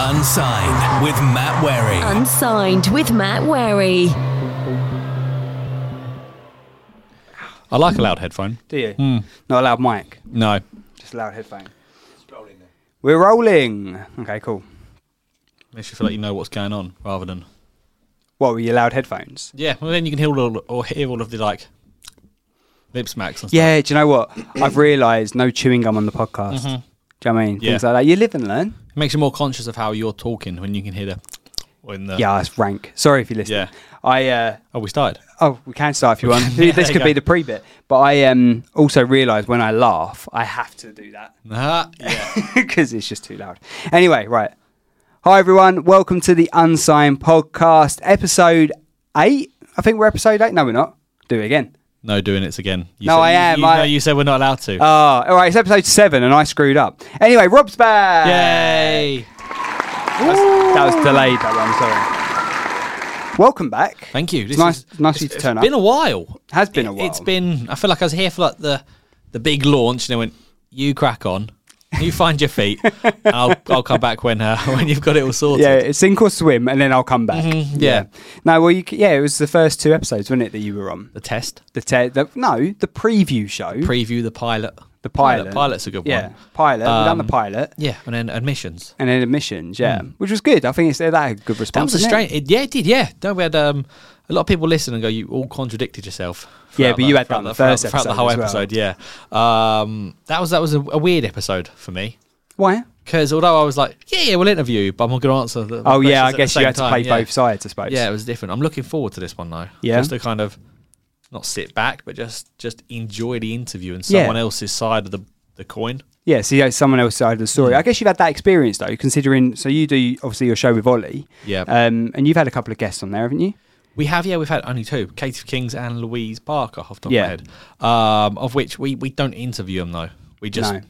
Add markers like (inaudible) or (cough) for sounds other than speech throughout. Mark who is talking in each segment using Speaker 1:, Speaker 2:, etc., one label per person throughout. Speaker 1: Unsigned with Matt Wary.
Speaker 2: Unsigned with Matt Wary.
Speaker 3: I like a loud headphone.
Speaker 4: Do you?
Speaker 3: Hmm.
Speaker 4: Not a loud mic,
Speaker 3: No.
Speaker 4: just a loud headphone. We're rolling. Okay, cool.
Speaker 3: Makes you feel like you know what's going on rather than.
Speaker 4: What were your loud headphones?
Speaker 3: Yeah, well, then you can hear all, or hear all of the like lip smacks and stuff.
Speaker 4: Yeah, do you
Speaker 3: (coughs)
Speaker 4: know what? I've realised no chewing gum on the podcast. Do you know what I mean?
Speaker 3: Mm-hmm. Yeah.
Speaker 4: Things like that. You live and learn.
Speaker 3: It makes you more conscious of how you're talking when you can hear the. When the
Speaker 4: Yeah, it's rank. Sorry if you listen.
Speaker 3: Yeah.
Speaker 4: I uh,
Speaker 3: Oh, we started.
Speaker 4: Oh, we can start if you
Speaker 3: (laughs)
Speaker 4: want.
Speaker 3: Yeah,
Speaker 4: this
Speaker 3: there
Speaker 4: could
Speaker 3: you
Speaker 4: be
Speaker 3: go.
Speaker 4: the pre bit. But I um, also realise when I laugh, I have to do that
Speaker 3: Ah, (laughs) yeah.
Speaker 4: (laughs) because it's just too loud. Anyway, right. Hi, everyone. Welcome to the Unsigned Podcast, episode eight. I think we're episode eight. No, we're not. Do it again.
Speaker 3: no, doing it again. You
Speaker 4: No,
Speaker 3: said-
Speaker 4: I
Speaker 3: you-
Speaker 4: am,
Speaker 3: You,
Speaker 4: I-
Speaker 3: no, you said we're not allowed to.
Speaker 4: Oh, all right. It's episode seven, and I screwed up. Anyway, Rob's back.
Speaker 3: Yay!
Speaker 4: That was, that was delayed, that one. Sorry. Welcome back.
Speaker 3: Thank you.
Speaker 4: It's
Speaker 3: This
Speaker 4: nice,
Speaker 3: is-
Speaker 4: nice of you to
Speaker 3: It's
Speaker 4: turn up.
Speaker 3: been a while.
Speaker 4: Has been a
Speaker 3: It- It's
Speaker 4: while.
Speaker 3: been. I feel like I was here for like the the big launch, and I went, "You crack on, you find your (laughs) feet. and I'll I'll come back when uh, (laughs) when you've got it all sorted."
Speaker 4: Yeah, it's sink or swim, and then I'll come back.
Speaker 3: Mm-hmm. yeah.
Speaker 4: No, well, you, c- yeah, it was the first two episodes, wasn't it, that you were on?
Speaker 3: The test
Speaker 4: The, te- the no, the preview show,
Speaker 3: preview, the pilot,
Speaker 4: the pilot.
Speaker 3: Pilot's a good
Speaker 4: yeah,
Speaker 3: one.
Speaker 4: pilot. we done the
Speaker 3: Um,
Speaker 4: pilot,
Speaker 3: Yeah, and then admissions.
Speaker 4: and then admissions. Yeah, which was good. I think it's that had a good
Speaker 3: That
Speaker 4: response.
Speaker 3: was a
Speaker 4: didn't it?
Speaker 3: strange. It, yeah, it did. Yeah, no, we had um, a lot of people listen and go. You all contradicted yourself.
Speaker 4: Yeah,
Speaker 3: throughout
Speaker 4: but you had that
Speaker 3: throughout
Speaker 4: on the
Speaker 3: throughout-
Speaker 4: first
Speaker 3: throughout the
Speaker 4: episode
Speaker 3: whole
Speaker 4: as well.
Speaker 3: episode. Yeah, um, that was that was a, a weird episode for me
Speaker 4: Why?
Speaker 3: because although I was like, yeah, yeah, we'll interview, you, but I'm not going to answer. The, the
Speaker 4: Oh yeah,
Speaker 3: questions
Speaker 4: I
Speaker 3: at the
Speaker 4: guess you
Speaker 3: same
Speaker 4: had to
Speaker 3: time,
Speaker 4: play
Speaker 3: yeah.
Speaker 4: both sides, I suppose.
Speaker 3: Yeah, it was different. I'm looking forward to this one though.
Speaker 4: Yeah.
Speaker 3: just to kind of not sit back, but just just enjoy the interview and
Speaker 4: Yeah.
Speaker 3: someone else's side of the the coin.
Speaker 4: yeah. See, uh, someone else's side of the story.
Speaker 3: Hmm.
Speaker 4: I guess you've had that experience though, considering. So you do obviously your show with Ollie.
Speaker 3: Yeah.
Speaker 4: Um, and you've had a couple of guests on there, haven't you?
Speaker 3: We have, yeah, we've had only two, Katie Kings and Louise Barker, off the top
Speaker 4: Yeah.
Speaker 3: of my head. Um, of which we, we don't interview them though. We just
Speaker 4: No.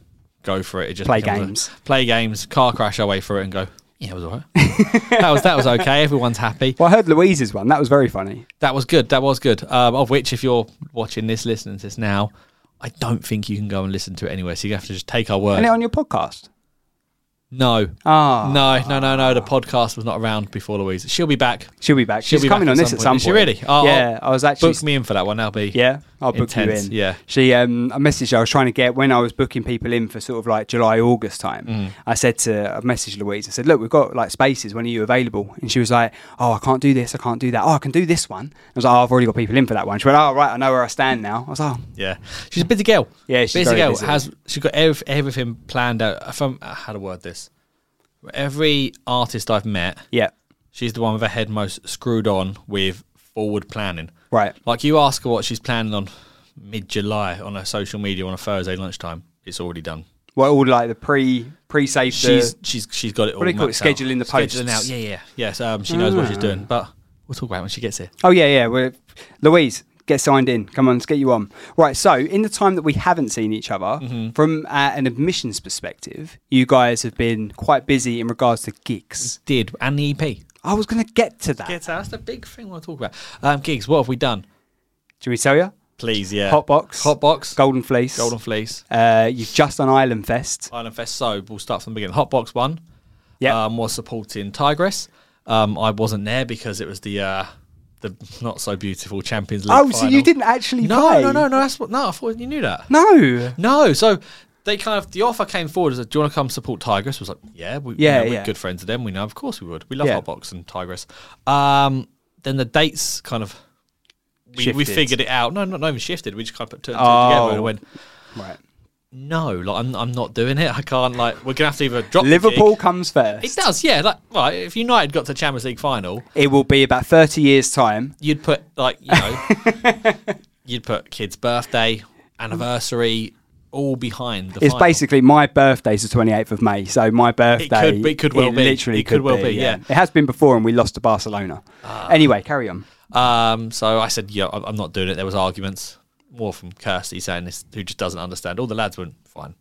Speaker 3: go for it. it just
Speaker 4: Play
Speaker 3: becomes a-
Speaker 4: games.
Speaker 3: play games, car crash our way through it and go, yeah, it was all
Speaker 4: (laughs)
Speaker 3: right. that was that was okay. Everyone's happy.
Speaker 4: Well, I heard Louise's one. That was very funny.
Speaker 3: That was good. That was good. Um, of which, if you're watching this, listening to this now, I don't think you can go and listen to it anywhere. So you have to just take our word.
Speaker 4: And it on your podcast.
Speaker 3: no.
Speaker 4: Ah.
Speaker 3: No, no, no, no. The podcast was not around before Louise. She'll be back.
Speaker 4: She'll be back.
Speaker 3: She'll
Speaker 4: She's
Speaker 3: be
Speaker 4: coming
Speaker 3: back
Speaker 4: on this at some
Speaker 3: Is
Speaker 4: point.
Speaker 3: she really? Oh,
Speaker 4: yeah, I was actually
Speaker 3: Book me in for that one. That'll be
Speaker 4: Yeah, I'll book
Speaker 3: intense.
Speaker 4: you in.
Speaker 3: Yeah.
Speaker 4: She, um, I messaged her. I was trying to get when I was booking people in for sort of like July, August time.
Speaker 3: Mm.
Speaker 4: I said to, I messaged Louise. I said, look, we've got like spaces. When are you available? And she was like, oh, I can't do this. I can't do that. Oh, I can do this one. I was like, oh, I've already got people in for that one. She went, oh, right, I know where I stand now. I was like, oh,
Speaker 3: Yeah, she's a busy girl.
Speaker 4: Yeah, she's
Speaker 3: busy
Speaker 4: very
Speaker 3: girl.
Speaker 4: busy.
Speaker 3: Has she got ev- everything planned out? From how to word this? Every artist I've met,
Speaker 4: yeah,
Speaker 3: she's the one with her head most screwed on with forward planning.
Speaker 4: Right.
Speaker 3: Like you ask her what she's planning on mid July on her social media on a Thursday lunchtime, it's already done.
Speaker 4: well, all like the pre pre save.
Speaker 3: She's she's she's got it all.
Speaker 4: do you call it?
Speaker 3: mapped out.
Speaker 4: Scheduling the
Speaker 3: Scheduling
Speaker 4: posts. Ah.
Speaker 3: out. Yeah, yeah, yes. Um, she knows what she's doing, but we'll talk about it when she gets here.
Speaker 4: Oh yeah, yeah. We're, Louise, get signed in. Come on, let's get you on. Right. So in the time that we haven't seen each other,
Speaker 3: Mm-hmm.
Speaker 4: from uh, an admissions perspective, you guys have been quite busy in regards to gigs.
Speaker 3: Did and the EP.
Speaker 4: I was going to get to that.
Speaker 3: Mm. Get out. That's the big thing I want to talk about. Um, gigs. What have we done?
Speaker 4: Should we tell you?
Speaker 3: Please, yeah.
Speaker 4: Hot box.
Speaker 3: Hot box.
Speaker 4: Golden Fleece.
Speaker 3: Golden Fleece.
Speaker 4: Uh, you've just done Island Fest.
Speaker 3: Island Fest. So we'll start from the beginning. Hot box one.
Speaker 4: Yeah.
Speaker 3: Um, was supporting Tigress. Um, I wasn't there because it was the uh, the not so beautiful Champions League.
Speaker 4: oh, so you
Speaker 3: final.
Speaker 4: didn't actually
Speaker 3: No,
Speaker 4: play?
Speaker 3: no, no, no. That's what. No, I thought you knew that.
Speaker 4: No.
Speaker 3: No. So they kind of the offer came forward as, "Do you want to come support Tigress?" I was like, "Yeah, we, yeah,
Speaker 4: Yeah, yeah.
Speaker 3: we're good friends of them. We know, of course, we would. We love
Speaker 4: Yeah.
Speaker 3: Hot Box and Tigress." Um, then the dates kind of. We, we
Speaker 4: Shifted.
Speaker 3: figured it out. No, not, not even shifted. We just kind of put two and two
Speaker 4: Oh.
Speaker 3: together and went,
Speaker 4: Right.
Speaker 3: no, like I'm, I'm not doing it. I can't. Like we're gonna have to either drop the
Speaker 4: Liverpool
Speaker 3: gig.
Speaker 4: comes first.
Speaker 3: It does, yeah. Like right, if United got to Champions League final,
Speaker 4: It will be about thirty years time.
Speaker 3: you'd put like you know,
Speaker 4: (laughs)
Speaker 3: you'd put kids' birthday, anniversary, all behind the.
Speaker 4: It's
Speaker 3: final.
Speaker 4: basically my birthday's the 28th of May, so my birthday.
Speaker 3: be- it could well be.
Speaker 4: Literally,
Speaker 3: It could well be, yeah. Ah.
Speaker 4: It has been before, and we lost to Barcelona. anyway, carry on.
Speaker 3: Um, so I said, yeah, I'm I'm not doing it. There was arguments, more from Kirsty saying this, who just doesn't understand. All the lads went fine.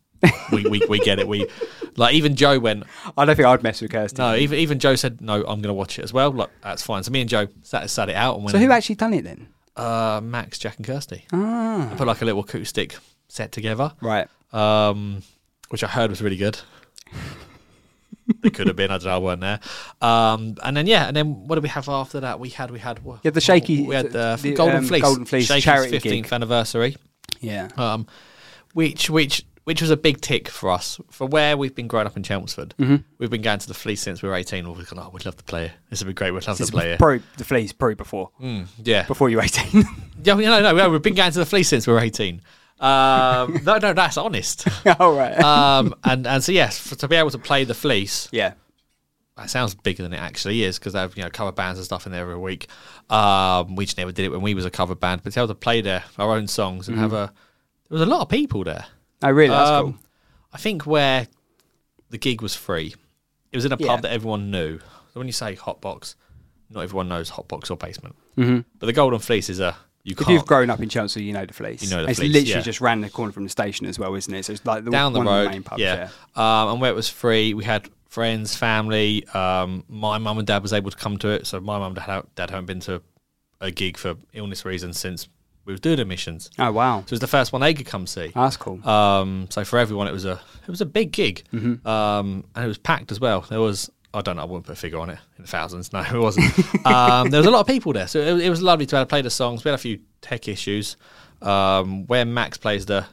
Speaker 3: we, we we get it. We like even Joe went.
Speaker 4: I don't think I'd mess with Kirsty.
Speaker 3: No, even even Joe said no. I'm going to watch it as well. Like that's fine. So me and Joe sat sat it out and went.
Speaker 4: So who actually done it then?
Speaker 3: uh, Max, Jack, and Kirsty. I put like a little acoustic set together,
Speaker 4: Ah. Right.
Speaker 3: um, which I heard was really good. They could have been. I don't know. I weren't there. Um, and then yeah, and then what did we have after that? We had we had what?
Speaker 4: Yeah, the shaky-
Speaker 3: We had the,
Speaker 4: the,
Speaker 3: golden
Speaker 4: um,
Speaker 3: fleece.
Speaker 4: Golden Fleece
Speaker 3: Shaky's
Speaker 4: charity
Speaker 3: 15th
Speaker 4: gig.
Speaker 3: anniversary.
Speaker 4: Yeah.
Speaker 3: Um, which which which was a big tick for us for where we've been growing up in Chelmsford.
Speaker 4: Mm-hmm.
Speaker 3: We've been going to the Fleece since we were eighteen. We've gone, oh, we'd love to play here. This would be great. We'd love
Speaker 4: This
Speaker 3: to
Speaker 4: is
Speaker 3: play here.
Speaker 4: Probably the fleas, probably before.
Speaker 3: yeah,
Speaker 4: Before you were 18.
Speaker 3: yeah. we- No, no, no. We've been going to the Fleece since we were eighteen.
Speaker 4: (laughs)
Speaker 3: Um, no, no, that's honest.
Speaker 4: (laughs) All right.
Speaker 3: Um, and and so yes, for, to be able to play the Fleece
Speaker 4: yeah.
Speaker 3: that sounds bigger than it actually is because they have you know cover bands and stuff in there every week. Um, we just never did it when we was a cover band, but to be able to play there our own songs and have
Speaker 4: Mm-hmm.
Speaker 3: a there was a lot of people there.
Speaker 4: Oh, really? That's
Speaker 3: Um,
Speaker 4: cool.
Speaker 3: I think where the gig was free, it was in a pub
Speaker 4: Yeah.
Speaker 3: that everyone knew. So when you say hot box, not everyone knows hot box or basement. But the Golden Fleece is a you
Speaker 4: Mm-hmm. If
Speaker 3: can't
Speaker 4: you've grown up in Chelsea, you know the fleece.
Speaker 3: You know the
Speaker 4: it's
Speaker 3: Fleece,
Speaker 4: literally
Speaker 3: yeah.
Speaker 4: just round the corner from the station as well, isn't it? So it's like the,
Speaker 3: down the
Speaker 4: one
Speaker 3: road.
Speaker 4: of the main pubs.
Speaker 3: yeah. Um, and where it was free, we had friends, family. Um, my mum and dad was able to come to it. So my mum and dad, dad hadn't been to a gig for illness reasons since we were doing admissions. So
Speaker 4: Oh, wow.
Speaker 3: it was the first one they could come see.
Speaker 4: That's cool.
Speaker 3: Um, so for everyone, it was a it was a big gig,
Speaker 4: Mm-hmm.
Speaker 3: um, and it was packed as well. There was I don't know, I wouldn't put a figure on it in the thousands. No, it
Speaker 4: (laughs)
Speaker 3: wasn't. um, there was a lot of people there, so it, it was lovely to be able to play the songs. We had a few tech issues um, where Max plays the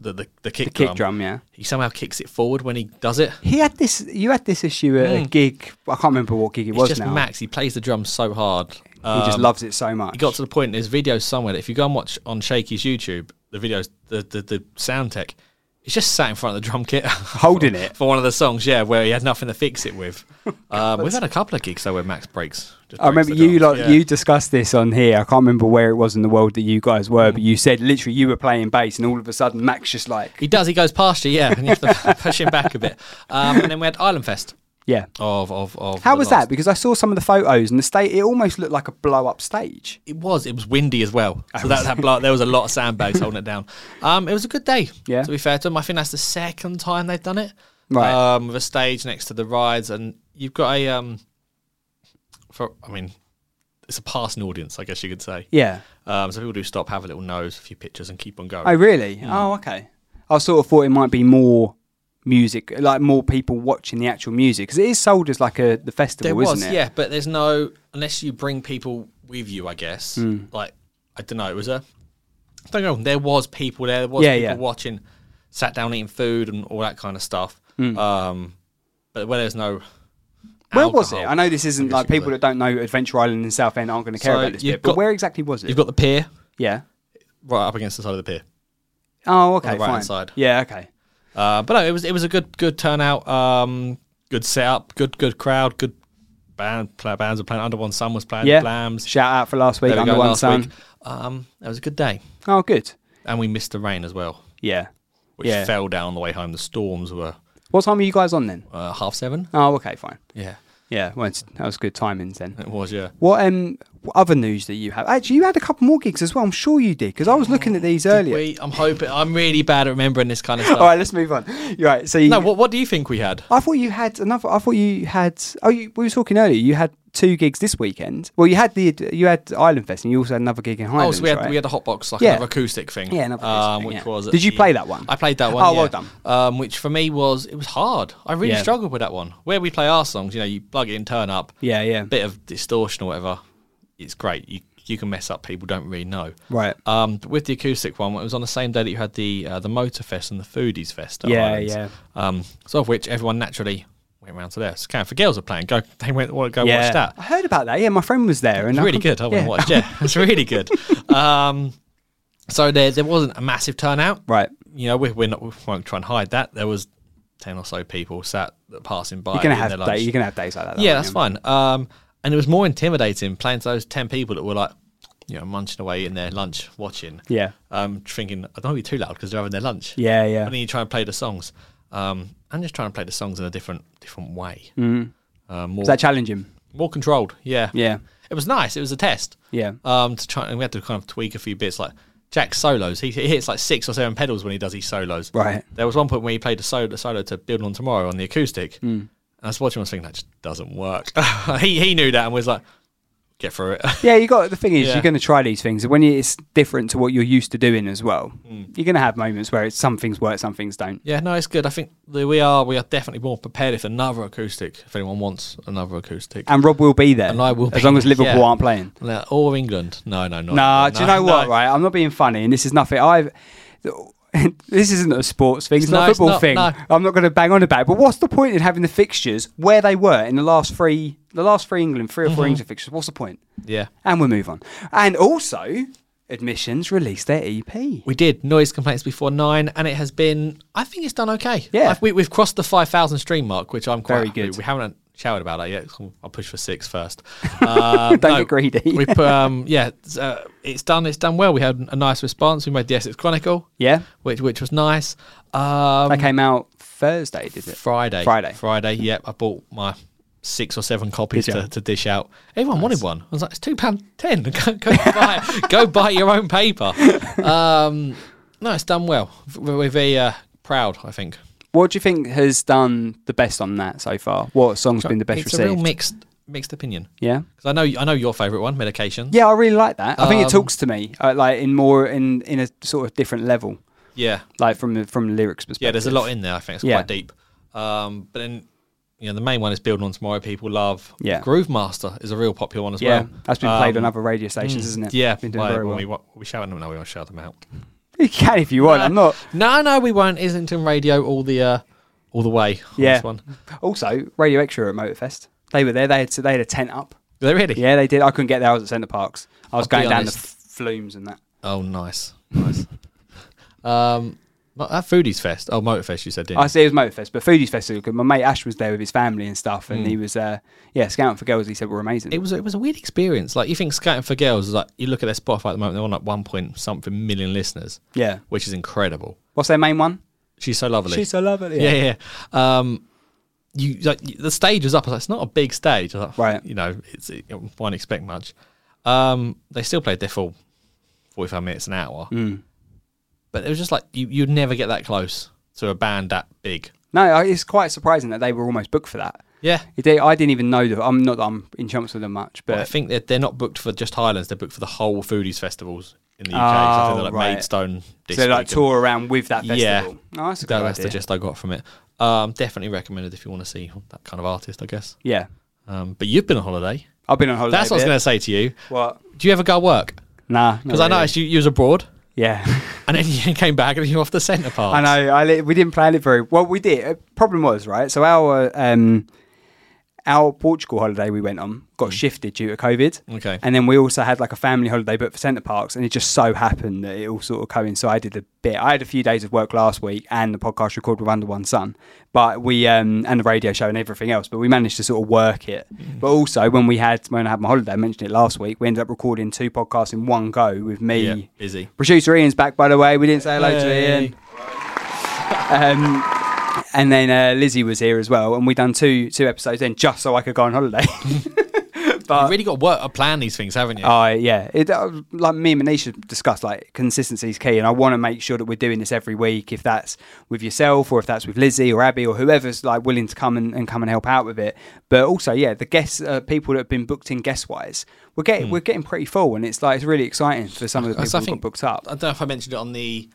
Speaker 3: the the, the kick
Speaker 4: Kick
Speaker 3: drum.
Speaker 4: drum, yeah.
Speaker 3: He somehow kicks it forward when he does it.
Speaker 4: He had this. You had this issue at a gig. I can't remember what gig
Speaker 3: Hmm.
Speaker 4: it
Speaker 3: It's
Speaker 4: was
Speaker 3: just
Speaker 4: now.
Speaker 3: Max. He plays the drum so hard.
Speaker 4: he just
Speaker 3: Um,
Speaker 4: loves it so much.
Speaker 3: it got to the point. There's videos somewhere that if you go and watch on Shaky's YouTube, the videos, the the, the sound tech, it's just sat in front of the drum kit, (laughs)
Speaker 4: Holding
Speaker 3: for,
Speaker 4: it.
Speaker 3: for one of the songs. Yeah, where he had nothing to fix it
Speaker 4: (laughs)
Speaker 3: with. Um, we've had a couple of gigs though where Max breaks. just
Speaker 4: I
Speaker 3: breaks
Speaker 4: remember
Speaker 3: the
Speaker 4: you
Speaker 3: drums,
Speaker 4: like
Speaker 3: yeah.
Speaker 4: you discussed this on here. I can't remember where it was in the world that you guys were, but you said literally you were playing bass, and all of a sudden Max just like,
Speaker 3: He does. He goes past you. Yeah, and you have to (laughs) push him back a bit. Um, and then we had Island Fest
Speaker 4: yeah.
Speaker 3: of of of.
Speaker 4: How
Speaker 3: the
Speaker 4: was
Speaker 3: last-
Speaker 4: that? Because I saw some of the photos, and the state it almost looked like a blow up stage.
Speaker 3: It was. It was windy as well. So that, that block, there was a lot of sandbags holding it down. Um, it was a good day.
Speaker 4: Yeah.
Speaker 3: To be fair to them, I think that's the second time they've done it.
Speaker 4: Right.
Speaker 3: Um, with a stage next to the rides, and you've got a um. For I mean, it's a passing audience, I guess you could say.
Speaker 4: Yeah.
Speaker 3: Um, so people do stop, have a little nose, a few pictures, and keep on going.
Speaker 4: Oh, really? Oh, okay. I sort of thought it might be more music, like more people watching the actual music, because it is sold as like a the festival,
Speaker 3: there was,
Speaker 4: isn't it?
Speaker 3: yeah, but there's no unless you bring people with you, I guess.
Speaker 4: Hmm.
Speaker 3: Like I don't know, it was a don't know. There was people there. There was
Speaker 4: Yeah,
Speaker 3: people
Speaker 4: yeah.
Speaker 3: watching, sat down eating food and all that kind of stuff. Um, but where there's no,
Speaker 4: Hmm. Where was it?
Speaker 3: alcohol,
Speaker 4: I know this isn't
Speaker 3: guess
Speaker 4: like
Speaker 3: it was
Speaker 4: people
Speaker 3: a-
Speaker 4: that don't know Adventure Island and South End aren't going to care
Speaker 3: So
Speaker 4: about this
Speaker 3: you've
Speaker 4: bit, but
Speaker 3: got-
Speaker 4: where exactly was it?
Speaker 3: You've got the pier
Speaker 4: yeah.
Speaker 3: right up against the side of the pier.
Speaker 4: Oh, okay,
Speaker 3: right-hand
Speaker 4: fine.
Speaker 3: side.
Speaker 4: Yeah, okay.
Speaker 3: Uh, but no, it was it was a good good turnout. Um, good setup. Good good crowd. Good band. Play, bands were playing. Under One Sun was playing.
Speaker 4: Yeah.
Speaker 3: Blams.
Speaker 4: Shout out for last week
Speaker 3: There we
Speaker 4: under
Speaker 3: go.
Speaker 4: one
Speaker 3: last
Speaker 4: sun.
Speaker 3: week. Um, that was a good day,
Speaker 4: Oh, good.
Speaker 3: and we missed the rain as well.
Speaker 4: Yeah.
Speaker 3: which
Speaker 4: yeah.
Speaker 3: fell down on the way home. The storms were
Speaker 4: What time were you guys on then?
Speaker 3: uh, half seven.
Speaker 4: Oh, okay, fine.
Speaker 3: Yeah,
Speaker 4: Yeah, well, it's- that was good timings then.
Speaker 3: it was. Yeah,
Speaker 4: What um what other news that you have? Actually, you had a couple more gigs as well. I'm sure you did because I was looking at these earlier.
Speaker 3: We, I'm hoping. I'm really bad at remembering this kind of stuff.
Speaker 4: (laughs) All right, let's move on. You're right. So you,
Speaker 3: No, what what do you think we had?
Speaker 4: I thought you had another. I thought you had. Oh, you, we were talking earlier. You had two gigs this weekend. Well, you had the you had Island Fest, and you also had another gig in
Speaker 3: Oh,
Speaker 4: Highlands.
Speaker 3: so we had
Speaker 4: right?
Speaker 3: we had a hot box, like
Speaker 4: Yeah.
Speaker 3: another acoustic thing.
Speaker 4: Yeah, another acoustic
Speaker 3: um,
Speaker 4: thing,
Speaker 3: which
Speaker 4: yeah.
Speaker 3: was. at
Speaker 4: Did you
Speaker 3: the-
Speaker 4: play that one?
Speaker 3: I played that one.
Speaker 4: Oh, well
Speaker 3: yeah.
Speaker 4: done.
Speaker 3: Um, which for me was it was hard. I really
Speaker 4: Yeah.
Speaker 3: struggled with that one. Where we play our songs, you know, you plug it in, turn up,
Speaker 4: yeah, yeah,
Speaker 3: bit of distortion or whatever. It's great. You you can mess up. People don't really know.
Speaker 4: right.
Speaker 3: Um, but with the acoustic one, it was on the same day that you had the uh, the Motor Fest and the Foodies Fest. At
Speaker 4: Yeah,
Speaker 3: Highlands.
Speaker 4: yeah.
Speaker 3: Um, so of which everyone naturally went round to there. So Camp for Girls are playing. Go, they went well, go
Speaker 4: yeah,
Speaker 3: watch that.
Speaker 4: I heard about that. Yeah, my friend was there, and
Speaker 3: It's
Speaker 4: I
Speaker 3: really
Speaker 4: com-
Speaker 3: good. I went
Speaker 4: yeah.
Speaker 3: and watched. Yeah, it's really good. Um, so there there wasn't a massive turnout.
Speaker 4: (laughs) Right,
Speaker 3: You know, we, we're not we won't try and hide that. There was ten or so people sat passing by.
Speaker 4: you're gonna
Speaker 3: in
Speaker 4: have
Speaker 3: their
Speaker 4: day,
Speaker 3: lunch.
Speaker 4: you're gonna have days like that. though,
Speaker 3: Yeah,
Speaker 4: aren't
Speaker 3: that's
Speaker 4: you?
Speaker 3: fine. Um, and it was more intimidating playing to those ten people that were like, you know, munching away in their lunch watching.
Speaker 4: Yeah.
Speaker 3: Um, thinking I don't want to be too loud because they're having their lunch.
Speaker 4: Yeah, yeah.
Speaker 3: And then you try and play the songs. Um, I'm just trying to play the songs in a different different way. Uh, more
Speaker 4: Mm. Is that challenging?
Speaker 3: more controlled. Yeah.
Speaker 4: Yeah.
Speaker 3: It was nice. It was a test.
Speaker 4: Yeah.
Speaker 3: Um, to try and we had to kind of tweak a few bits like. Jack solos. He, he hits like six or seven pedals when he does his solos.
Speaker 4: Right.
Speaker 3: There was one point where he played a solo, solo to "Building on Tomorrow" on Hmm. (laughs) the acoustic. And I was watching. I was thinking that just doesn't work. he he knew that and was like, get through it. (laughs)
Speaker 4: Yeah, you got the thing is
Speaker 3: Yeah.
Speaker 4: you're going to try these things when it's different to what you're used to doing as well.
Speaker 3: Mm.
Speaker 4: You're going to have moments where it's some things work, some things don't.
Speaker 3: yeah, no, it's good. I think that we are we are definitely more prepared if another acoustic, if anyone wants another acoustic.
Speaker 4: And Rob will be there.
Speaker 3: And I will
Speaker 4: as
Speaker 3: be,
Speaker 4: long as Liverpool
Speaker 3: yeah.
Speaker 4: aren't playing.
Speaker 3: No, or England. No, no, no.
Speaker 4: Nah,
Speaker 3: no,
Speaker 4: do you know what?
Speaker 3: no.
Speaker 4: Right, I'm not being funny, and this is nothing. I've (laughs) this isn't a sports thing. It's,
Speaker 3: No,
Speaker 4: not a
Speaker 3: it's
Speaker 4: football
Speaker 3: not,
Speaker 4: thing.
Speaker 3: no.
Speaker 4: I'm not going to bang on about. it. But what's the point in having the fixtures where they were in the last three, the last three England, three or 4
Speaker 3: Mm-hmm.
Speaker 4: England fixtures? What's the point?
Speaker 3: Yeah.
Speaker 4: And we'll move on. And also, admissions released their E EP.
Speaker 3: We did noise complaints before nine, and it has been. I think it's done okay.
Speaker 4: Yeah.
Speaker 3: I've- we, we've crossed the five thousand stream mark, which I'm quite
Speaker 4: Very
Speaker 3: happy
Speaker 4: good.
Speaker 3: with. We haven't shouted about that yet. so I'll push for six
Speaker 4: (laughs)
Speaker 3: first. Um,
Speaker 4: Don't get greedy.
Speaker 3: we
Speaker 4: (laughs)
Speaker 3: put, um, yeah, it's, uh, it's done. It's done well. We had a nice response. We made the Essex Chronicle,
Speaker 4: Yeah,
Speaker 3: which which was nice. Um,
Speaker 4: that came out Thursday, did it?
Speaker 3: Friday,
Speaker 4: Friday.
Speaker 3: Friday. Yep, I bought my six or seven copies
Speaker 4: Did ya?
Speaker 3: to, to dish out. Everyone wanted one. I was like, it's two pound ten. (laughs) Go, go buy,
Speaker 4: (laughs)
Speaker 3: go buy your own paper. Um, no, it's done well. We're, we're very uh, proud. I think
Speaker 4: What do you think has done the best on that so far? What song's been the best
Speaker 3: It's
Speaker 4: received?
Speaker 3: a real mixed mixed opinion.
Speaker 4: yeah.
Speaker 3: 'Cause I know I know your favourite one, medication.
Speaker 4: Yeah, I really like that. I think it
Speaker 3: Um,
Speaker 4: talks to me, uh, like in more in in a sort of different level,
Speaker 3: yeah,
Speaker 4: like from the- from the lyrics perspective.
Speaker 3: yeah. There's a lot in there. I think it's
Speaker 4: Yeah.
Speaker 3: quite deep. Um, but then. You know, the main one is building on tomorrow. People love
Speaker 4: Yeah.
Speaker 3: Groove Master is a real popular one as
Speaker 4: yeah,
Speaker 3: well.
Speaker 4: that's been played
Speaker 3: Um,
Speaker 4: on other radio stations, isn't it?
Speaker 3: Yeah,
Speaker 4: been doing
Speaker 3: why-
Speaker 4: very
Speaker 3: when
Speaker 4: well. (laughs)
Speaker 3: we wa- we shout them. No, we won't shout them out.
Speaker 4: You can if you want.
Speaker 3: (laughs)
Speaker 4: I'm not.
Speaker 3: No, no, we won't. Islington Radio all the uh, all the way. On
Speaker 4: Yeah.
Speaker 3: this one.
Speaker 4: Also, Radio Extra at Motorfest, they were there. They had they had a tent up.
Speaker 3: Are they really?
Speaker 4: Yeah, they did. I couldn't get there. I was at Centre Parks. I was
Speaker 3: I'll be
Speaker 4: going down the
Speaker 3: honest.
Speaker 4: f- flumes and that.
Speaker 3: Oh, nice, nice. (laughs) um, but that Foodies Fest. Oh, Motorfest. You said didn't?
Speaker 4: I
Speaker 3: you?
Speaker 4: see it was Motorfest, but Foodies Fest was good. My mate Ash was there with his family and stuff, and he was uh, yeah scouting for girls. He said were amazing.
Speaker 3: Mm. It was it was a weird experience. Like you think scouting for girls is like you look at their Spotify at the moment. They're on like one point something million listeners,
Speaker 4: yeah.
Speaker 3: which is incredible.
Speaker 4: What's their main one?
Speaker 3: She's so lovely.
Speaker 4: so lovely.
Speaker 3: yeah, yeah. yeah. Um, you like y- the stage was up. I was like, it's not a big stage, I was like,
Speaker 4: Right.
Speaker 3: You know, it's it, you won't expect much. Um, they still played their full forty-five minutes an hour,
Speaker 4: Hmm.
Speaker 3: but it was just like you you'd never get that close to a band that big.
Speaker 4: No, I- it's quite surprising that they were almost booked for that.
Speaker 3: Yeah,
Speaker 4: It did- I didn't even know that. I'm not that I'm in chumps with them much,
Speaker 3: but I
Speaker 4: but
Speaker 3: think they're they're not booked for just Highlands. They're booked for the whole foodies festivals in the UK. so I
Speaker 4: Oh,
Speaker 3: think they're like
Speaker 4: right.
Speaker 3: Maidstone. This
Speaker 4: so they like
Speaker 3: week and-
Speaker 4: tour around with that festival.
Speaker 3: Yeah.
Speaker 4: oh, that's a
Speaker 3: That-
Speaker 4: good
Speaker 3: that's
Speaker 4: idea.
Speaker 3: the gist I got from it. Um, definitely recommended if you want to see that kind of artist, I guess.
Speaker 4: yeah,
Speaker 3: Um, but you've been on holiday.
Speaker 4: I've been on holiday.
Speaker 3: That's what I was
Speaker 4: a
Speaker 3: going
Speaker 4: bit.
Speaker 3: to say to you.
Speaker 4: What?
Speaker 3: Do you ever go work?
Speaker 4: Nah, not
Speaker 3: Because I
Speaker 4: really.
Speaker 3: noticed you, you was abroad
Speaker 4: Yeah, (laughs)
Speaker 3: and then (laughs) you came back and you were off the centre part.
Speaker 4: I know. I li- we didn't plan it very well. We did. Uh, Problem was right. So our um, our Portugal holiday we went on got shifted due to COVID.
Speaker 3: Mm. Okay.
Speaker 4: And then we also had like a family holiday booked for Centre Parks, and it just so happened that it all sort of coincided a bit. I had a few days of work last week and the podcast recorded with Under One Sun, but we um, and the radio show and everything else, but we managed to sort of work it.
Speaker 3: Mm.
Speaker 4: But also when we had when I had my holiday, I mentioned it last week. We ended up recording two podcasts in one go with me.
Speaker 3: Yeah, busy.
Speaker 4: Producer Ian's back, by the way. We didn't say hello to Ian. Um, and then uh, Lizzie was here as well, and we done two two episodes then just so I could go
Speaker 3: (laughs)
Speaker 4: on holiday. (laughs)
Speaker 3: you really got to work to plan these things, haven't you?
Speaker 4: I yeah, it, uh, like me and Manisha discussed, like consistency is key, and I want to make sure that we're doing this every week. If that's with yourself, or if that's with Lizzie or Abby or whoever's like willing to come and, and come and help out with it. But also, yeah, the guests, uh, people that have been booked in guest wise, we're
Speaker 3: Hmm.
Speaker 4: getting we're getting pretty full, and it's like it's really exciting for some of the people
Speaker 3: Because I
Speaker 4: who got
Speaker 3: think-
Speaker 4: booked up.
Speaker 3: I don't know if I mentioned it on the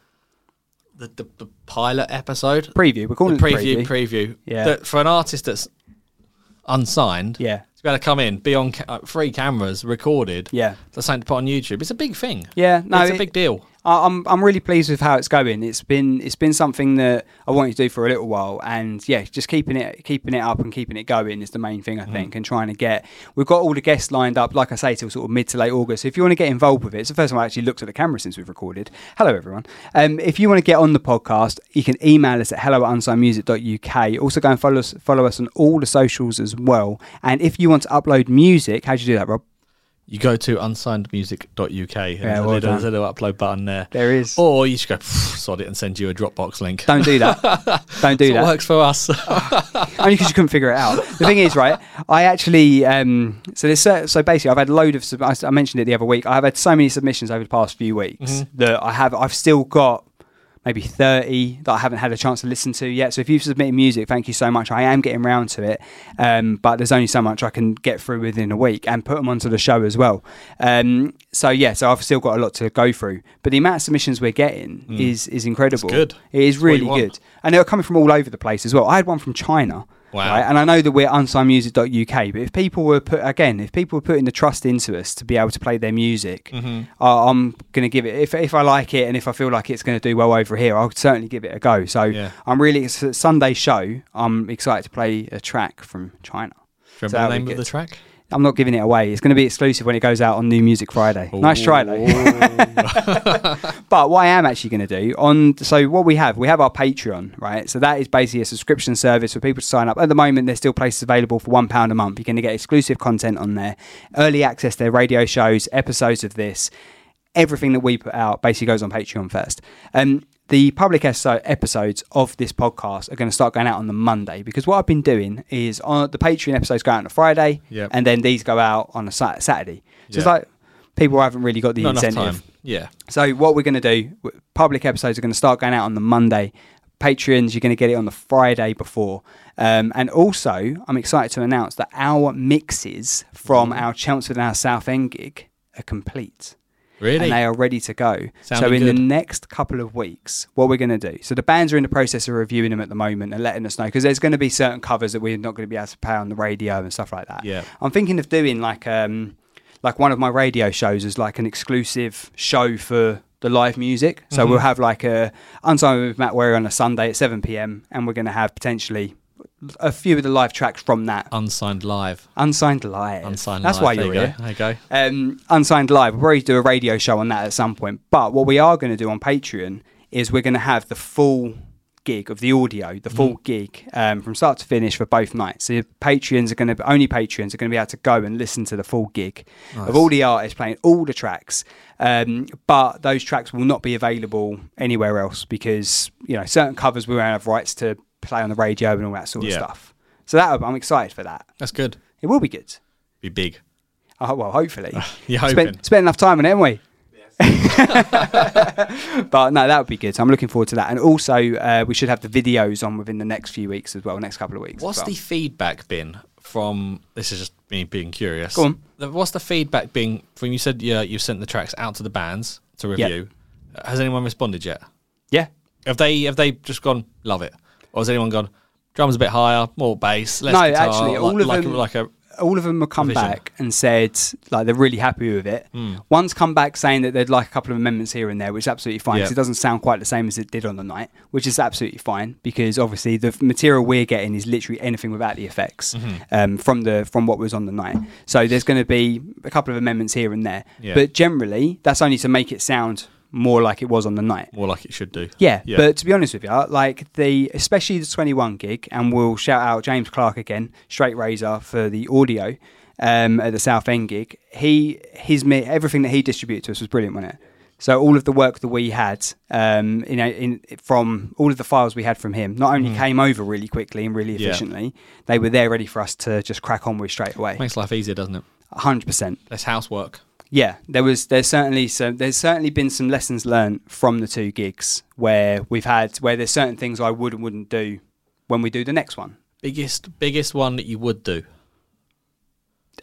Speaker 3: the, the, the pilot episode.
Speaker 4: Preview, we're calling
Speaker 3: the preview,
Speaker 4: it the preview.
Speaker 3: preview.
Speaker 4: Yeah.
Speaker 3: That for an artist that's unsigned,
Speaker 4: Yeah.
Speaker 3: to be able to come in, be on ca- uh, three cameras, recorded,
Speaker 4: Yeah.
Speaker 3: that's something to put on YouTube. It's a big thing.
Speaker 4: Yeah, no,
Speaker 3: it's
Speaker 4: it-
Speaker 3: a big deal.
Speaker 4: I- I'm I'm really pleased with how it's going. It's been it's been something that I wanted to do for a little while, and yeah, just keeping it keeping it up and keeping it going is the main thing I think. And trying to get we've got all the guests lined up, like I say, till sort of mid to late August. So if you want to get involved with it, it's the first time I actually looked at the camera since we've recorded. Hello everyone. Um, if you want to get on the podcast, you can email us at hello at unsignedmusic.uk. Also go and follow us follow us on all the socials as well. And if you want to upload music, how do you do that, Rob?
Speaker 3: You go to unsignedmusic.uk and
Speaker 4: Yeah,
Speaker 3: there's,
Speaker 4: well
Speaker 3: a little,
Speaker 4: done.
Speaker 3: there's a little upload button there.
Speaker 4: There is.
Speaker 3: Or you should go, "Pff, sod it, and send you a Dropbox link.
Speaker 4: Don't do that. Don't do
Speaker 3: It
Speaker 4: that.
Speaker 3: works for
Speaker 4: (laughs)
Speaker 3: us.
Speaker 4: only because you couldn't figure it out. The thing is, right? I actually um, so there's cer- so basically I've had a load of sub- I, I
Speaker 3: Mm-hmm.
Speaker 4: mentioned it the other week. I've had so many submissions over the past few weeks that I have I've still got maybe 30 that I haven't had a chance to listen to yet. So if you've submitted music, thank you so much. I am getting round to it, um, but there's only so much I can get through within a week and put them onto the show as well. Um, so yeah, so I've still got a lot to go through, but the amount of submissions we're getting is is incredible.
Speaker 3: Mm. good.
Speaker 4: It is
Speaker 3: what you
Speaker 4: really
Speaker 3: want.
Speaker 4: good, and they were coming from all over the place as well. I had one from China.
Speaker 3: Wow.
Speaker 4: right? And I know that we're unsignedmusic.uk, but if people were put again, if people were putting the trust into us to be able to play their music,
Speaker 3: Mm-hmm.
Speaker 4: I, I'm going to give it. If if I like it and if I feel like it's going to do well over here, I'll certainly give it a go. So
Speaker 3: Yeah.
Speaker 4: I'm really it's a Sunday show. I'm excited to play a track from China.
Speaker 3: Do you remember
Speaker 4: So that'll
Speaker 3: the
Speaker 4: be
Speaker 3: name of
Speaker 4: good.
Speaker 3: the track?
Speaker 4: I'm not giving it away. It's going to be exclusive when it goes out on New Music Friday. Nice try though. (laughs) But what I am actually going to do on so what we have, we have our Patreon, right? So that is basically a subscription service for people to sign up. At the moment, there's still places available for one pound a month. You're going to get exclusive content on there, early access to radio shows, episodes of this, everything that we put out basically goes on Patreon first. Um, the public eso- episodes of this podcast are going to start going out on the Monday because what I've been doing is on the Patreon episodes go out on a Friday,
Speaker 3: Yep.
Speaker 4: and then these go out on a Sat- Saturday. So it's
Speaker 3: Yeah.
Speaker 4: like people haven't really got the
Speaker 3: Not enough
Speaker 4: incentive.
Speaker 3: time. Yeah.
Speaker 4: So what we're going to do, w- public episodes are going to start going out on the Monday. Patreons, you're going to get it on the Friday before. Um, and also, I'm excited to announce that our mixes from our Chelmsford and our Southend gig are complete.
Speaker 3: Really?
Speaker 4: And they are ready to go. so
Speaker 3: Sounding
Speaker 4: in the
Speaker 3: good.
Speaker 4: next couple of weeks, what we're going to do. So the bands are in the process of reviewing them at the moment and letting us know because there's going to be certain covers that we're not going to be able to play on the radio and stuff like that.
Speaker 3: Yeah.
Speaker 4: I'm thinking of doing like um like one of my radio shows as like an exclusive show for the live music.
Speaker 3: Mm-hmm.
Speaker 4: So we'll have like a Unsigned with Matt Wary on a Sunday at 7 p.m. and we're going to have potentially a few of the live tracks from that
Speaker 3: Unsigned live.
Speaker 4: unsigned live.
Speaker 3: Unsigned
Speaker 4: That's
Speaker 3: live.
Speaker 4: why
Speaker 3: There
Speaker 4: you're
Speaker 3: you go.
Speaker 4: here
Speaker 3: There you go.
Speaker 4: um, Unsigned Live. We'll probably do a radio show on that at some point. But what we are going to do on Patreon is we're going to have the full gig of the audio, the full
Speaker 3: Mm-hmm.
Speaker 4: gig um, from start to finish for both nights. So your patrons are going to only patrons are going to be able to go and listen to the full gig of all the artists playing all the tracks. Um, but those tracks will not be available anywhere else because you know certain covers we won't have rights to play on the radio and all that sort
Speaker 3: Yeah.
Speaker 4: of stuff. So that I'm excited for that.
Speaker 3: That's good.
Speaker 4: It will be good.
Speaker 3: Be big.
Speaker 4: Oh, well, hopefully.
Speaker 3: (laughs) You're hoping.
Speaker 4: Spent, spent enough time on it, haven't we? (laughs) but no, that would be good. So I'm looking forward to that. And also, uh, we should have the videos on within the next few weeks as well, next couple of weeks. as
Speaker 3: What's
Speaker 4: well.
Speaker 3: the feedback been from? This is just me being curious.
Speaker 4: Go on.
Speaker 3: The- What's the feedback been from? You said yeah, you've sent the tracks out to the bands to review. Has anyone responded yet?
Speaker 4: Yeah.
Speaker 3: Have they have they just gone love it, or has anyone gone drums a bit higher, more bass, less
Speaker 4: no,
Speaker 3: guitar,
Speaker 4: actually,
Speaker 3: like,
Speaker 4: all of
Speaker 3: like,
Speaker 4: them,
Speaker 3: like a
Speaker 4: all of them have come
Speaker 3: revision. Hmm.
Speaker 4: back and said like they're really happy with it. One's come back saying that they'd like a couple of amendments here and there, which is absolutely fine because
Speaker 3: Yeah.
Speaker 4: it doesn't sound quite the same as it did on the night, which is absolutely fine because obviously the f- material we're getting is literally anything without the effects
Speaker 3: Mm-hmm.
Speaker 4: um, from the from what was on the night. So there's going to be a couple of amendments here and there,
Speaker 3: Yeah.
Speaker 4: but generally that's only to make it sound more like it was on the night.
Speaker 3: more like it should do.
Speaker 4: Yeah, but to be honest with you, like the especially the 21 gig, and we'll shout out James Clark again, Straight Razor for the audio um, at the South End gig. He his mi- everything that he distributed to us was brilliant, wasn't it? So all of the work that we had, um, you know, in, from all of the files we had from him, not only came over really quickly and really
Speaker 3: Yeah.
Speaker 4: efficiently, they were there ready for us to just crack on with straight away.
Speaker 3: makes life easier, doesn't it?
Speaker 4: 100. percent
Speaker 3: Less housework.
Speaker 4: yeah, there was. There's certainly some. There's certainly been some lessons learned from the two gigs where we've had where there's certain things I would and wouldn't do when we do the next one.
Speaker 3: Biggest biggest one that you would do.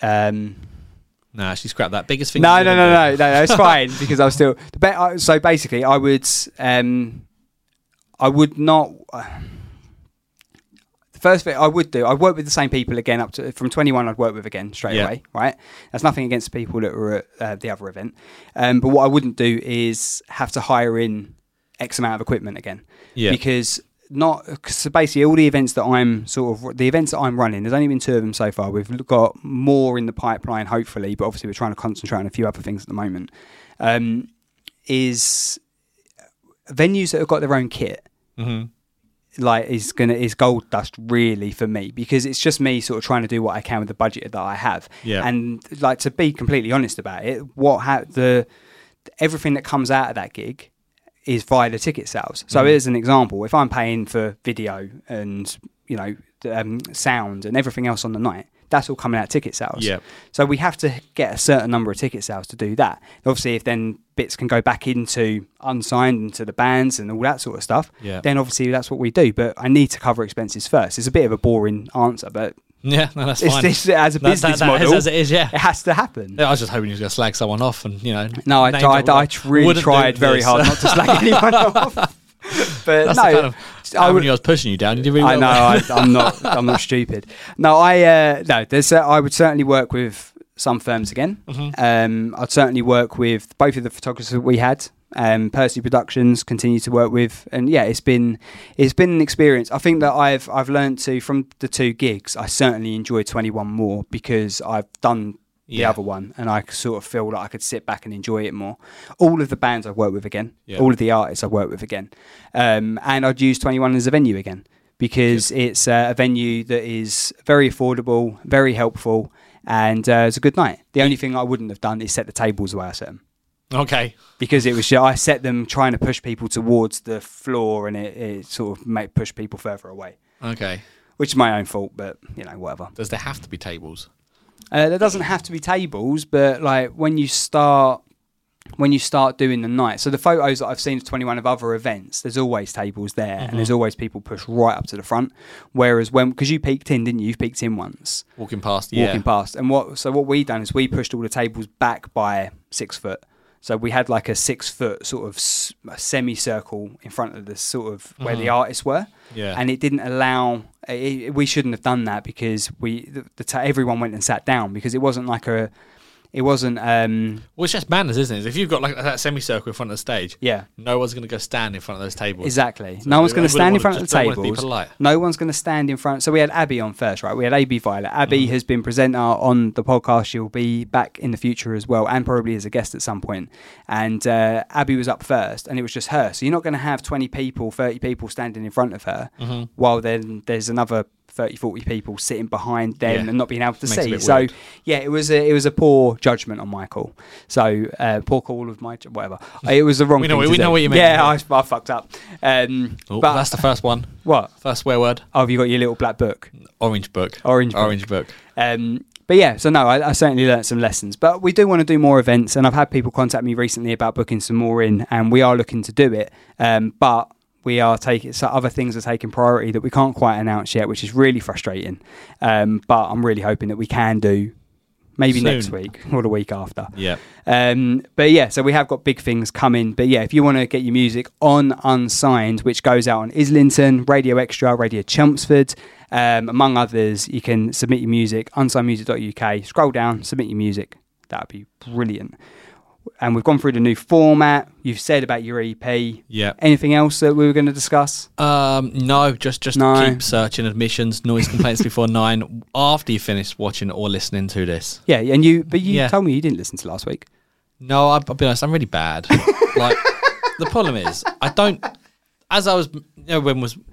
Speaker 4: Um,
Speaker 3: No, actually, scrap that. Biggest thing.
Speaker 4: no,
Speaker 3: you
Speaker 4: no, no,
Speaker 3: wouldn't
Speaker 4: no, no,
Speaker 3: (laughs)
Speaker 4: no. It's fine because I was still. The be- I- so basically, I would. Um, I would not. the first thing I would do, I work with the same people again up to from 21. I'd work with again straight
Speaker 3: Yeah.
Speaker 4: away, right? That's nothing against the people that were at uh, the other event, um, but what I wouldn't do is have to hire in X amount of equipment again,
Speaker 3: Yeah.
Speaker 4: Because not 'cause so basically all the events that I'm sort of the events that I'm running. There's only been two of them so far. We've got more in the pipeline, hopefully, but obviously we're trying to concentrate on a few other things at the moment. Um, is venues that have got their own kit
Speaker 3: Mm-hmm.
Speaker 4: like is gonna is gold dust really for me because it's just me sort of trying to do what I can with the budget that I have.
Speaker 3: Yeah.
Speaker 4: And like to be completely honest about it, what ha- the everything that comes out of that gig
Speaker 3: Mm-hmm.
Speaker 4: is via the ticket sales. So as an example, if I'm paying for video and you know um, sound, and everything else on the night. That's all coming out of ticket sales.
Speaker 3: Yeah.
Speaker 4: So we have to get a certain number of ticket sales to do that. Obviously, if then bits can go back into unsigned into the bands and all that sort of stuff,
Speaker 3: Yeah.
Speaker 4: then obviously that's what we do. But I need to cover expenses first. It's a bit of a boring answer, but
Speaker 3: Yeah, no, that's
Speaker 4: it's,
Speaker 3: fine.
Speaker 4: it's as a
Speaker 3: That- that-
Speaker 4: business
Speaker 3: that is
Speaker 4: model.
Speaker 3: as it is, yeah.
Speaker 4: It has to happen.
Speaker 3: Yeah, I was just hoping you was going to slag someone off and, you know.
Speaker 4: No, I,
Speaker 3: names
Speaker 4: tried,
Speaker 3: that
Speaker 4: I
Speaker 3: wouldn't-
Speaker 4: really
Speaker 3: wouldn't do
Speaker 4: tried very
Speaker 3: this. (laughs)
Speaker 4: hard not to slag anyone off. But
Speaker 3: That's
Speaker 4: no,
Speaker 3: the kind of.
Speaker 4: I
Speaker 3: I
Speaker 4: would.
Speaker 3: I was pushing you down. You did really
Speaker 4: I
Speaker 3: well
Speaker 4: know
Speaker 3: there.
Speaker 4: I, I'm not. I'm not stupid. No, I uh, no. There's. Uh, I would certainly work with some firms again.
Speaker 3: Mm-hmm.
Speaker 4: Um, I'd certainly work with both of the photographers that we had. Um, Percy Productions continue to work with, and yeah, it's been it's been an experience. I think that I've I've learned to from the two gigs. I certainly enjoy 21 more because I've done the
Speaker 3: Yeah.
Speaker 4: other one, and I sort of feel like I could sit back and enjoy it more. All of the bands I've worked with again,
Speaker 3: Yeah.
Speaker 4: all of the artists I've worked with again, um, and I'd use 21 as a venue again because it's uh, a venue that is very affordable, very helpful, and uh, it's a good night. The only thing I wouldn't have done is set the tables the way I set them
Speaker 3: (laughs) Okay.
Speaker 4: because it was ju- I set them trying to push people towards the floor, and it, it sort of made push people further away.
Speaker 3: Okay.
Speaker 4: Which is my own fault, but you know, whatever.
Speaker 3: Does there have to be tables?
Speaker 4: Uh, there doesn't have to be tables, but like when you start when you start doing the night. So the photos that I've seen of 21 of other events, there's always tables there, and there's always people pushed right up to the front. Whereas when because you peeked in, didn't you? You peeked in once,
Speaker 3: Walking past, yeah.
Speaker 4: walking past, and what so what we done is we pushed all the tables back by six foot. So we had like a six foot sort of s- a semicircle in front of the sort of where the artists were
Speaker 3: Mm-hmm. Yeah.
Speaker 4: and it didn't allow. It, it- we shouldn't have done that because we the, the ta- everyone went and sat down because it wasn't like a, it wasn't um
Speaker 3: Well, it's just madness, isn't it? If you've got like that semicircle in front of the stage,
Speaker 4: yeah
Speaker 3: no one's going to go stand in front of those tables.
Speaker 4: exactly.
Speaker 3: So
Speaker 4: no one's
Speaker 3: they
Speaker 4: going
Speaker 3: wouldn't
Speaker 4: to stand in
Speaker 3: wanna-
Speaker 4: front of
Speaker 3: just
Speaker 4: the
Speaker 3: don't wanna be
Speaker 4: tables.
Speaker 3: polite.
Speaker 4: No one's going to stand in front. So we had Abby on first, right? We had AB Violet. Abby
Speaker 3: Mm-hmm.
Speaker 4: has been presenter on the podcast. She'll be back in the future as well, and probably as a guest at some point. And uh, Abby was up first, and it was just her. So you're not going to have 20 people, 30 people standing in front of her,
Speaker 3: Mm-hmm.
Speaker 4: while then there's another 30, 40 people sitting behind them
Speaker 3: Yeah.
Speaker 4: and not being able to
Speaker 3: Makes it a
Speaker 4: see.
Speaker 3: bit
Speaker 4: So
Speaker 3: weird.
Speaker 4: yeah, it was a, it was a poor judgment on my call. So uh, poor call of my whatever. It was the wrong.
Speaker 3: We know
Speaker 4: thing
Speaker 3: what-
Speaker 4: to
Speaker 3: we
Speaker 4: do.
Speaker 3: know what you mean.
Speaker 4: Yeah, (laughs) I, I fucked up. Um,
Speaker 3: Oh,
Speaker 4: but
Speaker 3: that's the first one.
Speaker 4: what?
Speaker 3: First swear word.
Speaker 4: Oh, have you got your little black book?
Speaker 3: Orange book.
Speaker 4: Orange book.
Speaker 3: Orange book.
Speaker 4: Um, but yeah, so no, I, I certainly learnt some lessons. But we do want to do more events, and I've had people contact me recently about booking some more in, and we are looking to do it. Um, but we are taking so other things are taking priority that we can't quite announce yet, which is really frustrating. Um, but I'm really hoping that we can do maybe
Speaker 3: Soon.
Speaker 4: next week (laughs) or the week after.
Speaker 3: Yeah.
Speaker 4: Um, but yeah, so we have got big things coming. But yeah, if you want to get your music on Unsigned, which goes out on Islington, Radio Extra, Radio Chelmsford, um, among others, you can submit your music, unsignedmusic.uk, scroll down, submit your music. That would be brilliant. And we've gone through the new format. You've said about your EP.
Speaker 3: Yeah.
Speaker 4: Anything else that we were going to discuss?
Speaker 3: Um, no, just just
Speaker 4: No.
Speaker 3: keep searching admissions, noise complaints before (laughs) nine after you finish watching or listening to this.
Speaker 4: Yeah, and you, but you
Speaker 3: Yeah.
Speaker 4: told me you didn't listen to last week.
Speaker 3: No, I, I'll be honest, I'm really bad.
Speaker 4: (laughs)
Speaker 3: like the problem is, I don't. As I was, you know, when was, you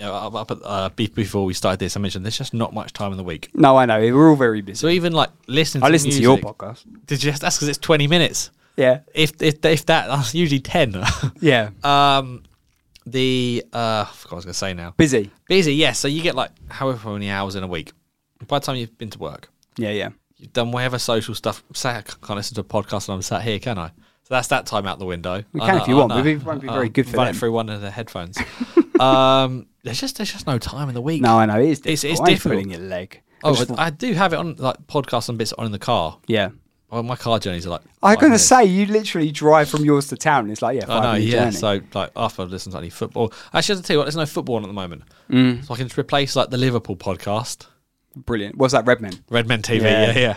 Speaker 3: know, up up at, uh, be- before we started this, I mentioned there's just not much time in the week.
Speaker 4: No, I know. We're all very busy.
Speaker 3: So even like listening,
Speaker 4: I
Speaker 3: to
Speaker 4: listened
Speaker 3: music,
Speaker 4: to your podcast.
Speaker 3: Did you? That's because it's 20 minutes.
Speaker 4: Yeah.
Speaker 3: If if if that, that's usually 10.
Speaker 4: Yeah.
Speaker 3: (laughs) um, the uh, I forgot what I was gonna say now.
Speaker 4: busy.
Speaker 3: Busy, yes. So you get like however many hours in a week. By the time you've been to work,
Speaker 4: Yeah, yeah.
Speaker 3: you've done whatever social stuff. Say I c- can't listen to a podcast and I'm sat here, can I? So that's that time out the window.
Speaker 4: We
Speaker 3: I
Speaker 4: can
Speaker 3: know-
Speaker 4: if you
Speaker 3: I
Speaker 4: want, but
Speaker 3: know. Uh,
Speaker 4: we won't be very good for
Speaker 3: run
Speaker 4: them.
Speaker 3: it through one of the headphones. (laughs) um, there's just there's just no time in the week.
Speaker 4: No, I know it is.
Speaker 3: It's-
Speaker 4: Difficult.
Speaker 3: it's
Speaker 4: I ain't
Speaker 3: difficult.
Speaker 4: pulling your leg.
Speaker 3: Oh,
Speaker 4: Just-
Speaker 3: I, I do have it on like podcasts and bits on in the car.
Speaker 4: yeah.
Speaker 3: Well, my car journeys are like.
Speaker 4: I'm
Speaker 3: five
Speaker 4: gonna
Speaker 3: minutes.
Speaker 4: say you literally drive from yours to town. It's like yeah, five
Speaker 3: I know,
Speaker 4: minute
Speaker 3: yeah.
Speaker 4: journey.
Speaker 3: So like after I listen to any football, actually, I tell you what, there's no football on at the moment,
Speaker 4: Mm.
Speaker 3: so I can just replace like the Liverpool podcast,
Speaker 4: Brilliant. What's that, Redman?
Speaker 3: Red Men TV,
Speaker 4: Yeah.
Speaker 3: yeah, yeah,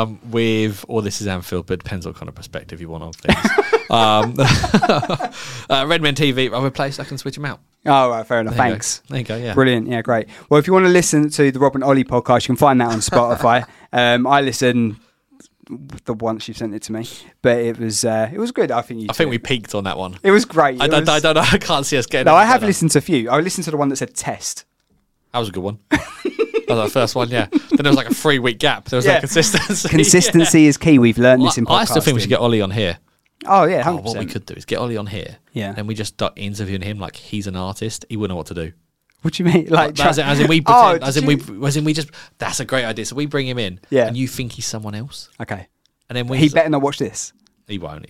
Speaker 3: Um, with or this is Anfield, but depends what kind of perspective you want on things.
Speaker 4: (laughs)
Speaker 3: um, (laughs) uh, Red Men TV, I replace, I can switch them out.
Speaker 4: Oh, right, fair enough.
Speaker 3: There you go.
Speaker 4: Thanks.
Speaker 3: There you go. Yeah.
Speaker 4: Brilliant. Yeah, great. Well, if you want to listen to the Rob and Ollie podcast, you can find that on Spotify.
Speaker 3: (laughs)
Speaker 4: um, I listened the once you sent it to me, but it was uh, it was good. I think you.
Speaker 3: I think we peaked on that one.
Speaker 4: It was great.
Speaker 3: I
Speaker 4: It
Speaker 3: don't,
Speaker 4: was-
Speaker 3: I don't know. I can't see us getting.
Speaker 4: No,
Speaker 3: any
Speaker 4: I have
Speaker 3: better.
Speaker 4: listened to a few. I listened to the one that
Speaker 3: (laughs)
Speaker 4: said test.
Speaker 3: That was a good
Speaker 4: (laughs)
Speaker 3: one. that was our first one. Yeah. Then there was like a three week gap. There was
Speaker 4: Yeah.
Speaker 3: no consistency. (laughs)
Speaker 4: Consistency is key. We've learned
Speaker 3: Yeah.
Speaker 4: this in podcasting.
Speaker 3: I, I still think we should get Ollie on here.
Speaker 4: Oh yeah, 100%.
Speaker 3: Oh, what we could do is get Ollie on here.
Speaker 4: Yeah.
Speaker 3: Then we just start interviewing him like he's an artist. He wouldn't know what to do.
Speaker 4: What do you mean? Like,
Speaker 3: But as, in,
Speaker 4: Uh, try-
Speaker 3: as in we
Speaker 4: (laughs) Oh,
Speaker 3: pretend, as
Speaker 4: did
Speaker 3: in we
Speaker 4: you-
Speaker 3: as in we just that's a great idea. So we bring him in,
Speaker 4: Yeah.
Speaker 3: and you think he's someone else,
Speaker 4: Okay.
Speaker 3: and then we
Speaker 4: He better not watch this.
Speaker 3: he won't.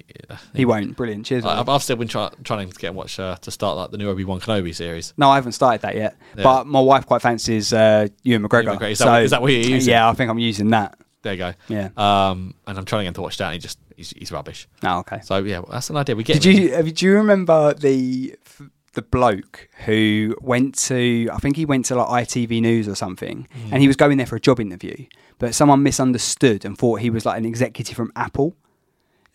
Speaker 4: He won't. Brilliant. Cheers.
Speaker 3: Like,
Speaker 4: Ollie.
Speaker 3: I've, I've still been try, trying to get him to watch uh, to start like the new Obi Wan Kenobi series.
Speaker 4: No, I haven't started that yet.
Speaker 3: Yeah.
Speaker 4: But my wife quite fancies uh, Ewan McGregor.
Speaker 3: McGregor. Is that what- is that what you're using?
Speaker 4: Yeah, I think I'm using that.
Speaker 3: There you go.
Speaker 4: Yeah.
Speaker 3: Um, and I'm trying to get him to watch that. And he just he's, he's rubbish.
Speaker 4: Oh, okay.
Speaker 3: So yeah, well, that's an idea. We get.
Speaker 4: Did
Speaker 3: him in.
Speaker 4: you, have you do you remember the the bloke who went to I think he went to like ITV News or something, and
Speaker 3: Mm.
Speaker 4: he was going there for a job interview, but someone misunderstood and thought he was like an executive from Apple.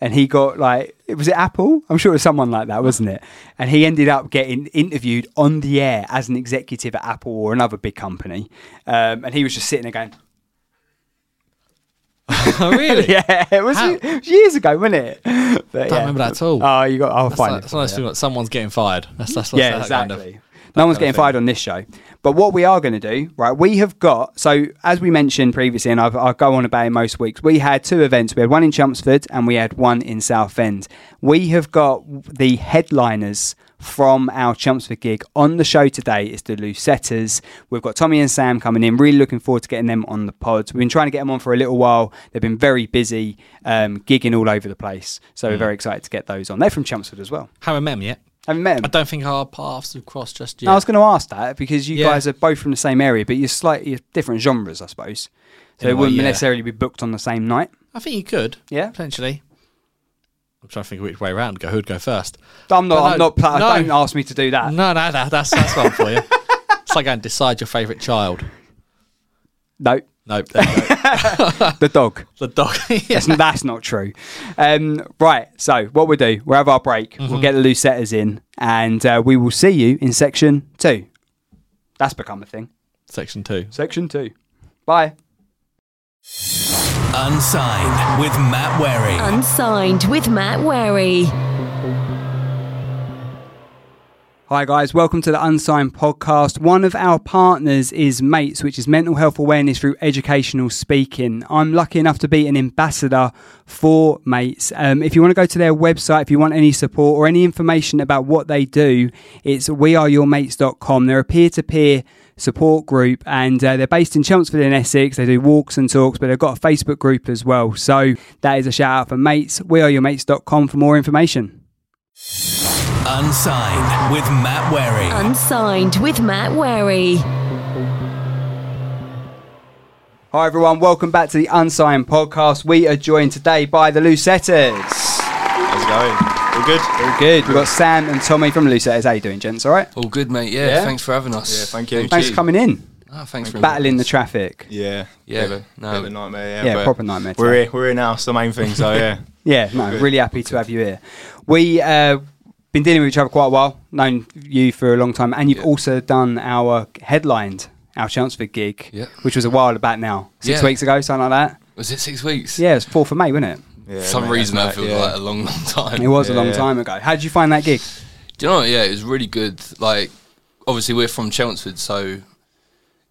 Speaker 4: And he got like, it was it Apple? I'm sure it was someone like that, wasn't it? And he ended up getting interviewed on the air as an executive at Apple or another big company. Um, and he was just sitting there going, (laughs)
Speaker 3: Oh, really?
Speaker 4: Yeah, it was,
Speaker 3: How-
Speaker 4: it was years ago, wasn't it? (laughs) But, Don't
Speaker 3: remember that at all.
Speaker 4: Oh, you got, I'll
Speaker 3: That's,
Speaker 4: find
Speaker 3: like,
Speaker 4: it.
Speaker 3: that's
Speaker 4: for you.
Speaker 3: nice feeling like someone's getting fired. That's that's, that's
Speaker 4: yeah,
Speaker 3: that
Speaker 4: exactly.
Speaker 3: Kind of,
Speaker 4: no
Speaker 3: kind
Speaker 4: one's
Speaker 3: of thing.
Speaker 4: getting fired on this show. But what we are going to do, right? We have got so as we mentioned previously, and I've, I go on about it most weeks. We had two events. We had one in Chelmsford and we had one in Southend. We have got the headliners from our Chelmsford gig on the show today. It's the Lucettas. We've got Tommy and Sam coming in. Really looking forward to getting them on the pod. We've been trying to get them on for a little while. They've been very busy um, gigging all over the place. So
Speaker 3: Hmm.
Speaker 4: we're very excited to get those on. They're from Chelmsford as well.
Speaker 3: haven't met him yet.
Speaker 4: Haven't met them.
Speaker 3: I don't think our paths have crossed just yet.
Speaker 4: I was going to ask that because you
Speaker 3: Yeah.
Speaker 4: guys are both from the same area, but you're slightly you're different genres, I suppose. So
Speaker 3: In a
Speaker 4: it
Speaker 3: way,
Speaker 4: wouldn't
Speaker 3: yeah.
Speaker 4: necessarily be booked on the same night.
Speaker 3: I think you could.
Speaker 4: Yeah.
Speaker 3: Potentially. I'm trying to think of which way around. Go who'd go first.
Speaker 4: I'm not.
Speaker 3: But
Speaker 4: I'm
Speaker 3: no-
Speaker 4: not. Pla-
Speaker 3: no.
Speaker 4: Don't ask me to do that.
Speaker 3: No, no, that, that's that's one for you. It's like going decide your favourite child.
Speaker 4: No,
Speaker 3: Nope. There you (laughs) go.
Speaker 4: the dog.
Speaker 3: the dog. (laughs) yeah.
Speaker 4: That's, that's not true. Um, right. So what we'll do? We'll have our break.
Speaker 3: Mm-hmm.
Speaker 4: We'll get the Lucettas in, and uh, we will see you in section two. That's become a thing.
Speaker 3: Section two.
Speaker 4: Section two. Bye.
Speaker 1: Unsigned with Matt Wary.
Speaker 2: Unsigned with Matt Wary.
Speaker 4: Hi, guys. Welcome to the Unsigned podcast. One of our partners is MATES, which is mental health awareness through educational speaking. I'm lucky enough to be an ambassador for MATES. Um, if you want to go to their website, if you want any support or any information about what they do, it's weareyourmates.com. They're a peer to peer support group and uh, they're based in Chelmsford in Essex. They do walks and talks, but they've got a Facebook group as well. So that is a shout out for MATES, weareyourmates.com for more information.
Speaker 1: Unsigned with Matt Wary.
Speaker 2: Unsigned with Matt Wary.
Speaker 4: Hi everyone, welcome back to the Unsigned Podcast. We are joined today by the Lucettas.
Speaker 5: How's it going? All good?
Speaker 4: Very good. We've got Sam and Tommy from Lucettas. How you doing, gents? All right.
Speaker 6: All good, mate. Yeah,
Speaker 4: Yeah?
Speaker 6: thanks for having us.
Speaker 5: Yeah, thank you.
Speaker 4: Thanks for coming in.
Speaker 6: Ah, thanks for
Speaker 4: Battling the traffic.
Speaker 5: Yeah.
Speaker 6: Yeah,
Speaker 5: Bit of a-
Speaker 6: no.
Speaker 5: bit of a nightmare, yeah.
Speaker 4: Yeah,
Speaker 5: but
Speaker 4: proper nightmare
Speaker 5: We're
Speaker 4: today.
Speaker 5: here, we're here now, it's the main thing, so yeah.
Speaker 4: Yeah, no, really happy to have you here. We uh, been dealing with each other quite a while, known you for a long time, and you've also done our headlined our Chelmsford gig,
Speaker 6: Yeah.
Speaker 4: which was a while back now, six
Speaker 6: Yeah.
Speaker 4: weeks ago, something like that.
Speaker 6: Was it six weeks?
Speaker 4: Yeah, it was fourth of May, wasn't it?
Speaker 5: yeah
Speaker 6: For some
Speaker 5: mate,
Speaker 6: reason, that
Speaker 5: that's
Speaker 6: feels
Speaker 5: yeah.
Speaker 6: like a long, (laughs) long time.
Speaker 4: It was a
Speaker 5: Yeah,
Speaker 4: long
Speaker 5: yeah.
Speaker 4: time ago. How did you find that gig?
Speaker 6: Do you know? what? Yeah, it was really good. Like, obviously, we're from Chelmsford, so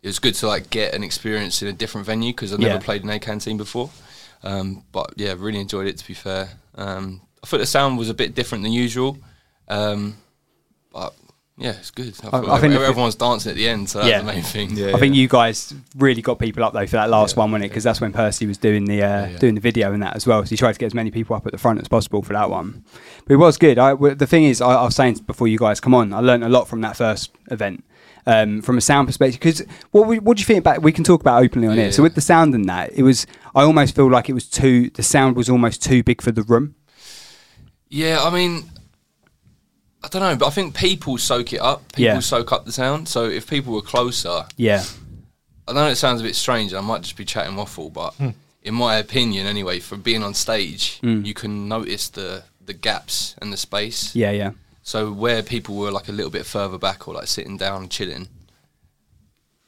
Speaker 6: it was good to like get an experience in a different venue because I've
Speaker 4: Yeah.
Speaker 6: never played in a canteen before. Um, but yeah, really enjoyed it. To be fair, um, I thought the sound was a bit different than usual, um, but yeah, it's good. I, thought
Speaker 4: I think
Speaker 6: ev-
Speaker 4: if it-
Speaker 6: everyone's dancing at the end, so that's
Speaker 4: Yeah.
Speaker 6: the main thing.
Speaker 5: Yeah,
Speaker 4: I
Speaker 5: yeah.
Speaker 4: think you guys really got people up though for that last one, wasn't it? Because that's when Percy was doing the uh,
Speaker 6: yeah.
Speaker 4: doing the video and that as well. So you tried to get as many people up at the front as possible for that one. But it was good. I, w- the thing is, I, I was saying before you guys come on, I learned a lot from that first event um, from a sound perspective. Because what we, what do you think about? We can talk about it openly on here. So
Speaker 6: Yeah.
Speaker 4: with the sound and that, it was. I almost feel like it was too. The sound was almost too big for the room.
Speaker 6: Yeah, I mean, I don't know, but I think people soak it up. People
Speaker 4: Yeah.
Speaker 6: soak up the sound. So if people were closer,
Speaker 4: Yeah.
Speaker 6: I know it sounds a bit strange, and I might just be chatting waffle, but
Speaker 4: Hmm.
Speaker 6: in my opinion, anyway, for being on stage, you can notice the the gaps and the space.
Speaker 4: Yeah. Yeah.
Speaker 6: So where people were like a little bit further back or like sitting down and chilling,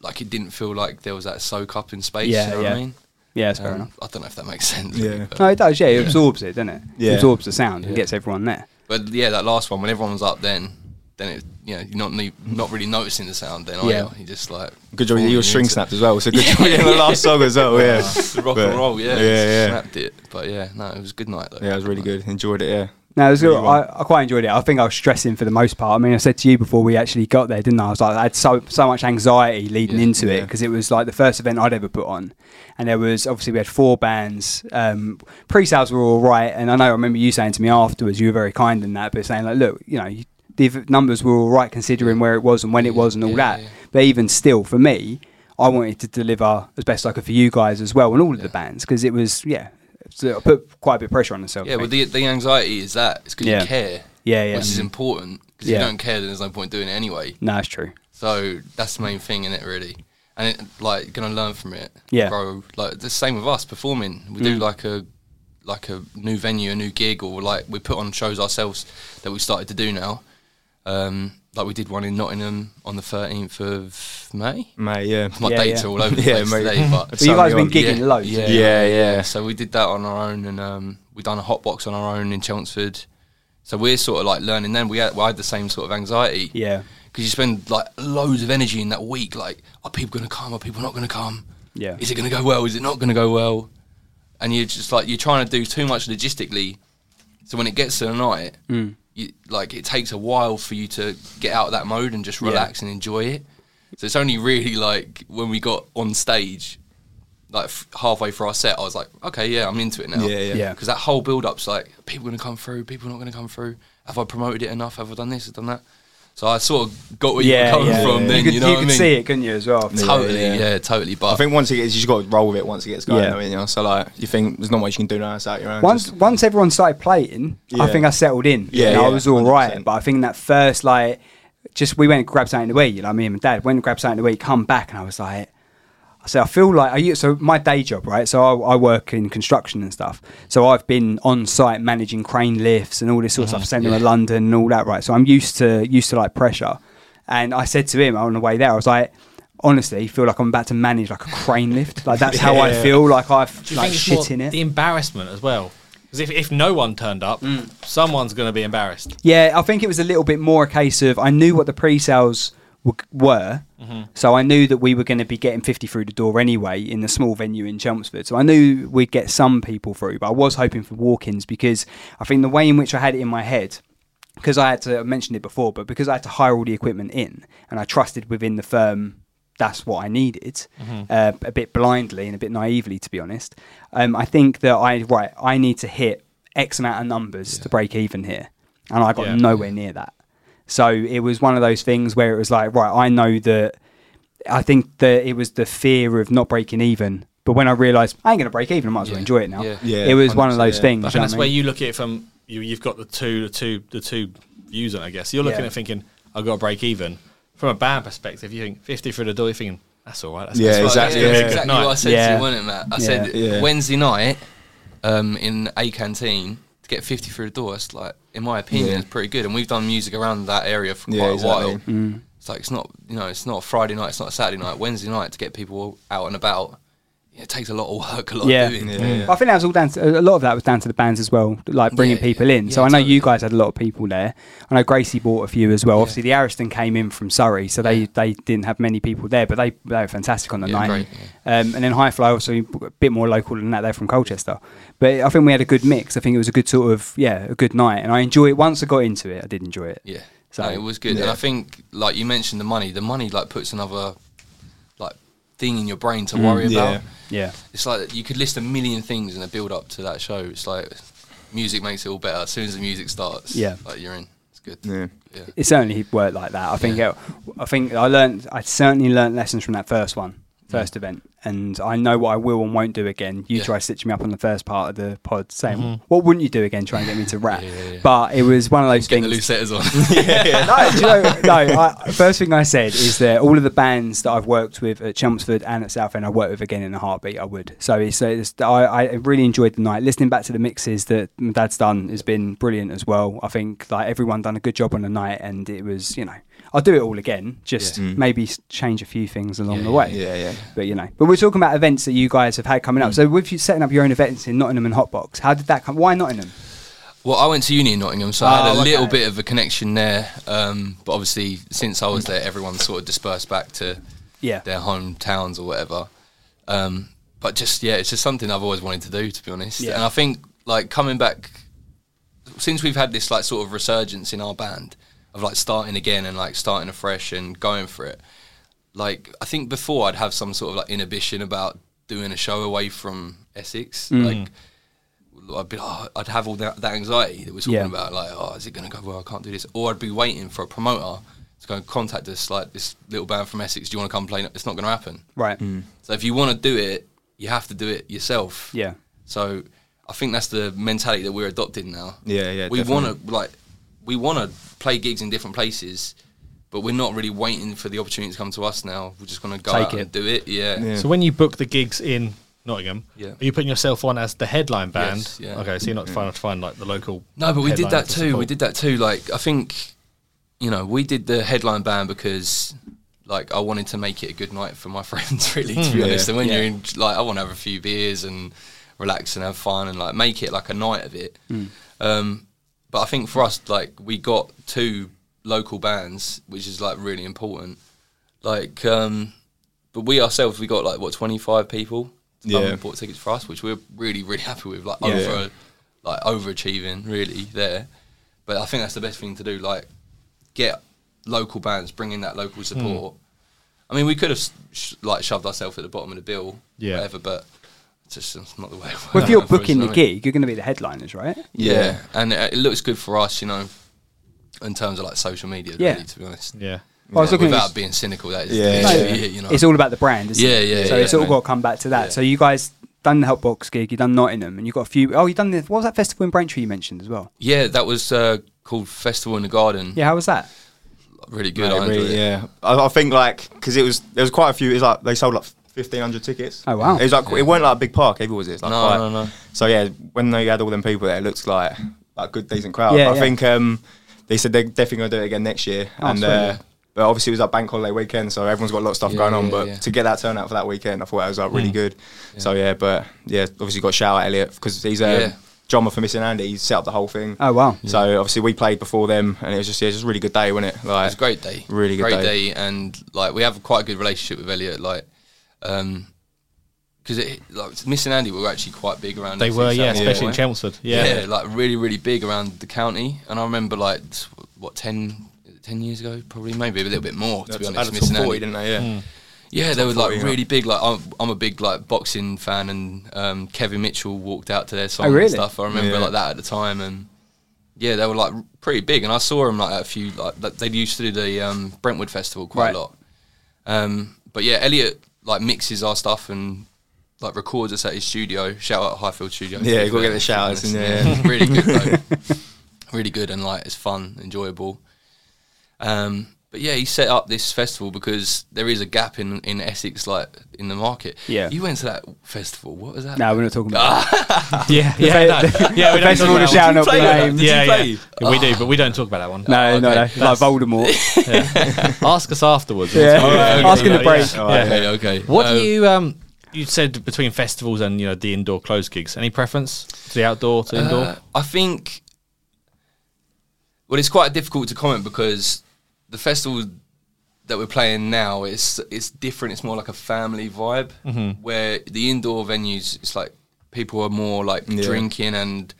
Speaker 6: like it didn't feel like there was that soak up in space.
Speaker 4: Yeah,
Speaker 6: you know
Speaker 4: yeah.
Speaker 6: what I mean?
Speaker 4: Yeah. That's fair
Speaker 6: Um,
Speaker 4: enough.
Speaker 6: I don't know if that makes sense.
Speaker 5: Yeah.
Speaker 6: but-
Speaker 4: No, it does. Yeah, it absorbs it, doesn't it?
Speaker 5: Yeah.
Speaker 4: It absorbs the sound and gets everyone there.
Speaker 6: But yeah, that last one when everyone was up, then then it you know you're not ne- not really noticing the sound. Then
Speaker 4: Yeah.
Speaker 6: yeah, you just like
Speaker 5: Good job, you were string
Speaker 6: snapped.
Speaker 5: snapped as well, so
Speaker 6: (laughs)
Speaker 5: good job you in the last song as well, yeah.
Speaker 6: rock
Speaker 5: But-
Speaker 6: and roll, yeah,
Speaker 5: Yeah, yeah.
Speaker 6: snapped it. But yeah, no, it was a good night though.
Speaker 5: Yeah, it was really good. Enjoyed it, yeah.
Speaker 4: No, it was,
Speaker 5: Really well.
Speaker 4: I, I quite enjoyed it. I think I was stressing for the most part. I mean, I said to you before we actually got there, didn't I? I was like, I had so so much anxiety leading
Speaker 6: Yeah,
Speaker 4: into it
Speaker 5: yeah.
Speaker 4: because it was like the first event I'd ever put on, and there was obviously we had four bands. Um, pre-sales were all right, and I know I remember you saying to me afterwards, you were very kind in that, but saying like, look, you know, you, the v- numbers were all right considering where it was and when it was and all
Speaker 6: yeah,
Speaker 4: that.
Speaker 6: yeah.
Speaker 4: But even still, for me, I wanted to deliver as best I could for you guys as well and all of the bands because it was yeah, so I put quite a bit of pressure on myself.
Speaker 6: Yeah, well, the, the anxiety is that it's because
Speaker 4: Yeah.
Speaker 6: you care,
Speaker 4: Yeah, yeah.
Speaker 6: which is important. Because
Speaker 4: Yeah.
Speaker 6: you don't care, then there's no point doing it anyway.
Speaker 4: no, it's true.
Speaker 6: So that's the main thing in it, really. And it, like, gonna learn from it.
Speaker 4: Yeah.
Speaker 6: grow. Like the same with us performing. We do like a like a new venue, a new gig, or like we put on shows ourselves that we started to do now. Um, like we did one in Nottingham on the 13th of May.
Speaker 5: Mate, yeah.
Speaker 6: My
Speaker 4: Yeah,
Speaker 6: dates
Speaker 4: yeah.
Speaker 6: are all over the
Speaker 5: Yeah,
Speaker 6: place
Speaker 5: mate.
Speaker 6: today, but
Speaker 5: It's
Speaker 4: But you guys
Speaker 5: Something
Speaker 4: been gigging
Speaker 6: yeah,
Speaker 4: loads.
Speaker 6: Yeah,
Speaker 5: Yeah, yeah.
Speaker 6: So we did that on our own, and um, we done a hot box on our own in Chelmsford. So we're sort of like learning. Then we had, we had the same sort of anxiety.
Speaker 4: Yeah.
Speaker 6: because you spend like loads of energy in that week. Like, are people going to come? Are people not going to come?
Speaker 4: Yeah.
Speaker 6: Is it going to go well? Is it not going to go well? And you're just like you're trying to do too much logistically. So when it gets to the night, you, like it takes a while for you to get out of that mode and just relax and enjoy it. So it's only really like when we got on stage, like f- halfway through our set, I was like, okay, yeah, I'm into it now.
Speaker 5: Yeah, yeah.
Speaker 4: Yeah.
Speaker 6: Because that whole build up's like, people going to come through, people not going to come through. Have I promoted it enough? Have I done this? Have I done that? So I sort of got where you were coming from
Speaker 4: You
Speaker 6: then, you,
Speaker 4: could,
Speaker 6: know
Speaker 4: you
Speaker 6: what I
Speaker 4: could
Speaker 6: mean?
Speaker 4: see it, couldn't you, as well?
Speaker 6: Totally,
Speaker 5: Yeah,
Speaker 6: yeah,
Speaker 5: yeah.
Speaker 6: totally. But
Speaker 5: I think once it gets, you just got to roll with it. Once it gets going,
Speaker 4: Yeah.
Speaker 5: I mean, you know, so like you think there's not much you can do now. It's out your own.
Speaker 4: Once
Speaker 5: just-
Speaker 4: once everyone started playing, I
Speaker 5: Yeah.
Speaker 4: think I settled in.
Speaker 5: Yeah,
Speaker 4: And I
Speaker 5: yeah,
Speaker 4: was all right.
Speaker 5: 100%.
Speaker 4: But I think that first, like, just we went and grabbed something to eat. You know, me and my dad went and grabbed something to eat. Come back, and I was like, I said, I feel like I u- so my day job, right? So I, I work in construction and stuff. So I've been on site managing crane lifts and all this sort of
Speaker 5: Uh-huh.
Speaker 4: stuff, sending them to London and all that, right? So I'm used to used to like pressure. And I said to him on the way there, I was like. Honestly, feel like I'm about to manage like a crane lift. Like
Speaker 5: (laughs)
Speaker 4: that's how I
Speaker 5: Yeah.
Speaker 4: feel. Like I've
Speaker 3: Do you
Speaker 4: like
Speaker 3: think it's
Speaker 4: shit
Speaker 3: more
Speaker 4: in it.
Speaker 3: The embarrassment as well. Because if, if no one turned up, someone's going to be embarrassed.
Speaker 4: Yeah, I think it was a little bit more a case of I knew what the pre-sales w- were, so I knew that we were going to be getting 50 through the door anyway in the small venue in Chelmsford. So I knew we'd get some people through, but I was hoping for walk-ins because I think the way in which I had it in my head. Because I had to I mentioned it before, but because I had to hire all the equipment in, and I trusted within the firm that's what I needed, uh, a bit blindly and a bit naively, to be honest. Um, I think that I right, I need to hit X amount of numbers to break even here, and I got
Speaker 3: Yeah.
Speaker 4: nowhere near that. So it was one of those things where it was like, right, I know that. I think that it was the fear of not breaking even. But when I realised I ain't going to break even, I might as well
Speaker 6: Yeah.
Speaker 4: enjoy it now.
Speaker 6: Yeah.
Speaker 5: Yeah,
Speaker 4: it was one of
Speaker 5: 100%,
Speaker 4: those
Speaker 5: yeah.
Speaker 4: things.
Speaker 3: I
Speaker 4: you know
Speaker 3: think that's
Speaker 4: what
Speaker 3: where
Speaker 4: mean?
Speaker 3: you look at it from. You, you've got the two, the two, the two views on. it, I guess you're looking
Speaker 4: Yeah.
Speaker 3: at thinking, "I've got to break even." From a band perspective, you think fifty through the door. You're thinking, "That's all right." That's
Speaker 5: Yeah,
Speaker 3: that's
Speaker 6: That's
Speaker 3: all right,
Speaker 5: exactly,
Speaker 3: that's gonna
Speaker 5: yeah.
Speaker 3: be a good
Speaker 6: exactly
Speaker 3: night."
Speaker 6: what I said to
Speaker 4: Yeah.
Speaker 6: you, wasn't it, Matt? I
Speaker 4: Yeah.
Speaker 6: said
Speaker 5: Yeah.
Speaker 6: Wednesday night um, in a canteen to get 50 through the door. It's like, in my opinion,
Speaker 5: Yeah.
Speaker 6: it's pretty good. And we've done music around that area for quite
Speaker 5: Yeah,
Speaker 6: a
Speaker 5: exactly.
Speaker 6: while.
Speaker 4: Mm.
Speaker 6: It's like it's not, you know, it's not a Friday night, it's not a Saturday night. Wednesday night to get people out and about. It takes a lot of work, a lot
Speaker 4: Yeah.
Speaker 6: of doing.
Speaker 5: Yeah,
Speaker 4: Oh, But I think that was all down to a lot of that was down to the bands as well, like bringing
Speaker 6: Yeah,
Speaker 4: people in. so
Speaker 6: yeah,
Speaker 4: I know you
Speaker 6: totally.
Speaker 4: guys had a lot of people there. I know Gracie bought a few as well. Obviously, the Ariston came in from Surrey, so they, they didn't have many people there, but they, they were fantastic on the
Speaker 6: Yeah,
Speaker 4: night.
Speaker 6: great,
Speaker 4: Um, and then High Fly also a bit more local than that. They're from Colchester, but I think we had a good mix. I think it was a good sort of yeah, a good night, and I enjoy it. Once I got into it, I did enjoy it.
Speaker 6: Yeah.
Speaker 4: So-
Speaker 6: So it was good. And
Speaker 5: Yeah.
Speaker 6: I think like you mentioned the money, the money like puts another like thing in your brain to worry
Speaker 5: Mm, yeah.
Speaker 6: about.
Speaker 4: yeah,
Speaker 6: It's like you could list a million things in the build up to that show. It's like music makes it all better. As soon as the music starts,
Speaker 4: Yeah.
Speaker 6: like you're in. It's good.
Speaker 5: Yeah.
Speaker 6: Yeah.
Speaker 4: it certainly worked like that. I think it, I think I learned I certainly learned lessons from that first one, first event, and I know what I will and won't do again. You
Speaker 6: Mm. Yeah. Mm-hmm.
Speaker 4: try stitching me up on the first part of the pod, saying what wouldn't you do again, trying to get me
Speaker 6: (laughs)
Speaker 4: to rap.
Speaker 6: Yeah, yeah, yeah.
Speaker 4: But it was one of those
Speaker 6: Getting the
Speaker 4: things.
Speaker 6: loose letters on.
Speaker 4: (laughs) no, do you know, no. I, first thing I said is that all of the bands that I've worked with at Chelmsford and at Southend, I work with again in a heartbeat. I would. So it's, so it's I, I really enjoyed the night. Listening back to the mixes that my dad's done has been brilliant as well. I think like everyone done a good job on the night, and it was you know I'll do it all again. Just maybe s- change a few things along the way.
Speaker 5: Mm. Yeah, yeah. Mm.
Speaker 4: But you know, but we're talking about events that you guys have had coming up. So with you setting up your own events in Nottingham and Hotbox, how did that come? Why Nottingham?
Speaker 6: Well, I went to uni in Nottingham, so I had
Speaker 4: Oh,
Speaker 6: a
Speaker 4: okay.
Speaker 6: little bit of a connection there. Um, but obviously, since I was there, everyone sort of dispersed back to
Speaker 4: Yeah.
Speaker 6: their hometowns or whatever. Um, but just yeah, it's just something I've always wanted to do, to be honest.
Speaker 4: Yeah.
Speaker 6: And I think like coming back since we've had this like sort of resurgence in our band of like starting again and like starting afresh and going for it. Like I think before I'd have some sort of like inhibition about doing a show away from Essex.
Speaker 4: Mm.
Speaker 6: Like I'd be, oh, I'd have all that, that anxiety that we're talking
Speaker 4: Yeah.
Speaker 6: about. Like, oh, is it going to go well? I can't do this. Or I'd be waiting for a promoter to go and contact us. Like this little band from Essex, do you want to come play? It's not going to happen.
Speaker 4: Right.
Speaker 5: Mm.
Speaker 6: So if you want to do it, you have to do it yourself.
Speaker 4: Yeah.
Speaker 6: So I think that's the mentality that we're adopting now.
Speaker 5: Yeah, yeah,
Speaker 6: We
Speaker 5: definitely.
Speaker 6: want to like we want to play gigs in different places, but we're not really waiting for the opportunity to come to us now. We're just going to go
Speaker 4: Take
Speaker 6: out
Speaker 4: it.
Speaker 6: and do it. Yeah.
Speaker 5: Yeah.
Speaker 3: So when you book the gigs in Nottingham,
Speaker 6: Yeah.
Speaker 3: are you putting yourself on as the headline band?
Speaker 6: Yes, yeah.
Speaker 3: Okay, so you're not trying to find like the local.
Speaker 6: No, but we did
Speaker 3: headliner
Speaker 6: that
Speaker 3: to
Speaker 6: too. We
Speaker 3: support.
Speaker 6: did that too. Like I think, you know, we did the headline band because like I wanted to make it a good night for my (laughs) friends. Really, to be honest. And when you're in, like, I want to have a few beers and relax and have fun and like make it like a night of it. Um, but I think for us, like, we got two local bands, which is like really important. Like, um, but we ourselves, we got like what twenty five people. to come
Speaker 5: Yeah.
Speaker 6: and bought tickets for us, which we we're really really happy with. Like
Speaker 5: Yeah.
Speaker 6: over like overachieving really there. But I think that's the best thing to do. Like, get local bands, bring in that
Speaker 5: Hmm.
Speaker 6: local support. I mean, we could have s- sh- like shoved ourselves at the bottom of the bill,
Speaker 3: Yeah.
Speaker 6: whatever. But it's just it's not the way. it
Speaker 4: Well, if
Speaker 6: works
Speaker 4: you're
Speaker 6: for us,
Speaker 4: booking
Speaker 6: you
Speaker 4: the
Speaker 6: know what I mean?
Speaker 4: gig, you're going to be the headliners, right?
Speaker 6: yeah, and it, it looks good for us, you know, in terms of like social media.
Speaker 4: Yeah.
Speaker 6: really, to be honest.
Speaker 3: Yeah.
Speaker 4: Well, I was looking at
Speaker 6: Without
Speaker 4: this-
Speaker 6: being cynical, that is
Speaker 5: Yeah,
Speaker 6: yeah,
Speaker 5: yeah,
Speaker 6: you know.
Speaker 4: It's all about the brand, isn't
Speaker 6: Yeah,
Speaker 4: it?
Speaker 6: yeah,
Speaker 4: So
Speaker 6: yeah,
Speaker 4: it's all
Speaker 6: man.
Speaker 4: got to come back to that. So you guys done the Helpbox gig, you done Nottingham, and you got a few. Oh, you done the what was that festival in Braintree you mentioned as well?
Speaker 6: yeah, that was uh, called Festival in the Garden.
Speaker 4: Yeah, how was that?
Speaker 6: really good.
Speaker 5: Mate,
Speaker 6: I enjoyed
Speaker 5: really,
Speaker 6: it.
Speaker 5: yeah. I, I think like because it was there was quite a few. It's like they sold like fifteen hundred tickets.
Speaker 4: Oh, wow.
Speaker 5: It was like it weren't like a big park. Either was it? It's like
Speaker 6: No,
Speaker 5: quite-
Speaker 6: no, no.
Speaker 5: So yeah, when they had all them people there, it looked like like a good decent crowd.
Speaker 4: Yeah,
Speaker 5: But I
Speaker 4: yeah.
Speaker 5: think um they said they're definitely gonna do it again next year.
Speaker 4: Oh,
Speaker 5: and
Speaker 4: sweet.
Speaker 5: uh, but obviously it was like bank holiday weekend, so everyone's got a lot of stuff
Speaker 6: Yeah,
Speaker 5: going on.
Speaker 6: yeah,
Speaker 5: but
Speaker 6: yeah.
Speaker 5: to get that turnout for that weekend, I thought that was like
Speaker 4: Hmm.
Speaker 5: really good. So yeah, but yeah, obviously got a shout out Elliot because he's a
Speaker 6: Yeah.
Speaker 5: drummer for Missing Andy. He set up the whole thing.
Speaker 4: Oh, wow.
Speaker 5: So obviously we played before them, and it was just yeah, just a really good day, wasn't it? Like
Speaker 6: It was a great day.
Speaker 5: Really good
Speaker 6: great
Speaker 5: day.
Speaker 6: and like we have quite a good relationship with Elliot. Like, um 'cause because it like Miss and Andy were actually quite big around.
Speaker 3: They
Speaker 6: us
Speaker 3: were,
Speaker 6: in
Speaker 3: yeah,
Speaker 6: South
Speaker 3: especially in
Speaker 6: Wales.
Speaker 3: Chelmsford. Yeah.
Speaker 6: Yeah. like really, really big around the county. And I remember like t- what 10, 10 years ago, probably maybe a little bit more. To be honest, Mm.
Speaker 5: Added
Speaker 6: Miss and
Speaker 5: top 40,
Speaker 6: Andy.
Speaker 5: didn't they? Yeah.
Speaker 6: Yeah, they were
Speaker 5: forty,
Speaker 6: like
Speaker 5: yeah.
Speaker 6: really big. Like I'm, I'm a big like boxing fan, and um, Kevin Mitchell walked out to their song
Speaker 4: Oh, really?
Speaker 6: and stuff. I remember
Speaker 5: Yeah.
Speaker 6: like that at the time, and yeah, they were like pretty big. And I saw them like at a few like th- they used to do the um, Brentwood Festival quite
Speaker 4: Right.
Speaker 6: a lot. Um, but yeah, Elliot like mixes our stuff and like records us at his studio. Shout out Highfield Studio.
Speaker 5: Yeah, you gotta get the shout outs in there, yeah.
Speaker 6: it's really
Speaker 5: (laughs)
Speaker 6: good though. really good and like it's fun, enjoyable. Um, but yeah, he set up this festival because there is a gap in, in Essex, like in the market.
Speaker 4: Yeah.
Speaker 6: you went to that festival. What was that?
Speaker 4: No, we're not talking about that.
Speaker 3: Yeah. (laughs) Yeah.
Speaker 4: They-
Speaker 3: no. yeah we
Speaker 4: the
Speaker 3: don't talk
Speaker 4: festival
Speaker 3: about that
Speaker 4: just shouting
Speaker 3: one.
Speaker 4: out the
Speaker 6: play that?
Speaker 4: name.
Speaker 6: Did you
Speaker 3: Yeah, yeah.
Speaker 6: play?
Speaker 3: Yeah, We do, but we don't talk about that one.
Speaker 4: No, no, no.
Speaker 6: okay.
Speaker 4: Like Voldemort.
Speaker 3: Ask us afterwards.
Speaker 4: Yeah.
Speaker 3: All right, okay.
Speaker 4: Ask in the
Speaker 3: Yeah.
Speaker 4: break. Oh,
Speaker 3: Yeah.
Speaker 6: Okay, okay.
Speaker 3: What
Speaker 6: Um,
Speaker 3: do you um? You said between festivals and you know the indoor closed gigs. Any preference to the outdoor to indoor?
Speaker 6: Uh, I think. Well, it's quite difficult to comment because the festival that we're playing now it's it's different. It's more like a family vibe where the indoor venues it's like people are more like drinking and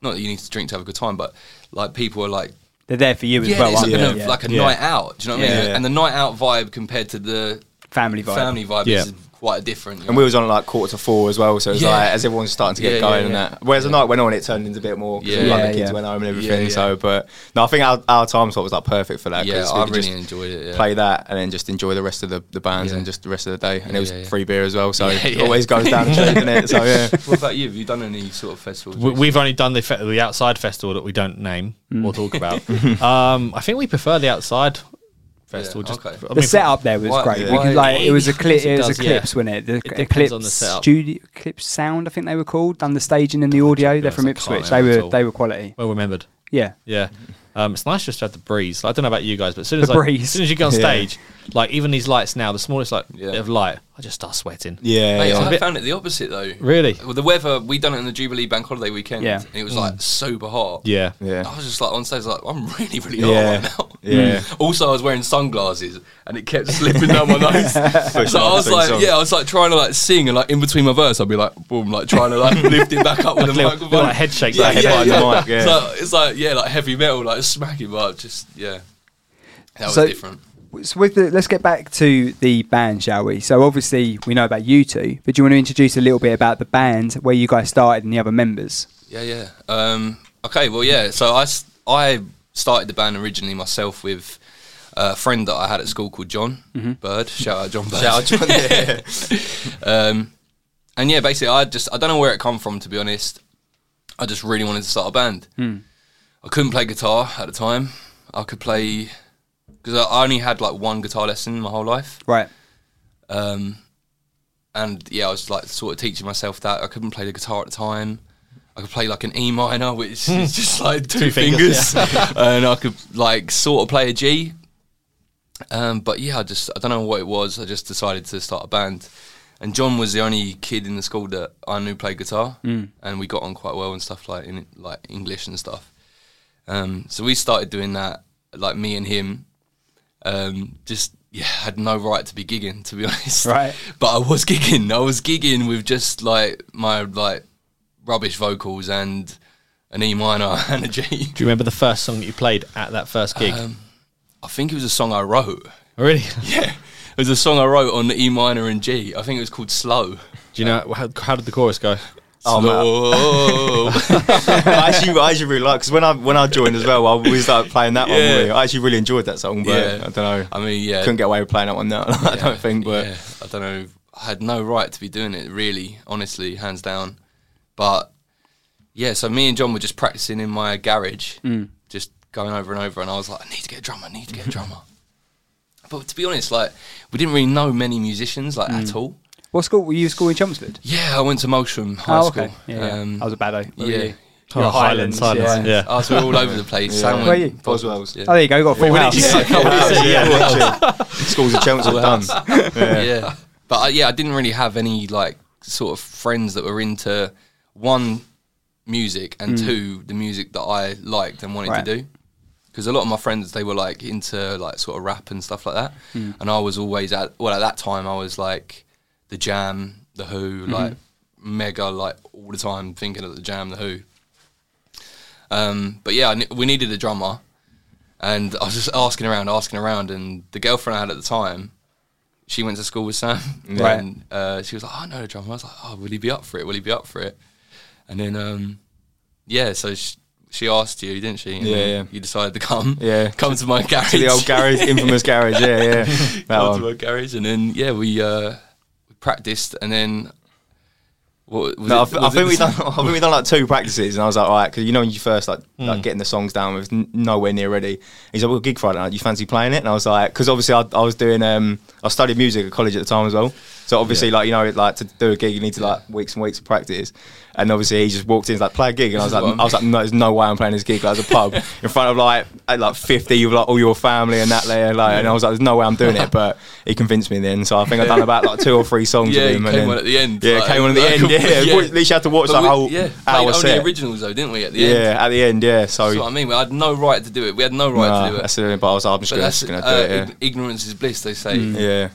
Speaker 6: not that you need to drink to have a good time, but like people are like
Speaker 4: They're there for you as
Speaker 6: yeah,
Speaker 4: well,
Speaker 6: it's
Speaker 4: aren't
Speaker 6: like,
Speaker 4: they?
Speaker 6: a,
Speaker 4: Yeah.
Speaker 6: like a
Speaker 3: Yeah.
Speaker 6: night out. Do you know what I mean?
Speaker 5: Yeah.
Speaker 6: And the night out vibe compared to the
Speaker 4: family vibe.
Speaker 6: family vibe
Speaker 3: Yeah.
Speaker 6: is quite different. you
Speaker 5: And
Speaker 6: know?
Speaker 5: we was on like quarter to four as well, so it was
Speaker 6: Yeah.
Speaker 5: like as everyone was starting to get
Speaker 6: Yeah,
Speaker 5: going
Speaker 6: yeah,
Speaker 5: and
Speaker 6: yeah.
Speaker 5: that. Whereas the night went on, it turned into a bit more. 'cause
Speaker 6: Yeah.
Speaker 5: all, like,
Speaker 4: Yeah,
Speaker 5: the kids
Speaker 4: yeah.
Speaker 5: went home and
Speaker 6: Yeah,
Speaker 5: everything.
Speaker 6: yeah.
Speaker 5: So, but no, I think our, our time slot was like perfect for that.
Speaker 6: yeah,
Speaker 5: 'cause
Speaker 6: I
Speaker 5: we could
Speaker 6: really
Speaker 5: just
Speaker 6: enjoyed it. Yeah.
Speaker 5: Play that and then just enjoy the rest of the, the bands
Speaker 6: Yeah.
Speaker 5: and just the rest of the day. And
Speaker 6: Yeah,
Speaker 5: it was
Speaker 6: yeah, yeah.
Speaker 5: free beer as well, so
Speaker 6: (laughs) Yeah,
Speaker 5: it
Speaker 6: yeah.
Speaker 5: always goes down the drain, doesn't it? So
Speaker 6: (laughs)
Speaker 5: yeah,
Speaker 6: What about you? Have you done any sort of festivals?
Speaker 3: We- We've only done the, fe- the outside festival that we don't name or talk about. um, I think we prefer the outside festival.
Speaker 6: Yeah,
Speaker 3: just
Speaker 6: okay.
Speaker 3: I
Speaker 4: The
Speaker 3: mean,
Speaker 4: setup there was
Speaker 6: Why-
Speaker 4: great.
Speaker 6: yeah.
Speaker 4: We could, like it was a clip.
Speaker 3: Yes, it
Speaker 4: It, was
Speaker 3: does,
Speaker 4: a
Speaker 3: yeah.
Speaker 4: clips, wasn't it? The
Speaker 3: depends
Speaker 4: clips,
Speaker 3: on the setup.
Speaker 4: Studio, clips sound. I think they were called. Done the staging and the audio. They're
Speaker 3: honest,
Speaker 4: from
Speaker 3: I can't
Speaker 4: Ipswich. They
Speaker 3: remember at
Speaker 4: were
Speaker 3: all.
Speaker 4: they were quality.
Speaker 3: Well remembered.
Speaker 4: Yeah.
Speaker 3: Yeah. Um, it's nice just to have the breeze. Like, I don't know about you guys, but as soon
Speaker 4: The
Speaker 3: as I,
Speaker 4: breeze.
Speaker 3: as soon as you get on
Speaker 5: Yeah.
Speaker 3: stage, Like even these lights now, the smallest like
Speaker 6: Yeah.
Speaker 3: bit of light, I just start sweating.
Speaker 5: Yeah,
Speaker 6: Mate,
Speaker 5: yeah.
Speaker 6: I
Speaker 3: bit-
Speaker 6: found it the opposite though.
Speaker 3: Really?
Speaker 6: Well, the weather we done it on the Jubilee Bank Holiday weekend,
Speaker 4: Yeah.
Speaker 6: and it was like super hot.
Speaker 3: Yeah.
Speaker 5: Mm. Yeah. (laughs)
Speaker 6: I was just like on stage, like I'm really, really
Speaker 5: Yeah.
Speaker 6: hot right now.
Speaker 5: Yeah.
Speaker 3: Mm.
Speaker 6: (laughs) Also, I was wearing sunglasses, and it kept
Speaker 5: (laughs)
Speaker 6: slipping down my nose. so I was
Speaker 5: sing
Speaker 6: like,
Speaker 5: songs.
Speaker 6: yeah, I was like trying to like sing, and like in between my verse, I'd be like, boom, like trying to like lift it
Speaker 3: (laughs)
Speaker 6: back up with a
Speaker 3: little-
Speaker 6: microphone,
Speaker 3: little, like, head shake
Speaker 6: yeah,
Speaker 3: back
Speaker 6: yeah,
Speaker 5: behind the
Speaker 6: yeah.
Speaker 5: mic, yeah.
Speaker 6: So it's like yeah, like heavy metal, like smacking, but just yeah, that was
Speaker 4: So-
Speaker 6: different.
Speaker 4: So with the, let's get back to the band, shall we? So obviously we know about you two, but do you want to introduce a little bit about the band where you guys started and the other members?
Speaker 6: Yeah, yeah. Um, okay, well, yeah. So I, s- I started the band originally myself with a friend that I had at school called John Bird. Shout out John Bird. Mm-hmm. Shout out John. yeah. (laughs) um, and yeah, basically, I just I don't know where it come from to be honest. I just really wanted to start a band. I couldn't play guitar at the time. I could play because I I only had like one guitar lesson my whole life.
Speaker 4: Right.
Speaker 6: Um, and yeah, I was like sort of teaching myself that I couldn't play the guitar at the time. I could play like an E minor, which is just like (laughs) two, fingers, (laughs) and I could like sort of play a G. Um, but yeah, I just I don't know what it was. I just decided to start a band, and John was the only kid in the school that I knew played guitar, and we got on quite well and stuff like in like English and stuff. Um, so we started doing that, like me and him. Um, just yeah, had no right to be gigging, to be (laughs) honest.
Speaker 4: Right.
Speaker 6: But I was gigging. I was gigging with just like my like rubbish vocals and an E minor (laughs) and a G.
Speaker 3: Do you remember the first song that you played at that first gig? Oh,
Speaker 6: I think it was a song I wrote. (laughs)
Speaker 3: really? (laughs)
Speaker 6: Yeah. It was a song I wrote on the E minor and G. I think it was called Slow.
Speaker 3: Do you know how, how did the chorus go?
Speaker 5: Oh, man.
Speaker 6: Slow.
Speaker 5: (laughs) I actually, I actually really like because when I when I joined as well, I was like playing that one.
Speaker 6: Yeah.
Speaker 5: Really. I actually really enjoyed that song, but
Speaker 6: Yeah.
Speaker 5: I don't know.
Speaker 6: I mean,
Speaker 5: (laughs)
Speaker 6: yeah.
Speaker 5: couldn't get away with playing that one. No, (laughs) I
Speaker 6: Yeah,
Speaker 5: don't think. But
Speaker 6: yeah, I don't know. I had no right to be doing it, really, honestly, hands down. But yeah, so me and John were just practicing in my garage,
Speaker 4: Mm.
Speaker 6: just going over and over, and I was like, I need to get a drummer, I need to get a drummer. (laughs) but to be honest, like we didn't really know many musicians like
Speaker 4: Mm.
Speaker 6: at all.
Speaker 4: What school were you? at School in Chelmsford.
Speaker 6: Yeah, I went to Moultrie High School.
Speaker 4: Oh, Yeah, yeah.
Speaker 6: Um,
Speaker 4: I was a baddo. Where were
Speaker 6: yeah.
Speaker 4: you?
Speaker 3: Oh,
Speaker 4: Yeah,
Speaker 3: Highlands,
Speaker 4: Highlands,
Speaker 3: Highlands.
Speaker 4: yeah.
Speaker 3: Yeah.
Speaker 6: Oh, so we were all over the place. Sam
Speaker 4: Where are
Speaker 6: went-
Speaker 4: you?
Speaker 5: Boswell's.
Speaker 6: Yeah.
Speaker 4: Oh, there you go. We got full
Speaker 3: we need
Speaker 4: house.
Speaker 3: to
Speaker 4: Yeah.
Speaker 3: see- (laughs) Yeah.
Speaker 5: Schools of
Speaker 6: (laughs)
Speaker 5: Chelmsford done.
Speaker 6: yeah. But I, yeah, I didn't really have any like sort of friends that were into one music and two the music that I liked and wanted
Speaker 4: Right.
Speaker 6: to do. Because a lot of my friends they were like into like sort of rap and stuff like that, and I was always at well at that time I was like the Jam, the Who, like mega like all the time thinking of the Jam, the Who. Um, but yeah, I ne- we needed a drummer, and I was just asking around, asking around, and the girlfriend I had at the time, she went to school
Speaker 5: (laughs)
Speaker 6: with Sam,
Speaker 4: Right.
Speaker 6: and uh, she was like, "I know the drummer." I was like, "Oh, will he be up for it? Will he be up for it?" And then, um, yeah, so she, she asked you, didn't she? And
Speaker 5: Yeah,
Speaker 6: then
Speaker 5: yeah.
Speaker 6: You decided to come,
Speaker 5: Yeah.
Speaker 6: (laughs) come
Speaker 5: (laughs)
Speaker 6: to my garage,
Speaker 5: the
Speaker 6: (laughs)
Speaker 5: old garage, infamous garage. Yeah, yeah. That
Speaker 6: come to
Speaker 5: one.
Speaker 6: my garage, and then yeah, we uh, we practiced, and then. What, was
Speaker 5: No, I,
Speaker 6: it-
Speaker 5: th- I
Speaker 6: was it
Speaker 5: think
Speaker 6: the
Speaker 5: we done. (laughs) I think we done like two practices, and I was like, all right, because you know when you first like,
Speaker 6: Hmm.
Speaker 5: like getting the songs down with n- nowhere near ready. He's like, well, gig Friday night, you fancy playing it? And I was like, because obviously I, I was doing, um, I studied music at college at the time as well. So obviously, like you know, like to do a gig, you need to like weeks and weeks of practice. And obviously, he just walked in, he's like, play a gig, and I was like, I was like, no, there's no way I'm playing this gig. Like, as a
Speaker 6: (laughs)
Speaker 5: pub in front of like at, like 50 of like all your family and that layer, like, and I was like, there's no way I'm doing
Speaker 6: (laughs)
Speaker 5: it. But he convinced me then. So I think I done about like two or three songs.
Speaker 6: Yeah,
Speaker 5: with
Speaker 6: he
Speaker 5: him, and
Speaker 6: came
Speaker 5: then-
Speaker 6: on at the end,
Speaker 5: Yeah,
Speaker 6: like-
Speaker 5: came on at the
Speaker 6: (laughs)
Speaker 5: end. Yeah,
Speaker 6: Yeah.
Speaker 5: at least you had to watch
Speaker 6: But
Speaker 5: the
Speaker 6: we-
Speaker 5: whole
Speaker 6: yeah, played
Speaker 5: hour
Speaker 6: only
Speaker 5: set.
Speaker 6: originals though, didn't we? At the
Speaker 5: yeah,
Speaker 6: end,
Speaker 5: at the end, yeah. So,
Speaker 6: That's what I mean. We had no right to do it. We had no right
Speaker 5: Oh, nah,
Speaker 6: to do it.
Speaker 5: that's it. But I was like, I'm just
Speaker 6: But
Speaker 5: gonna,
Speaker 6: that's
Speaker 5: just gonna
Speaker 6: uh,
Speaker 5: do it. Mm.
Speaker 6: ig- ignorance is bliss, they say.
Speaker 5: Yeah.
Speaker 6: (laughs)
Speaker 5: yeah.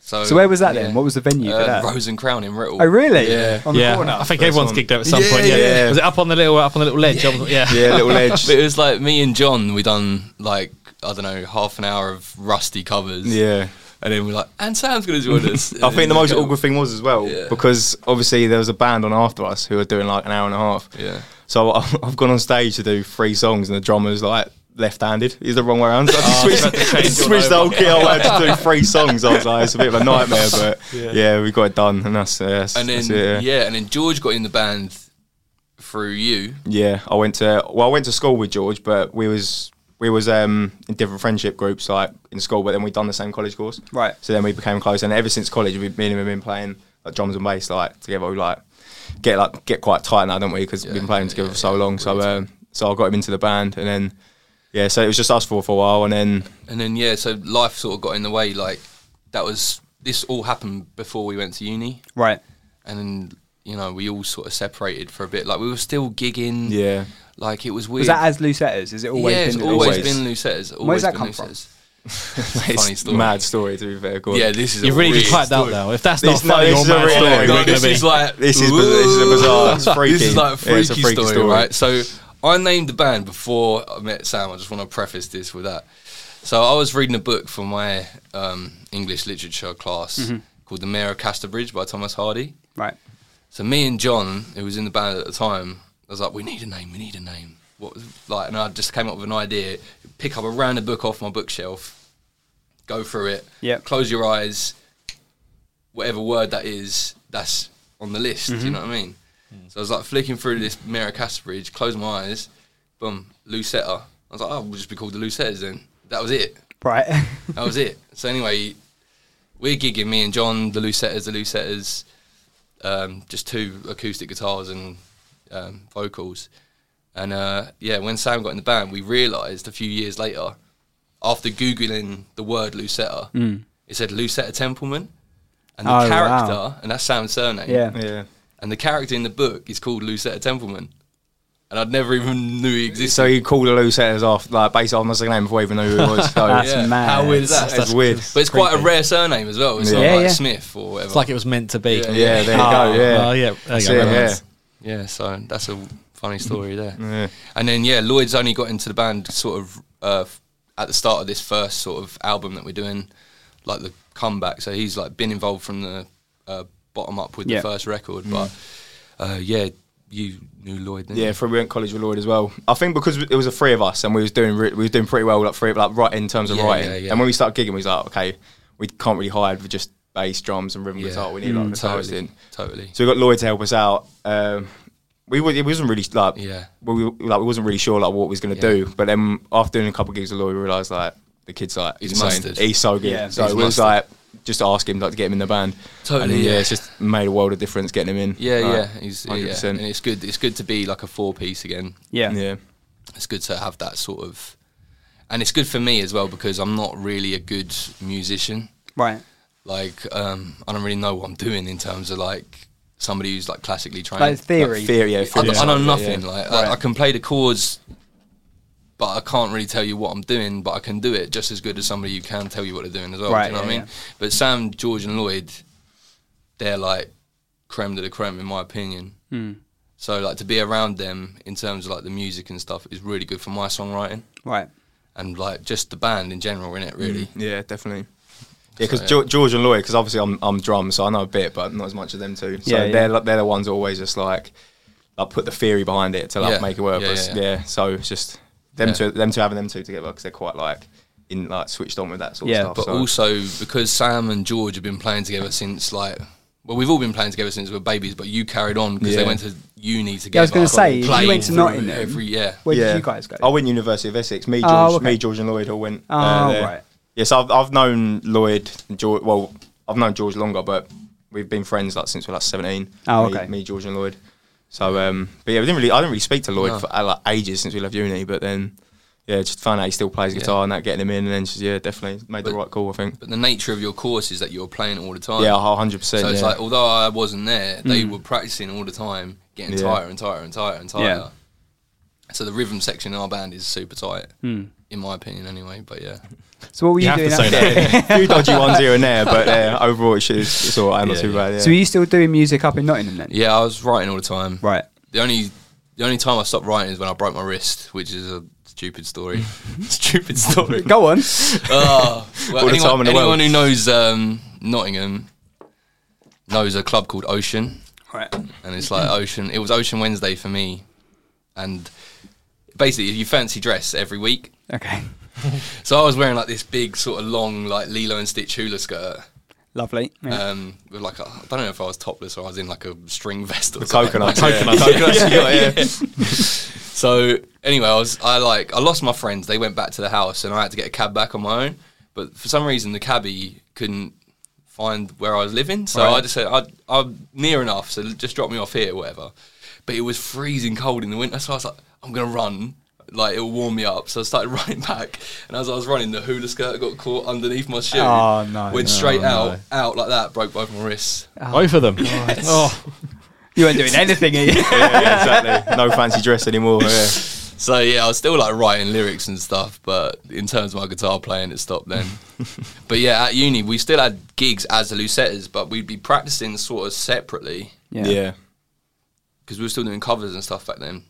Speaker 6: So,
Speaker 4: So where was that then? What was the venue for
Speaker 6: Uh,
Speaker 4: that?
Speaker 6: Rose and Crown in Riddle.
Speaker 4: Oh, really?
Speaker 6: Yeah.
Speaker 4: On the
Speaker 3: Yeah,
Speaker 4: corner.
Speaker 3: I think
Speaker 5: First
Speaker 3: everyone's
Speaker 5: one.
Speaker 3: gigged there at some
Speaker 5: Yeah,
Speaker 3: point. Yeah,
Speaker 5: yeah.
Speaker 3: was it up on the little up on the little ledge? Yeah, yeah.
Speaker 5: Yeah,
Speaker 6: (laughs)
Speaker 5: little edge.
Speaker 6: But it was like me and John. We done like I don't know half an hour of rusty covers.
Speaker 5: yeah.
Speaker 6: And then we're like, and Sam's gonna join us.
Speaker 5: I think the most awkward thing was as well
Speaker 6: Yeah.
Speaker 5: because obviously there was a band on after us who were doing like an hour and a half.
Speaker 6: Yeah.
Speaker 5: So I- (laughs) I've gone on stage to do three songs and the drummer's like left-handed. He's the wrong way around. So I just
Speaker 6: Oh,
Speaker 5: switched, (laughs) switched the whole kit. I had to do three songs. I was like, it's a bit
Speaker 6: (laughs)
Speaker 5: of a nightmare, but yeah, we got it done, and that's, uh, that's
Speaker 6: (laughs) And then
Speaker 5: that's it,
Speaker 6: yeah. and then George got in the band through you.
Speaker 5: Yeah, I went to well, I went to school with George, but we was we was um, in different friendship groups like in school, but then we done the same college course.
Speaker 4: Right.
Speaker 5: So then we became close, and ever since college, we, me and him have been playing like drums and bass like together. We like get like get quite tight now, don't we? Because we've been playing together for so long. So um, so I got him into the band, and then yeah, so it was just us four for a while, and then
Speaker 6: And then yeah, so life sort of got in the way. Like that was this all happened before we went to uni,
Speaker 4: Right.
Speaker 6: and then you know we all sort of separated for a bit. Like we were still gigging.
Speaker 5: yeah,
Speaker 6: Like it was weird.
Speaker 4: Was that as Lucetta's? Is it always
Speaker 6: yeah, it's
Speaker 4: been
Speaker 6: always,
Speaker 5: Always.
Speaker 6: been Lucetta's. Always
Speaker 4: does that
Speaker 6: been
Speaker 4: come from?
Speaker 6: Lucetta's.
Speaker 5: (laughs) (laughs) it's
Speaker 6: story.
Speaker 5: mad story to be fair. Gordon.
Speaker 6: Yeah, this is
Speaker 3: You've
Speaker 6: a
Speaker 3: really
Speaker 6: weird
Speaker 3: been piped out
Speaker 6: story.
Speaker 3: though. If that's not
Speaker 5: This- no,
Speaker 3: funny
Speaker 5: this
Speaker 3: or
Speaker 5: is a
Speaker 3: mad
Speaker 5: real
Speaker 3: story,
Speaker 5: story.
Speaker 3: we're
Speaker 6: No,
Speaker 3: going to
Speaker 6: this
Speaker 3: be.
Speaker 6: is like
Speaker 5: This is, bizarre, this is a bizarre. It's freaky.
Speaker 6: This is like a
Speaker 5: Yeah,
Speaker 6: freaky,
Speaker 5: it's a freaky
Speaker 6: story, right? So I named the band before I met Sam. I just want to preface this with that. So I was reading a book for my um, English literature class
Speaker 5: Mm-hmm.
Speaker 6: called The Mayor of Casterbridge by Thomas Hardy.
Speaker 4: Right.
Speaker 6: So me and John, who was in the band at the time, I was like, we need a name, we need a name. What was like? And I just came up with an idea. Pick up a random book off my bookshelf, go through it.
Speaker 4: Yep.
Speaker 6: Close your eyes. Whatever word that is, that's on the list. Do you know what I mean? So I was like flicking through this Mira Casterbridge, closed my eyes, boom, Lucetta. I was like, oh, we'll just be called the Lucettas then. That was it.
Speaker 4: Right. (laughs)
Speaker 6: That was it. So anyway, we're gigging me and John, the Lucettas, the Lucettas, um, just two acoustic guitars and um, vocals. And uh, yeah, when Sam got in the band, we realised a few years later, after googling the word Lucetta, it said Lucetta Templeman, and the
Speaker 4: Mm. Oh, wow.
Speaker 6: character, and that's Sam's surname.
Speaker 4: Yeah.
Speaker 5: yeah.
Speaker 6: And the character in the book is called Lucetta Templeman, and I'd never even knew he existed.
Speaker 5: So he called the loose setters off, like based on my second name before I even knew who it was. So
Speaker 4: That's
Speaker 5: (laughs) yeah.
Speaker 4: mad.
Speaker 6: How weird is that?
Speaker 5: That's weird.
Speaker 6: But it's quite a rare surname as well. It's not
Speaker 4: Yeah.
Speaker 6: like
Speaker 4: Yeah, yeah.
Speaker 6: Smith or whatever.
Speaker 3: It's like it was meant to be.
Speaker 6: Yeah.
Speaker 5: Yeah, there you go. Yeah.
Speaker 3: Oh, yeah. There you
Speaker 5: That's
Speaker 3: go.
Speaker 5: it,
Speaker 3: Remembrance.
Speaker 6: Yeah, so that's a funny story there.
Speaker 5: (laughs) Yeah.
Speaker 6: And then yeah, Lloyd's only got into the band sort of uh, f- at the start of this first sort of album that we're doing, like the comeback. So he's like been involved from the uh, bottom up with
Speaker 4: Yeah.
Speaker 6: the first record, but uh, yeah, you knew Lloyd. Didn't
Speaker 5: Mm. Yeah,
Speaker 6: you?
Speaker 5: from we went to college with Lloyd as well. I think because it was the three of us and we was doing re- we was doing pretty well like three like right in terms of
Speaker 6: Yeah,
Speaker 5: writing.
Speaker 6: yeah, yeah.
Speaker 5: And when we started gigging, we was like, okay, we can't really hide with just bass, drums, and rhythm
Speaker 6: Yeah. mm,
Speaker 5: guitar. Oh, We need like guitarist
Speaker 6: totally,
Speaker 5: in.
Speaker 6: totally.
Speaker 5: So we got Lloyd to help us out. Um, we wa- it wasn't really like
Speaker 6: Yeah.
Speaker 5: we we- like we wasn't really sure like what we was gonna do. But then after doing a couple of gigs with Lloyd, we realised like the kid's like
Speaker 6: He's
Speaker 5: insane.
Speaker 6: mustard.
Speaker 5: He's so good.
Speaker 4: Yeah.
Speaker 5: so
Speaker 6: He's
Speaker 5: it was
Speaker 6: mustard.
Speaker 5: like just ask him like to get him in the band.
Speaker 6: Totally,
Speaker 5: And then, yeah,
Speaker 6: yeah.
Speaker 5: it's just made a world of difference getting him in.
Speaker 6: Yeah,
Speaker 5: Like,
Speaker 6: yeah, he's, yeah,
Speaker 5: 100%.
Speaker 6: and it's good. It's good to be like a four piece again.
Speaker 4: Yeah.
Speaker 5: yeah.
Speaker 6: it's good to have that sort of and it's good for me as well because I'm not really a good musician.
Speaker 4: Right.
Speaker 6: Like um, I don't really know what I'm doing in terms of like somebody who's like classically trained.
Speaker 4: Like theory.
Speaker 5: Like, theory, yeah,
Speaker 6: I,
Speaker 5: theory
Speaker 6: don't- I know
Speaker 5: side of it, yeah.
Speaker 6: nothing. Like I, I can play the chords, but I can't really tell you what I'm doing. But I can do it just as good as somebody who can tell you what they're doing as well.
Speaker 4: Right,
Speaker 6: do you know
Speaker 4: yeah,
Speaker 6: what I mean? But Sam, George, and Lloyd, they're like creme de la creme in my opinion.
Speaker 4: Hmm.
Speaker 6: So like to be around them in terms of like the music and stuff is really good for my songwriting
Speaker 4: Right.
Speaker 6: and like just the band in general, in it
Speaker 4: Hmm.
Speaker 6: really.
Speaker 5: Yeah, definitely. Yeah, because
Speaker 6: So,
Speaker 5: George and Lloyd, because obviously I'm I'm drums, so I know a bit, but not as much as them two. So
Speaker 4: Yeah, yeah.
Speaker 5: they're like, they're the ones that always just like like put the theory behind it to like
Speaker 6: Yeah.
Speaker 5: make it work.
Speaker 6: Yeah,
Speaker 5: but
Speaker 6: yeah,
Speaker 5: s-
Speaker 6: yeah.
Speaker 5: so it's just them
Speaker 6: Yeah.
Speaker 5: two, them two having them two together because they're quite like in like switched on with that sort
Speaker 4: Yeah,
Speaker 5: of stuff.
Speaker 6: But
Speaker 5: so.
Speaker 6: also because Sam and George have been playing together since like. Well, we've all been playing together since we were babies, but you carried on because
Speaker 5: Yeah.
Speaker 6: they went to uni together.
Speaker 4: Yeah, I was going to say, if you
Speaker 6: playing
Speaker 4: went to
Speaker 6: through
Speaker 4: Nottingham.
Speaker 6: every yeah.
Speaker 4: Where did you guys go?
Speaker 5: I went University of Essex. Me, George,
Speaker 4: Oh, okay.
Speaker 5: me, George, and Lloyd all went. uh,
Speaker 4: Oh,
Speaker 5: there.
Speaker 4: right.
Speaker 5: Yes, I've I've known Lloyd, and George. Well, I've known George longer, but we've been friends like since we were like seventeen.
Speaker 4: Oh,
Speaker 5: me,
Speaker 4: okay.
Speaker 5: Me, George, and Lloyd. So, um, but yeah, we didn't really. I didn't really speak to Lloyd for uh, like ages since we left uni. But then, yeah, just found out he still plays guitar and that, getting him in, and then just yeah, definitely made the right call. I think.
Speaker 6: But the nature of your course is that you're playing all the time.
Speaker 5: Yeah, hundred percent.
Speaker 6: So
Speaker 5: yeah.
Speaker 6: it's like, although I wasn't
Speaker 4: Mm.
Speaker 6: there, they were practicing all the time, getting
Speaker 5: Yeah.
Speaker 6: tighter and tighter and tighter and tighter.
Speaker 4: Yeah.
Speaker 6: So the rhythm section in our band is super tight,
Speaker 4: Hmm.
Speaker 6: in my opinion, anyway. But yeah,
Speaker 4: So what were you,
Speaker 3: You have
Speaker 4: doing?
Speaker 3: to say
Speaker 4: at-
Speaker 3: that.
Speaker 5: a few dodgy ones here and there, but uh, overall it's, it's, it's all right. Not too bad. Yeah.
Speaker 4: So were you still doing music up in Nottingham then?
Speaker 6: yeah, I was writing all the time.
Speaker 4: Right.
Speaker 6: The only the only time I stopped writing is when I broke my wrist, which is a stupid (laughs) story. stupid (laughs) story.
Speaker 4: Go on.
Speaker 6: oh, well, (laughs)
Speaker 5: All the
Speaker 6: anyone,
Speaker 5: time in the
Speaker 6: anyone
Speaker 5: world.
Speaker 6: who knows um, Nottingham knows a club called Ocean.
Speaker 4: right.
Speaker 6: and it's (laughs) like ocean. It was Ocean Wednesday for me, and basically you fancy dress every week.
Speaker 4: Okay.
Speaker 6: So I was wearing like this big sort of long like Lilo and Stitch hula skirt,
Speaker 4: Lovely. Yeah.
Speaker 6: um, with like a, I don't know if I was topless or I was in like a string vest or
Speaker 5: (laughs)
Speaker 6: something.
Speaker 5: Coconut,
Speaker 6: Like,
Speaker 5: coconut,
Speaker 4: (laughs)
Speaker 6: (laughs) So anyway, I was I like I lost my friends. They went back to the house, and I had to get a cab back on my own. But for some reason, the cabbie couldn't find where I was living, so I just said I, I'm near enough, so just drop me off here, whatever. But it was freezing cold in the winter, so I was like, I'm gonna run. like it'll warm me up. So I started (laughs) running back, and as I was running, the hula skirt got caught underneath my shoe.
Speaker 4: Oh, no.
Speaker 6: Went straight out, out like that, broke both my wrists.
Speaker 3: Both of them. Oh,
Speaker 4: (laughs) You weren't doing anything. Are you?
Speaker 5: (laughs) yeah, yeah, exactly. No fancy dress anymore. Yeah.
Speaker 6: So yeah, I was still like writing lyrics and stuff, but in terms of my guitar playing, it stopped
Speaker 5: (laughs)
Speaker 6: then. but yeah, at uni we still had gigs as the Lucettas, but we'd be practicing sort of separately
Speaker 5: Yeah.
Speaker 6: because we were still doing covers and stuff back then.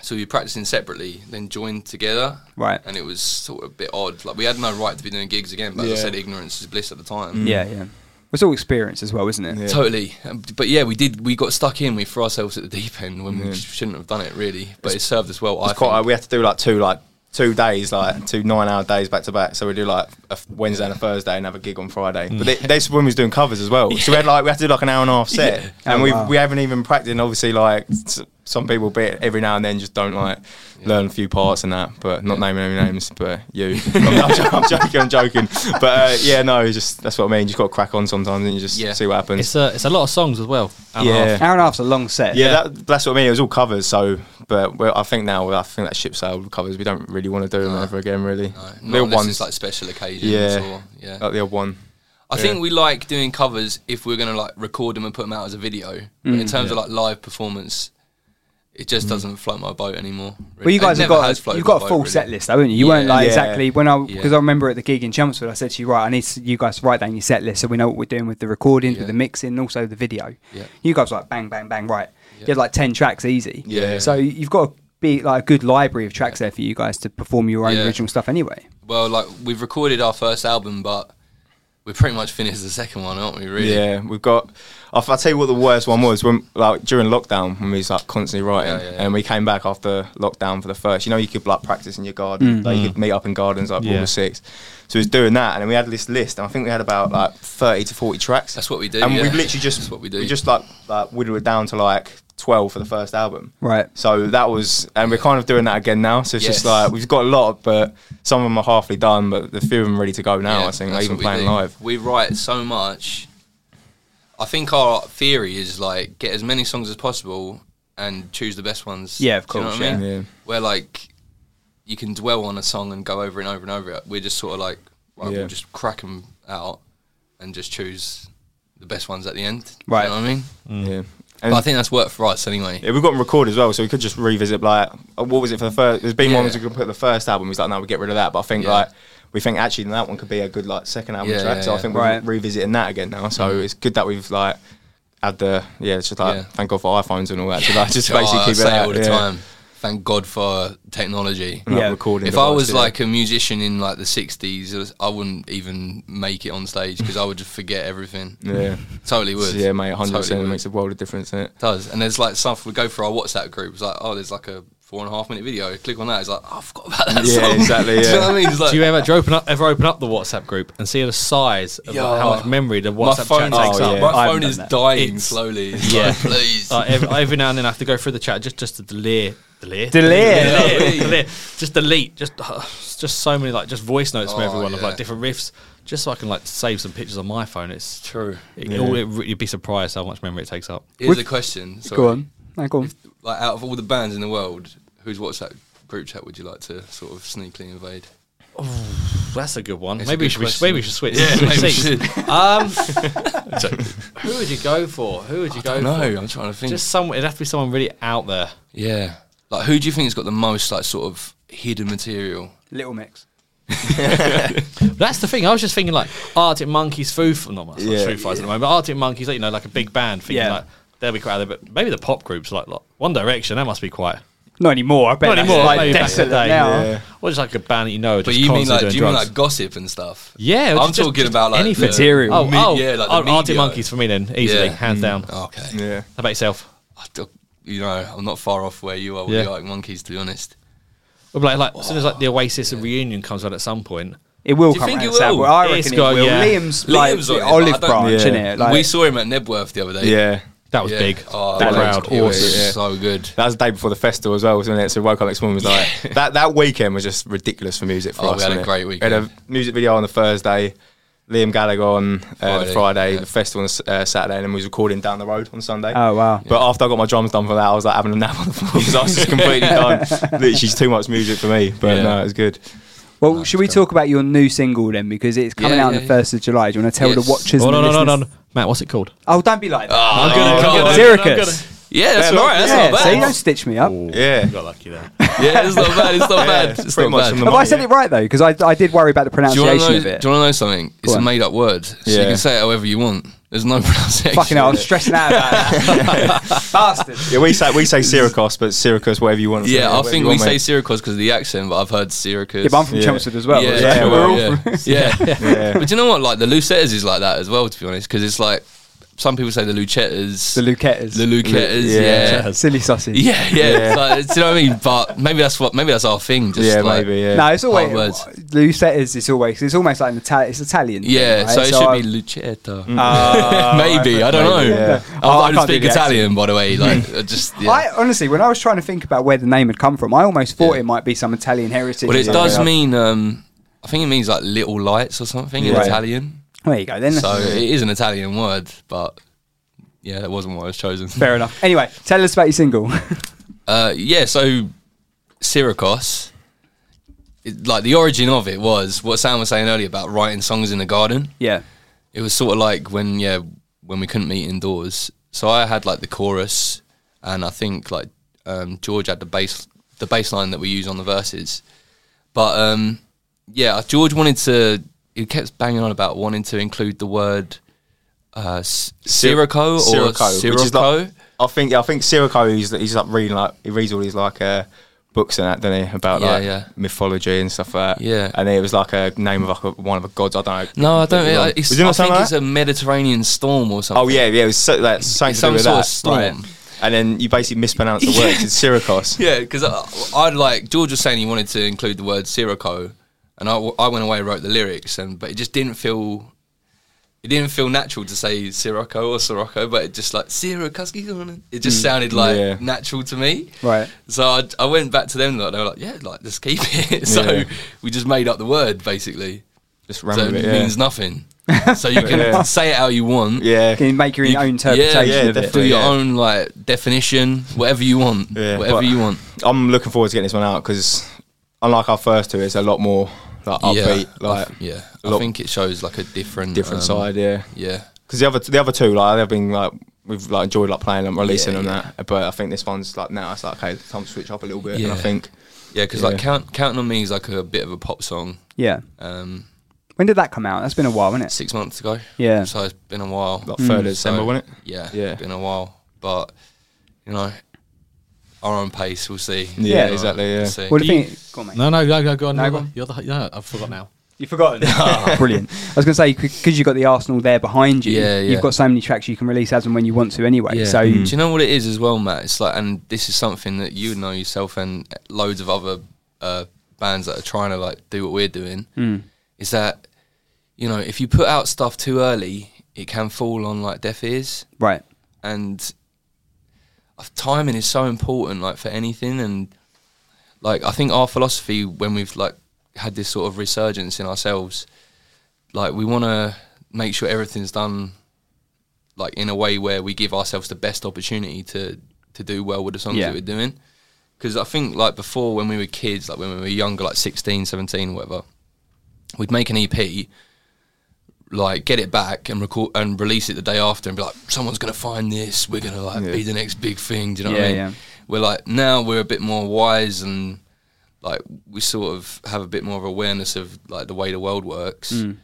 Speaker 6: So we were practicing separately, then joined together.
Speaker 4: Right.
Speaker 6: And it was sort of a bit odd. Like we had no right to be doing gigs again, but as I said, ignorance is bliss at the
Speaker 5: Mm.
Speaker 6: time.
Speaker 4: Yeah, yeah. It's all experience as well, isn't it?
Speaker 5: Yeah.
Speaker 6: Totally. Um, But yeah, we did. We got stuck in. We threw ourselves at the deep end when we sh- shouldn't have done it, really. But it served us well. I
Speaker 5: It's quite.
Speaker 6: think.
Speaker 5: Like, we had to do like two like two days, like two nine hour days back to back. So we do like a f- Wednesday and a Thursday, and have a gig on Friday. But th- that's when we was doing covers as well. So we had like we had to do like an hour and a half set, and we we haven't even practiced. And obviously, like s- some people, bit every now and then, just don't like learn a few parts and that. But not naming any names, but you. (laughs) I'm, jo- I'm joking. I'm joking. But uh, yeah, no, it's just that's what I mean. You just got to crack on sometimes, and you just
Speaker 6: Yeah.
Speaker 5: see what happens.
Speaker 3: it's a it's a lot of songs as well. Um, Hour and a
Speaker 5: Yeah.
Speaker 3: half.
Speaker 4: Hour and a half's a long set.
Speaker 5: Yeah, That, that's what I mean. It was all covers. So, but well, I think now I think that ship sailed covers. We don't really want to do them ever again, really.
Speaker 6: No,
Speaker 5: They're
Speaker 6: Uh, not unless
Speaker 5: ones,
Speaker 6: it's
Speaker 5: like,
Speaker 6: like special occasions.
Speaker 5: Yeah.
Speaker 6: Or, yeah.
Speaker 5: the odd one.
Speaker 6: I think we like doing covers if we're gonna like record them and put them out as a video. But
Speaker 4: Mm,
Speaker 6: in terms of like live performance, it just doesn't float my boat anymore.
Speaker 4: Well, you
Speaker 6: It
Speaker 4: guys have
Speaker 6: never
Speaker 4: got
Speaker 6: has
Speaker 4: a,
Speaker 6: floated
Speaker 4: you've
Speaker 6: my
Speaker 4: got a
Speaker 6: boat,
Speaker 4: full
Speaker 6: really.
Speaker 4: set list. I wouldn't you? You weren't like
Speaker 5: Yeah.
Speaker 4: exactly when I because I
Speaker 6: Yeah.
Speaker 4: remember at the gig in Chelmsford, I said to you, right, I need to, you guys to write down your set list so we know what we're doing with the recordings,
Speaker 6: Yeah.
Speaker 4: with the mixing, and also the video.
Speaker 6: Yeah.
Speaker 4: You guys were like bang, bang, bang, right? You had like ten tracks easy.
Speaker 5: Yeah.
Speaker 4: So you've got to be like a good library of tracks there for you guys to perform your own
Speaker 6: Yeah.
Speaker 4: original stuff anyway.
Speaker 6: Well, like we've recorded our first album, but we're pretty much finished the second one, aren't we? Really?
Speaker 5: Yeah, we've got. I will tell you what the worst one was when like during lockdown when we was like constantly writing,
Speaker 6: Yeah, yeah, yeah.
Speaker 5: and we came back after lockdown for the first. You know, you could like practice in your garden, like you could meet up in gardens like
Speaker 3: Yeah.
Speaker 5: all the six. So we was doing that, and then we had this list, and I think we had about like thirty to forty tracks.
Speaker 6: That's what we do,
Speaker 5: and we
Speaker 6: yeah.
Speaker 5: literally just
Speaker 6: That's what we do.
Speaker 5: We just like like whittled it down to like twelve for the first album.
Speaker 4: Right.
Speaker 5: So that was, and we're kind of doing that again now. So it's just
Speaker 6: Yes.
Speaker 5: like we've got a lot, but some of them are halfly done, but the few of them ready to go now.
Speaker 6: Yeah,
Speaker 5: I think, like,
Speaker 6: that's
Speaker 5: even
Speaker 6: what we
Speaker 5: playing
Speaker 6: do.
Speaker 5: live.
Speaker 6: We write so much. I think our theory is like get as many songs as possible and choose the best ones.
Speaker 4: Yeah, of
Speaker 6: Do you know
Speaker 4: course,
Speaker 6: what I mean?
Speaker 5: yeah. Yeah.
Speaker 6: Where like you can dwell on a song and go over and over and over it. We're just sort of like right,
Speaker 5: Yeah.
Speaker 6: we'll just crack them out and just choose the best ones at the end. Do
Speaker 4: Right.
Speaker 6: You know what I mean?
Speaker 5: Yeah.
Speaker 6: But
Speaker 5: And
Speaker 6: I think that's worked for us anyway.
Speaker 5: Yeah, we've got them record as well, so we could just revisit like uh, what was it for the first? There's been
Speaker 6: Yeah.
Speaker 5: ones we could put the first album. He's like, no, we get rid of that. But I think
Speaker 6: Yeah.
Speaker 5: like we think actually that one could be a good like second album
Speaker 6: Yeah,
Speaker 5: track.
Speaker 6: yeah,
Speaker 5: so I
Speaker 6: yeah. Mm.
Speaker 5: think we're
Speaker 4: Right.
Speaker 5: revisiting that again now. So it's good that we've like had the yeah. It's just like
Speaker 6: Yeah.
Speaker 5: thank God for iPhones and all that. So like, just
Speaker 6: (laughs) Oh,
Speaker 5: basically
Speaker 6: I
Speaker 5: keep it
Speaker 6: say
Speaker 5: out
Speaker 6: all the
Speaker 5: yeah.
Speaker 6: time. Thank God for technology.
Speaker 5: And, like,
Speaker 4: Yeah.
Speaker 5: recording.
Speaker 6: If I
Speaker 5: device,
Speaker 6: was
Speaker 5: yeah.
Speaker 6: like a musician in like the '60s, it was- I wouldn't even make it on stage because I would just forget everything. (laughs)
Speaker 5: yeah,
Speaker 6: Totally would.
Speaker 5: So, yeah, mate, hundred percent
Speaker 6: Totally would.
Speaker 5: makes a world of difference. Innit?
Speaker 6: It does. And there's like stuff we go for our WhatsApp group. It's like, oh, there's like a four and a half minute video. Click on that. It's like, oh, I forgot about that
Speaker 5: Yeah,
Speaker 6: song.
Speaker 5: exactly,
Speaker 6: (laughs) Do you
Speaker 5: yeah.
Speaker 6: know what I mean? It's like,
Speaker 3: Do you ever, do you open up ever open up the WhatsApp group and see the size of
Speaker 6: Yeah.
Speaker 3: how much memory the
Speaker 6: my
Speaker 3: WhatsApp
Speaker 6: phone,
Speaker 3: chat takes
Speaker 5: oh,
Speaker 3: up?
Speaker 5: yeah.
Speaker 6: my
Speaker 4: I
Speaker 6: phone
Speaker 4: haven't
Speaker 6: is
Speaker 4: done that.
Speaker 6: dying
Speaker 3: It's-
Speaker 6: slowly. It's
Speaker 3: Yeah. Oh,
Speaker 6: like, please.
Speaker 3: Like,
Speaker 6: (laughs)
Speaker 3: ev- Uh, every, now and then I have to go through the chat just just to delete, delete,
Speaker 4: Delete.
Speaker 6: (laughs)
Speaker 3: delete, delete, just delete, just uh, just so many like just voice notes from
Speaker 6: Oh,
Speaker 3: everyone of
Speaker 6: yeah.
Speaker 3: like different riffs, just so I can like save some pictures on my phone. It's
Speaker 6: True.
Speaker 3: It, all- it re- you'd be surprised how much memory it takes up.
Speaker 6: Here's
Speaker 4: Would-
Speaker 6: a question. Sorry.
Speaker 4: Go on. No, go on.
Speaker 6: Like, out of all the bands in the world, whose WhatsApp group chat would you like to sort of sneakily invade?
Speaker 3: That's a good one.
Speaker 6: It's a
Speaker 3: maybe we
Speaker 6: good
Speaker 3: should
Speaker 6: question.
Speaker 3: maybe we should switch.
Speaker 6: Yeah,
Speaker 3: switch
Speaker 6: (laughs) maybe we
Speaker 3: seats.
Speaker 6: (laughs)
Speaker 3: Um, who would you go for? Who would you go
Speaker 6: No,
Speaker 3: for?
Speaker 6: I'm trying to think.
Speaker 3: Just someone. It'd have to be someone really out there.
Speaker 6: Yeah. Like, who do you think has got the most, like, sort of hidden material?
Speaker 4: Little Mix.
Speaker 3: That's the thing. I was just thinking like Arctic Monkeys, Foo, not much
Speaker 5: Yeah.
Speaker 3: Foo Fighters at the moment, but Arctic Monkeys, like, you know, like a big band. Thinking
Speaker 4: Yeah.
Speaker 3: like they'll be quite out there, but maybe the pop groups like, like One Direction. That must be quite.
Speaker 4: Not anymore. I bet
Speaker 3: Not
Speaker 4: that's
Speaker 3: anymore.
Speaker 4: like
Speaker 3: maybe back in the
Speaker 4: desolate
Speaker 3: day.
Speaker 4: now.
Speaker 5: Yeah.
Speaker 3: Or just like a band that you know. are
Speaker 6: But
Speaker 3: Just
Speaker 6: you mean
Speaker 3: constantly
Speaker 6: like, do you
Speaker 3: doing
Speaker 6: mean
Speaker 3: drugs.
Speaker 6: like gossip and stuff?
Speaker 3: yeah,
Speaker 6: I'm
Speaker 3: just-
Speaker 6: talking
Speaker 3: just
Speaker 6: about like
Speaker 3: anything.
Speaker 6: the-
Speaker 4: Material.
Speaker 3: Oh,
Speaker 6: Me-
Speaker 3: oh,
Speaker 6: yeah, like the
Speaker 3: oh, Arctic
Speaker 6: media.
Speaker 3: Monkeys for me then, easily,
Speaker 6: Yeah. Mm. Oh.
Speaker 3: hands down.
Speaker 6: Okay.
Speaker 5: yeah.
Speaker 3: How about yourself?
Speaker 6: I don't- you know, I'm not far off where you are with
Speaker 3: Yeah.
Speaker 6: the Arctic Monkeys, to be honest.
Speaker 3: Or like, like as soon as like the Oasis reunion comes out at some point,
Speaker 4: It will
Speaker 6: Do you
Speaker 4: come
Speaker 6: think
Speaker 4: around
Speaker 6: it
Speaker 4: to that,
Speaker 6: will?
Speaker 4: but I
Speaker 3: It's
Speaker 4: reckon it
Speaker 3: got-
Speaker 4: will.
Speaker 3: yeah.
Speaker 4: Liam's like
Speaker 6: Liam's on it,
Speaker 4: the
Speaker 6: but I
Speaker 4: olive
Speaker 6: don't-
Speaker 4: branch,
Speaker 5: Yeah.
Speaker 4: in it? Like,
Speaker 6: we saw him at Nebworth the other day.
Speaker 5: yeah.
Speaker 3: that was
Speaker 6: Yeah.
Speaker 3: big.
Speaker 6: Oh,
Speaker 3: that
Speaker 5: that
Speaker 3: crowd,
Speaker 5: was
Speaker 6: it was
Speaker 5: awesome, yeah.
Speaker 6: so good.
Speaker 5: That was the day before the festival as well, wasn't it? So we woke up next morning was like that. That weekend was just ridiculous for music for
Speaker 6: Oh, we
Speaker 5: us.
Speaker 6: had a
Speaker 5: wasn't it?
Speaker 6: great
Speaker 5: We had a
Speaker 6: weekend.
Speaker 5: music video on the Thursday, Liam Gallagher on uh,
Speaker 6: Friday,
Speaker 5: the Friday,
Speaker 6: yeah.
Speaker 5: the festival on s- uh, Saturday, and then we was recording down the road on Sunday.
Speaker 4: Oh, wow.
Speaker 5: But after I got my drums done for that, I was like having a nap on the floor (laughs) because I was just completely done. Literally, it's too much music for me. But
Speaker 6: Yeah.
Speaker 5: no, it was good.
Speaker 4: Well, should we talk about your new single then? Because it's coming
Speaker 6: Yeah,
Speaker 4: out on
Speaker 6: yeah,
Speaker 4: the
Speaker 6: yeah.
Speaker 4: 1st of July. Do you want to tell
Speaker 6: Yes.
Speaker 4: the watchers?
Speaker 3: Oh,
Speaker 4: and
Speaker 3: no,
Speaker 4: the
Speaker 3: no, no, no,
Speaker 4: listeners-
Speaker 3: no. Matt, what's it called?
Speaker 4: Oh, don't be like that.
Speaker 6: I'm
Speaker 3: gonna
Speaker 4: Oh,
Speaker 3: go
Speaker 4: no.
Speaker 3: there, I'm
Speaker 4: Zirkus.
Speaker 6: Yeah, that's
Speaker 5: Yeah,
Speaker 6: all right. That's
Speaker 4: Yeah,
Speaker 6: not
Speaker 4: so you
Speaker 6: bad.
Speaker 4: don't stitch me up.
Speaker 5: Yeah.
Speaker 3: Got lucky there.
Speaker 6: Yeah, it's not bad. It's
Speaker 4: (laughs)
Speaker 6: not
Speaker 5: Yeah,
Speaker 6: bad.
Speaker 5: it's
Speaker 6: It's
Speaker 5: pretty
Speaker 6: not
Speaker 5: much
Speaker 6: bad.
Speaker 5: on the
Speaker 4: Have I said it right though? Because I, I did worry about the
Speaker 6: Do you, want
Speaker 4: pronunciation
Speaker 6: to know,
Speaker 4: of it.
Speaker 6: do you want to know something? It's
Speaker 4: on.
Speaker 6: a made up word. So
Speaker 5: Yeah.
Speaker 6: you can say it however you want. There's no (laughs) pronunciation.
Speaker 4: Fucking hell, I'm stressing out about
Speaker 6: (laughs)
Speaker 4: that. Bastard.
Speaker 5: Yeah, we say we say Syracuse, but Syracuse, whatever you want. to say,
Speaker 6: Yeah, I
Speaker 5: whatever
Speaker 6: think
Speaker 5: you
Speaker 6: we
Speaker 5: want,
Speaker 6: say
Speaker 5: mate.
Speaker 6: Syracuse because of the accent, but I've heard Syracuse.
Speaker 4: Yeah, but I'm from
Speaker 5: Yeah.
Speaker 4: Chelmsford as well.
Speaker 6: yeah,
Speaker 4: so
Speaker 6: yeah,
Speaker 5: we're all
Speaker 6: yeah. Yeah. (laughs) But do you know what? Like the Lucettas is like that as well, to be honest, because it's like some people say the Lucettas,
Speaker 4: The Lucettas.
Speaker 6: the Lucettas,
Speaker 5: yeah.
Speaker 6: yeah.
Speaker 4: Silly sausage.
Speaker 6: (laughs) Yeah, yeah. It's like- do you know what I mean? But maybe that's what. Maybe that's our thing. Just
Speaker 5: Yeah,
Speaker 6: like,
Speaker 5: maybe. Yeah.
Speaker 4: No, it's always
Speaker 6: Hard words.
Speaker 4: Lucettas. It's always it's almost like an Italian. It's Italian. thing,
Speaker 6: Yeah,
Speaker 4: right?
Speaker 6: so it should
Speaker 4: I-
Speaker 6: be Lucetta.
Speaker 4: Ah,
Speaker 6: (laughs) maybe I don't
Speaker 5: maybe,
Speaker 6: know.
Speaker 5: yeah.
Speaker 4: Oh, I
Speaker 6: I, I
Speaker 4: can't
Speaker 6: don't speak
Speaker 4: do the accent.
Speaker 6: Italian, by
Speaker 4: (laughs)
Speaker 6: the way. Like, I just yeah.
Speaker 4: I honestly, when I was trying to think about where the name had come from, I almost thought it might be some Italian heritage.
Speaker 6: but
Speaker 4: or
Speaker 6: it
Speaker 4: something
Speaker 6: does
Speaker 4: else.
Speaker 6: mean. Um, I think it means like little lights or something in
Speaker 4: Right.
Speaker 6: Italian.
Speaker 4: There you go. Then
Speaker 6: So it is an Italian word, but yeah, that wasn't what I was chosen.
Speaker 4: (laughs) fair enough. Anyway, tell us about your single. (laughs)
Speaker 6: Uh, yeah, so Syracuse, it, like the origin of it was what Sam was saying earlier about writing songs in the garden.
Speaker 4: yeah.
Speaker 6: It was sort of like when yeah when we couldn't meet indoors. So I had like the chorus, and I think like um, George had the bass the bass line that we use on the verses. But um, yeah, George wanted to. He kept banging on about wanting to include the word uh, s- Sirocco or
Speaker 5: Sirocco, which is
Speaker 6: Sirocco.
Speaker 5: like- I think yeah, I think Sirocco he's he's like reading like he reads all these like uh, books and that, doesn't he? About
Speaker 6: Yeah,
Speaker 5: like
Speaker 6: yeah.
Speaker 5: mythology and stuff like that.
Speaker 6: Yeah.
Speaker 5: And it was like a name of like a, one of the gods. I don't know.
Speaker 6: No, I don't. I, it's,
Speaker 5: Was it not
Speaker 6: I
Speaker 5: something
Speaker 6: think
Speaker 5: like
Speaker 6: it's
Speaker 5: that?
Speaker 6: a Mediterranean storm or something.
Speaker 5: Oh yeah, yeah. It was so, like, something
Speaker 6: It's
Speaker 5: to do
Speaker 6: some
Speaker 5: with
Speaker 6: sort
Speaker 5: that.
Speaker 6: of storm.
Speaker 5: Right. And then you basically
Speaker 6: (laughs)
Speaker 5: mispronounce the words. It's Syracuse.
Speaker 6: Yeah, because I'd like George was saying he wanted to include the word Sirocco, and I, w- I went away and wrote the lyrics, and but it just didn't feel it didn't feel natural to say Sirocco or Sirocco, but it just like Sirocco. It just sounded like
Speaker 5: Mm, yeah.
Speaker 6: natural to me.
Speaker 4: Right.
Speaker 6: So I, I went back to them, and they were like, "Yeah, like just keep it." (laughs) so
Speaker 5: Yeah.
Speaker 6: we just made up the word basically,
Speaker 5: Just ran
Speaker 6: so
Speaker 5: with
Speaker 6: it
Speaker 5: it. Yeah. (laughs)
Speaker 6: means nothing. So you can
Speaker 5: Yeah.
Speaker 6: say it how you want.
Speaker 5: yeah.
Speaker 4: Can you make your
Speaker 6: You-
Speaker 4: own interpretation
Speaker 5: yeah,
Speaker 4: of it?
Speaker 5: definitely.
Speaker 6: Do your
Speaker 5: yeah.
Speaker 6: own like definition, whatever you want,
Speaker 5: Yeah,
Speaker 6: whatever
Speaker 5: but-
Speaker 6: you want.
Speaker 5: I'm looking forward to getting this one out because, unlike our first two, it's a lot more like upbeat, like
Speaker 6: I th- yeah. I
Speaker 5: lot-
Speaker 6: think it shows like a different
Speaker 5: different
Speaker 6: um,
Speaker 5: side. Yeah,
Speaker 6: Yeah,
Speaker 5: because the other the other two, like they've been like we've like enjoyed like playing them, releasing
Speaker 6: Yeah,
Speaker 5: them that. But I think this one's like now it's like okay, time to switch up a little bit. And I
Speaker 6: Yeah.
Speaker 5: think
Speaker 6: yeah, because like
Speaker 5: Yeah.
Speaker 6: count counting on me is like a bit of a pop song.
Speaker 4: Yeah.
Speaker 6: Um,
Speaker 4: When did that come out? That's been a while, isn't it?
Speaker 6: six months ago.
Speaker 4: Yeah.
Speaker 6: so it's been a while. Mm.
Speaker 5: like third of
Speaker 6: So,
Speaker 5: December, wasn't it?
Speaker 6: Yeah,
Speaker 5: Yeah.
Speaker 6: been a while, but you know, our own pace. We'll see.
Speaker 5: Yeah,
Speaker 6: You know,
Speaker 5: exactly, yeah.
Speaker 6: we'll see.
Speaker 4: What do you
Speaker 3: You-
Speaker 4: think? Go on, mate.
Speaker 3: No, no, go, go, go on.
Speaker 4: No,
Speaker 3: No,
Speaker 4: go
Speaker 3: go
Speaker 4: on.
Speaker 3: You're the, no, I forgot now.
Speaker 4: You've forgotten. (laughs)
Speaker 6: (laughs)
Speaker 4: Brilliant. I was going to say because you've got the Arsenal there behind you.
Speaker 6: Yeah, yeah.
Speaker 4: You've got so many tracks you can release as and when you want to anyway.
Speaker 6: Yeah. Mm.
Speaker 4: So
Speaker 6: do you know what it is as well, Matt? It's like, and this is something that you know yourself and loads of other uh, bands that are trying to like do what we're doing. Is that you know if you put out stuff too early, it can fall on like deaf ears,
Speaker 4: right.
Speaker 6: and uh, timing is so important, like for anything. And like I think our philosophy when we've like had this sort of resurgence in ourselves, like we want to make sure everything's done like in a way where we give ourselves the best opportunity to to do well with the songs
Speaker 4: Yeah.
Speaker 6: that we're doing because i think like before when we were kids like when we were younger like 16 17 whatever we'd make an ep like get it back and record and release it the day after and be like someone's gonna find this we're gonna like be the next big thing do you know what
Speaker 4: Yeah,
Speaker 6: i mean
Speaker 4: yeah.
Speaker 6: we're like now we're a bit more wise and like we sort of have a bit more of awareness of like the way the world works
Speaker 4: Mm.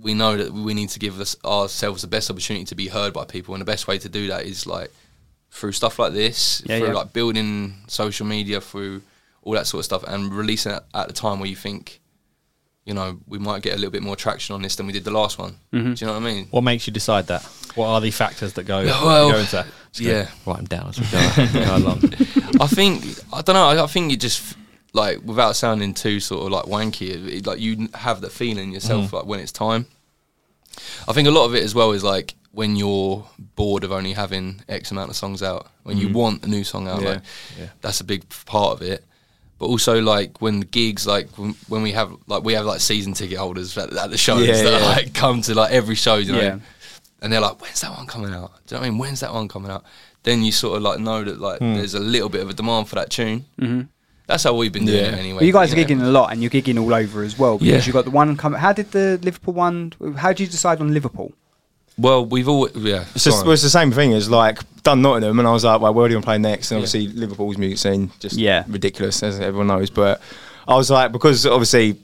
Speaker 6: we know that we need to give us, ourselves the best opportunity to be heard by people, and the best way to do that is like through stuff like this,
Speaker 4: Yeah,
Speaker 6: through
Speaker 4: yeah.
Speaker 6: like building social media, through all that sort of stuff, and releasing it at the time where you think, you know, we might get a little bit more traction on this than we did the last one.
Speaker 4: Mm-hmm.
Speaker 6: Do you know what I mean?
Speaker 3: What makes you decide that? What are the factors that go,
Speaker 6: Well,
Speaker 3: go into that? Just go
Speaker 6: yeah.
Speaker 3: Write them down as we go, go
Speaker 6: (laughs)
Speaker 3: along.
Speaker 6: I think I don't know. I, I think you just like without sounding too sort of like wanky, it- it, like you n- have the feeling
Speaker 5: Mm.
Speaker 6: yourself like when it's time. I think a lot of it as well is like when you're bored of only having X amount of songs out, when you want a new song out,
Speaker 5: Mm. Yeah.
Speaker 6: like that's a big part of it. but also like when the gigs, like when, when we have like we have like season ticket holders at, at the shows
Speaker 5: Yeah,
Speaker 6: that
Speaker 5: yeah.
Speaker 6: like come to like every show, you know,
Speaker 4: Yeah.
Speaker 6: and they're like, when's that one coming out? Do you know what I mean? When's that one coming out? Then you sort of like know that like
Speaker 5: Hmm.
Speaker 6: there's a little bit of a demand for that tune. Mm-hmm. That's how we've been doing
Speaker 5: Yeah.
Speaker 6: it anyway.
Speaker 4: Well, you guys are
Speaker 6: know.
Speaker 4: gigging a lot, and you're gigging all over as well because
Speaker 6: Yeah.
Speaker 4: you got the one. Come, how did the Liverpool one? How did you decide on Liverpool?
Speaker 6: Well, we've all yeah.
Speaker 5: It's, just, well, it's the same thing as like done Nottingham, and I was like, well, where do you want to play next? And obviously, Liverpool's music scene just
Speaker 4: Yeah.
Speaker 5: ridiculous, as everyone knows. But I was like, because obviously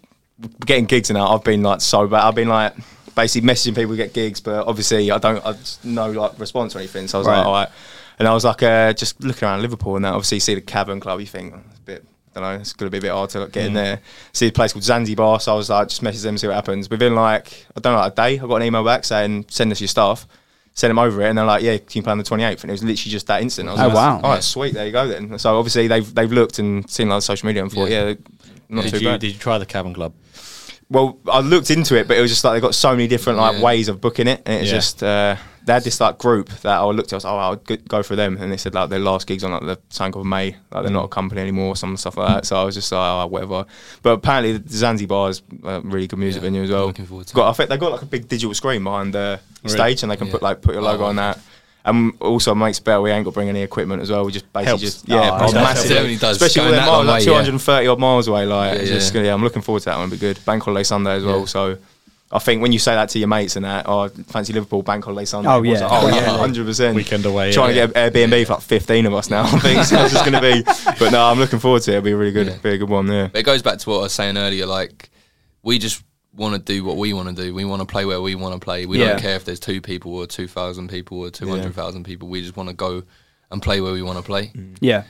Speaker 5: getting gigs and that, I've been like so bad. I've been like basically messaging people to get gigs, but obviously I don't, I just no like response or anything. So I was
Speaker 4: Right.
Speaker 5: like, all right. And I was like, uh, just looking around Liverpool and that, obviously see the Cavern Club, you think "Oh, it's a bit. I don't know, it's going to be a bit hard to like, get in there. See a place called Zanzibar, so I was like, just message them, see what happens. Within like, I don't know, like a day, I got an email back saying, send us your stuff sent him over it, and they're like, "Yeah, can you play on the 28th?" And it was literally just that instant. I was
Speaker 4: Oh,
Speaker 5: like,
Speaker 4: wow.
Speaker 5: All right, sweet. There you go then. So obviously they've they've looked and seen like social media and thought,
Speaker 6: Yeah.
Speaker 5: "Yeah, not
Speaker 3: Did
Speaker 5: too
Speaker 3: you,
Speaker 5: bad."
Speaker 3: did you try the Cavern Club?
Speaker 5: well, I looked into it, but it was just like they got so many different like
Speaker 6: Yeah.
Speaker 5: ways of booking it, and it's
Speaker 3: Yeah.
Speaker 5: just uh, they had this like group that I looked at. I was like, "Oh, I'll go- go for them," and they said like their last gigs on like the something called May, like
Speaker 6: Mm.
Speaker 5: they're not a company anymore or some stuff like that. So I was just like, oh, whatever. But apparently Zanzibar is a really good music
Speaker 6: Yeah,
Speaker 5: venue as well.
Speaker 6: looking forward to
Speaker 5: got, I think they got like a big digital screen behind the
Speaker 3: Really?
Speaker 5: stage, and they can put
Speaker 6: Yeah.
Speaker 5: like put your
Speaker 6: Oh,
Speaker 5: logo on that. And also it makes better. We ain't got to bring any equipment as well. We just basically
Speaker 3: Helps.
Speaker 5: just
Speaker 3: Oh,
Speaker 5: yeah,
Speaker 3: helps.
Speaker 5: massive.
Speaker 6: Definitely does.
Speaker 5: Especially
Speaker 6: Going
Speaker 5: all their
Speaker 6: that long
Speaker 5: miles, like
Speaker 6: way,
Speaker 5: two
Speaker 6: yeah.
Speaker 5: hundred and thirty odd miles away. Like
Speaker 6: Yeah,
Speaker 5: it's just
Speaker 6: yeah.
Speaker 5: yeah, I'm looking forward to that one. It'll be good. Bank holiday Sunday as well.
Speaker 6: Yeah.
Speaker 5: So I think when you say that to your mates and that, oh, fancy Liverpool bank holiday Sunday.
Speaker 4: Oh,
Speaker 5: I was
Speaker 4: yeah.
Speaker 5: like, oh yeah, hundred percent.
Speaker 3: Weekend away,
Speaker 5: Trying
Speaker 3: yeah.
Speaker 5: to get an Airbnb for like fifteen of us now. (laughs) I think so it's just going to be. But no, I'm looking forward to it. It'll be a really good,
Speaker 6: Yeah.
Speaker 5: be a good one. Yeah.
Speaker 6: But it goes back to what I was saying earlier. Like, we just want to do what we want to do. We want to play where we want to play. We
Speaker 4: Yeah.
Speaker 6: don't care if there's two people or two thousand people or two hundred thousand people. We just want to go and play where we want to play.
Speaker 5: Hmm.
Speaker 4: Yeah,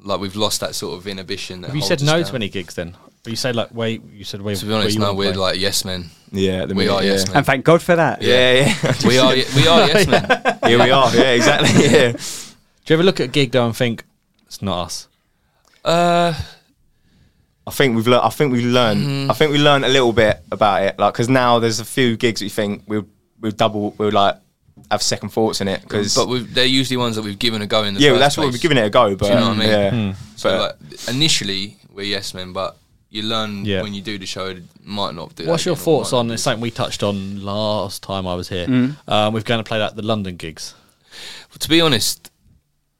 Speaker 6: Like we've lost that sort of inhibition. That
Speaker 3: Have you
Speaker 6: holds
Speaker 3: said
Speaker 6: us
Speaker 3: no
Speaker 6: down.
Speaker 3: to any gigs then? Or you said like wait, you said wait.
Speaker 6: To be honest,
Speaker 3: where you
Speaker 6: no,
Speaker 3: wanna
Speaker 6: we're
Speaker 3: play?
Speaker 6: like
Speaker 3: (laughs)
Speaker 6: yes men.
Speaker 5: Yeah, at the
Speaker 6: We
Speaker 5: minute,
Speaker 6: are
Speaker 5: yeah.
Speaker 6: yes men.
Speaker 4: and thank God for that.
Speaker 5: Yeah, yeah.
Speaker 6: We are we
Speaker 3: (laughs)
Speaker 6: are yes men.
Speaker 5: Here we are. Yeah, (laughs) exactly.
Speaker 6: (laughs)
Speaker 5: Yeah.
Speaker 3: Do you ever look at a gig though and think it's not us?
Speaker 6: Uh,
Speaker 5: I think we've learned. I think we learned.
Speaker 6: Mm-hmm.
Speaker 5: I think we learned a little bit about it. Like, because now there's a few gigs we think we'll we'll double. We'll like have second thoughts in it because
Speaker 6: but we've, they're usually ones that we've given a go in the
Speaker 5: yeah,
Speaker 6: first
Speaker 5: well, that's
Speaker 6: place.
Speaker 5: what we're giving it a go. But
Speaker 6: you know what I mean?
Speaker 5: yeah,
Speaker 3: Hmm.
Speaker 6: So
Speaker 5: but-
Speaker 6: like, initially we're yes men, but you learn
Speaker 3: Yeah.
Speaker 6: when you do the show it might not do. that
Speaker 3: What's your
Speaker 6: again, or
Speaker 3: thoughts
Speaker 6: might-
Speaker 3: on? It's something we touched on last time I was here.
Speaker 6: Mm-hmm.
Speaker 3: Um, we're going to play like the London gigs.
Speaker 6: to be honest,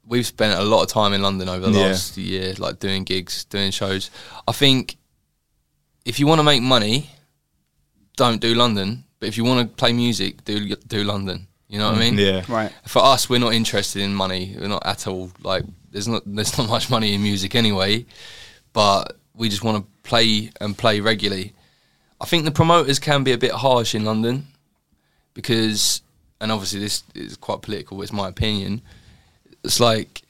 Speaker 6: we've spent a lot of time in London over the
Speaker 5: Yeah.
Speaker 6: last year, like doing gigs, doing shows. I think if you want to make money, don't do London. But if you want to play music, do do London. You know what I mean?
Speaker 5: yeah,
Speaker 4: Right.
Speaker 6: For us, we're not interested in money. We're not at all. Like there's not there's not much money in music anyway. But we just want to play and play regularly. I think the promoters can be a bit harsh in London because, and obviously this is quite political. It's my opinion. It's like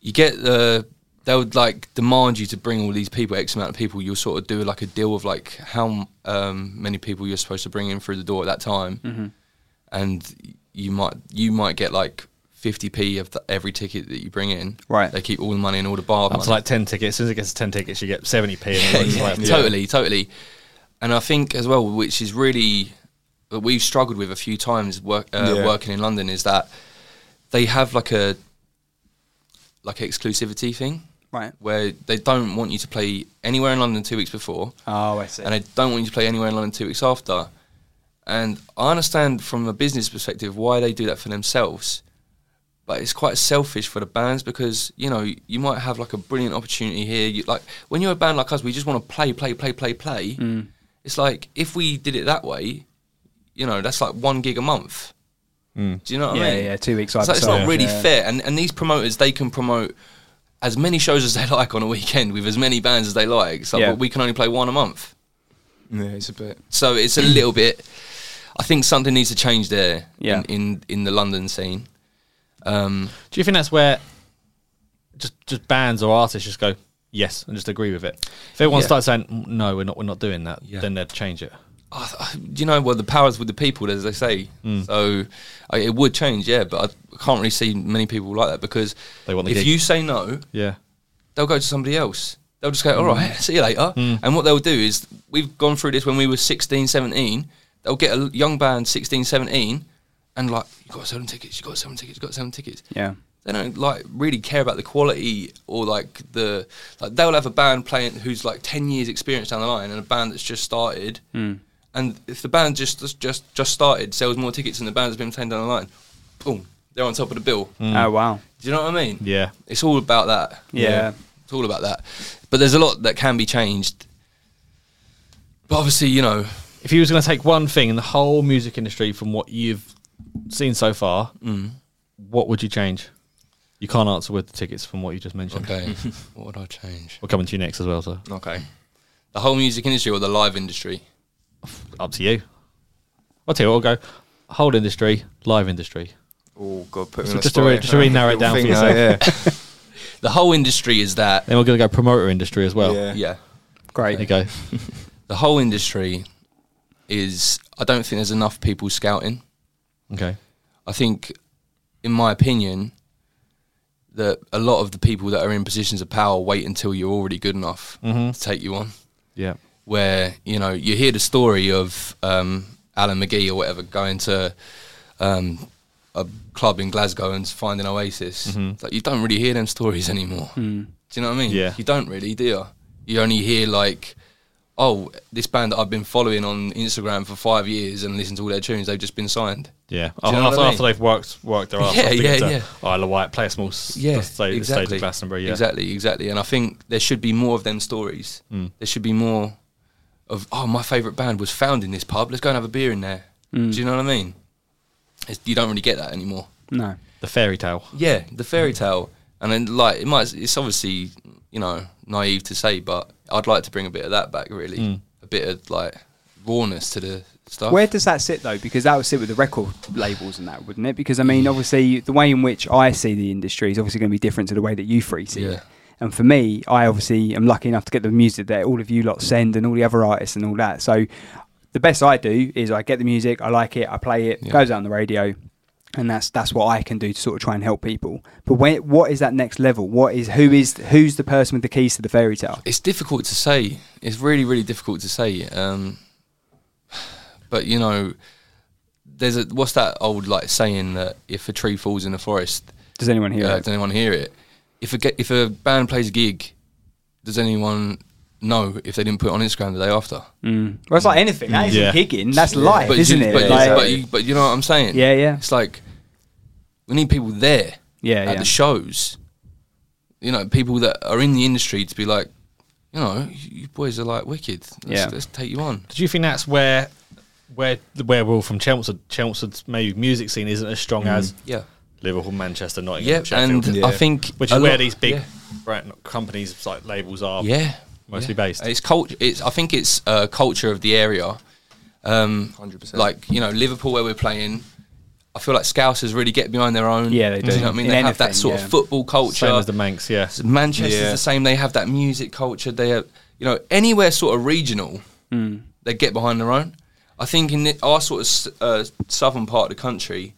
Speaker 6: you get the they would like demand you to bring all these people, X amount of people. You'll sort of do like a deal of like how um, many people you're supposed to bring in through the door at that time, and you might you might get like. 50p of th- every ticket that you bring in.
Speaker 4: Right.
Speaker 6: They keep all the money in all the bar
Speaker 3: Up
Speaker 6: money.
Speaker 3: to like ten tickets. As soon as it gets to ten tickets, you get seventy p.
Speaker 6: (laughs)
Speaker 3: And all that. It's like,
Speaker 6: Totally, totally. And I think as well, which is really that we've struggled with a few times work, uh,
Speaker 5: Yeah.
Speaker 6: working in London, is that they have like a like an exclusivity thing,
Speaker 4: Right.
Speaker 6: Where they don't want you to play anywhere in London two weeks before,
Speaker 4: Oh, I see.
Speaker 6: and they don't want you to play anywhere in London two weeks after. And I understand from a business perspective why they do that for themselves, but it's quite selfish for the bands because you know you might have like a brilliant opportunity here. You, like when you're a band like us, we just want to play, play, play, play, play.
Speaker 4: Mm.
Speaker 6: It's like if we did it that way, you know, that's like one gig a month. Do you know what
Speaker 4: yeah,
Speaker 6: I mean?
Speaker 4: yeah, two weeks.
Speaker 6: So it's
Speaker 4: either
Speaker 6: not
Speaker 4: side.
Speaker 6: really
Speaker 4: Yeah.
Speaker 6: fair. And and these promoters, they can promote as many shows as they (laughs) like on a weekend with as many bands as they like. So
Speaker 4: Yeah.
Speaker 6: but we can only play one a month.
Speaker 5: yeah, it's a bit.
Speaker 6: So it's a little bit. I think something needs to change there.
Speaker 4: Yeah.
Speaker 6: In in, in the London scene. Um,
Speaker 3: Do you think that's where just just bands or artists just go yes and just agree with it? If everyone
Speaker 6: Yeah.
Speaker 3: starts saying "Mm, no, we're not we're not doing that,
Speaker 6: Yeah.
Speaker 3: then they'd change it.
Speaker 6: I- I- you know, well, the powers with the people, as they say.
Speaker 3: Hmm.
Speaker 6: So I, it would change, yeah. But I can't really see many people like that because
Speaker 3: They want the
Speaker 6: if
Speaker 3: gig.
Speaker 6: you say no,
Speaker 3: Yeah.
Speaker 6: they'll go to somebody else. They'll just go, all right, see you later.
Speaker 3: Hmm.
Speaker 6: And what they'll do is, we've gone through this when we were 16, 17. They'll get a young band, 16, 17, and like, you got seven tickets, you got seven tickets, you got seven tickets.
Speaker 4: Yeah.
Speaker 6: they don't like really care about the quality or like the like they'll have a band playing who's like ten years experience down the line and a band that's just started. And if the band just just- just just started sells more tickets than the band that's been playing down the line, boom, they're on top of the bill.
Speaker 4: Oh wow.
Speaker 6: Do you know what I mean?
Speaker 3: Yeah.
Speaker 6: It's all about that.
Speaker 4: Yeah.
Speaker 6: It's all about that. But there's a lot that can be changed. But obviously, you know,
Speaker 3: If you was going to take one thing in the whole music industry from what you've seen so far, what would you change? You can't answer with the tickets from what you just mentioned.
Speaker 6: okay, (laughs) what would I change?
Speaker 3: We're coming to you next as well, so
Speaker 5: Okay.
Speaker 6: The whole music industry or the live industry?
Speaker 3: up to you. I'll tell you what, I'll go whole industry, live industry.
Speaker 5: Oh god, put me
Speaker 3: So
Speaker 5: on the
Speaker 3: just to
Speaker 5: spot
Speaker 3: re-
Speaker 5: here. oh,
Speaker 3: just to re-narrow it down for
Speaker 5: Thing,
Speaker 3: yourself.
Speaker 5: yeah.
Speaker 6: The whole industry is that.
Speaker 3: Then we're going to go promoter industry as well.
Speaker 5: Yeah.
Speaker 6: Yeah.
Speaker 3: There you
Speaker 4: Great.
Speaker 3: go.
Speaker 6: The whole industry is, I don't think there's enough people scouting.
Speaker 3: Okay.
Speaker 6: I think, in my opinion, that a lot of the people that are in positions of power wait until you're already good enough to take you on.
Speaker 3: Yeah.
Speaker 6: where you know you hear the story of um, Alan McGee or whatever going to um, a club in Glasgow and finding Oasis. It's Like you don't really hear them stories anymore. Do you know what I mean?
Speaker 3: Yeah.
Speaker 6: You don't really, do you? You only hear like, oh, this band that I've been following on Instagram for five years and listened to all their tunes. They've just been signed.
Speaker 3: Yeah.
Speaker 6: you know what
Speaker 3: after,
Speaker 6: I mean?
Speaker 3: after they've worked worked
Speaker 6: (laughs)
Speaker 3: their ass
Speaker 6: Yeah,
Speaker 3: off to
Speaker 6: yeah,
Speaker 3: get to
Speaker 6: yeah.
Speaker 3: Isle of Wight, play a small s-
Speaker 6: yeah,
Speaker 3: stage,
Speaker 6: exactly.
Speaker 3: stage of Glastonbury. Yeah.
Speaker 6: Exactly, exactly. And I think there should be more of them stories.
Speaker 3: Mm.
Speaker 6: There should be more of oh, my favourite band was found in this pub. Let's go and have a beer in there. Do you know what I mean? It's, you don't really get that anymore.
Speaker 4: No.
Speaker 3: The fairy tale.
Speaker 6: Yeah, the fairy tale, and then like it might. It's obviously you know naive to say, but I'd like to bring a bit of that back. Really,
Speaker 3: Mm.
Speaker 6: a bit of like rawness to the stuff.
Speaker 4: Where does that sit though? Because that would sit with the record labels and that, wouldn't it? Because I mean, obviously, the way in which I see the industry is obviously going to be different to the way that you three see
Speaker 6: Yeah.
Speaker 4: it. And for me, I obviously am lucky enough to get the music that all of you lot send and all the other artists and all that. So the best I do is I get the music, I like it, I play it,
Speaker 6: Yeah.
Speaker 4: goes out on the radio, and that's that's what I can do to sort of try and help people. But when, what is that next level? What is who is who's the person with the keys to the fairy tale?
Speaker 6: it's difficult to say. It's really, really difficult to say. Um, but you know, there's a what's that old like saying that if a tree falls in the forest,
Speaker 4: Does anyone hear
Speaker 6: uh,
Speaker 4: it?
Speaker 6: does anyone hear it? If a ge- if a band plays a gig, does anyone know if they didn't put it on Instagram the day after?
Speaker 4: Well, it's like anything. That isn't
Speaker 3: Yeah.
Speaker 4: gigging. That's life,
Speaker 6: but
Speaker 4: isn't
Speaker 6: you,
Speaker 4: it?
Speaker 6: But,
Speaker 4: Like-
Speaker 6: you, but, you, but you know what I'm saying?
Speaker 4: Yeah, yeah.
Speaker 6: It's like we need people there.
Speaker 4: Yeah,
Speaker 6: at
Speaker 4: yeah.
Speaker 6: the shows. You know, people that are in the industry to be like, you know, you boys are like wicked. Let's,
Speaker 4: Yeah.
Speaker 6: let's take you on.
Speaker 3: Do you think that's where where where we're all from Chelmsford? Chelmsford's maybe music scene isn't as strong as
Speaker 6: Mm. Yeah.
Speaker 3: Liverpool, Manchester, Nottingham,
Speaker 6: Yeah, and
Speaker 3: Sheffield,
Speaker 5: Yeah.
Speaker 6: I think
Speaker 3: which
Speaker 6: a
Speaker 3: is where
Speaker 6: lot-
Speaker 3: these big
Speaker 6: yeah.
Speaker 3: brand companies like labels are.
Speaker 6: yeah
Speaker 3: mostly
Speaker 6: yeah.
Speaker 3: based.
Speaker 6: It's culture. It's I think it's uh, culture of the area.
Speaker 3: (laughs)
Speaker 6: Um,
Speaker 5: 100%.
Speaker 6: Like you know Liverpool where we're playing. I feel like Scousers really get behind their own.
Speaker 4: Yeah, they
Speaker 6: You
Speaker 4: do.
Speaker 6: know what I mean?
Speaker 4: In
Speaker 6: they have
Speaker 4: anything,
Speaker 6: that sort
Speaker 4: yeah.
Speaker 6: of football culture.
Speaker 3: same as the Manx. Yeah,
Speaker 6: Manchester's
Speaker 5: Yeah.
Speaker 6: the same. They have that music culture. They have, you know, anywhere sort of regional, they get behind their own. I think in the, our sort of s- uh, southern part of the country,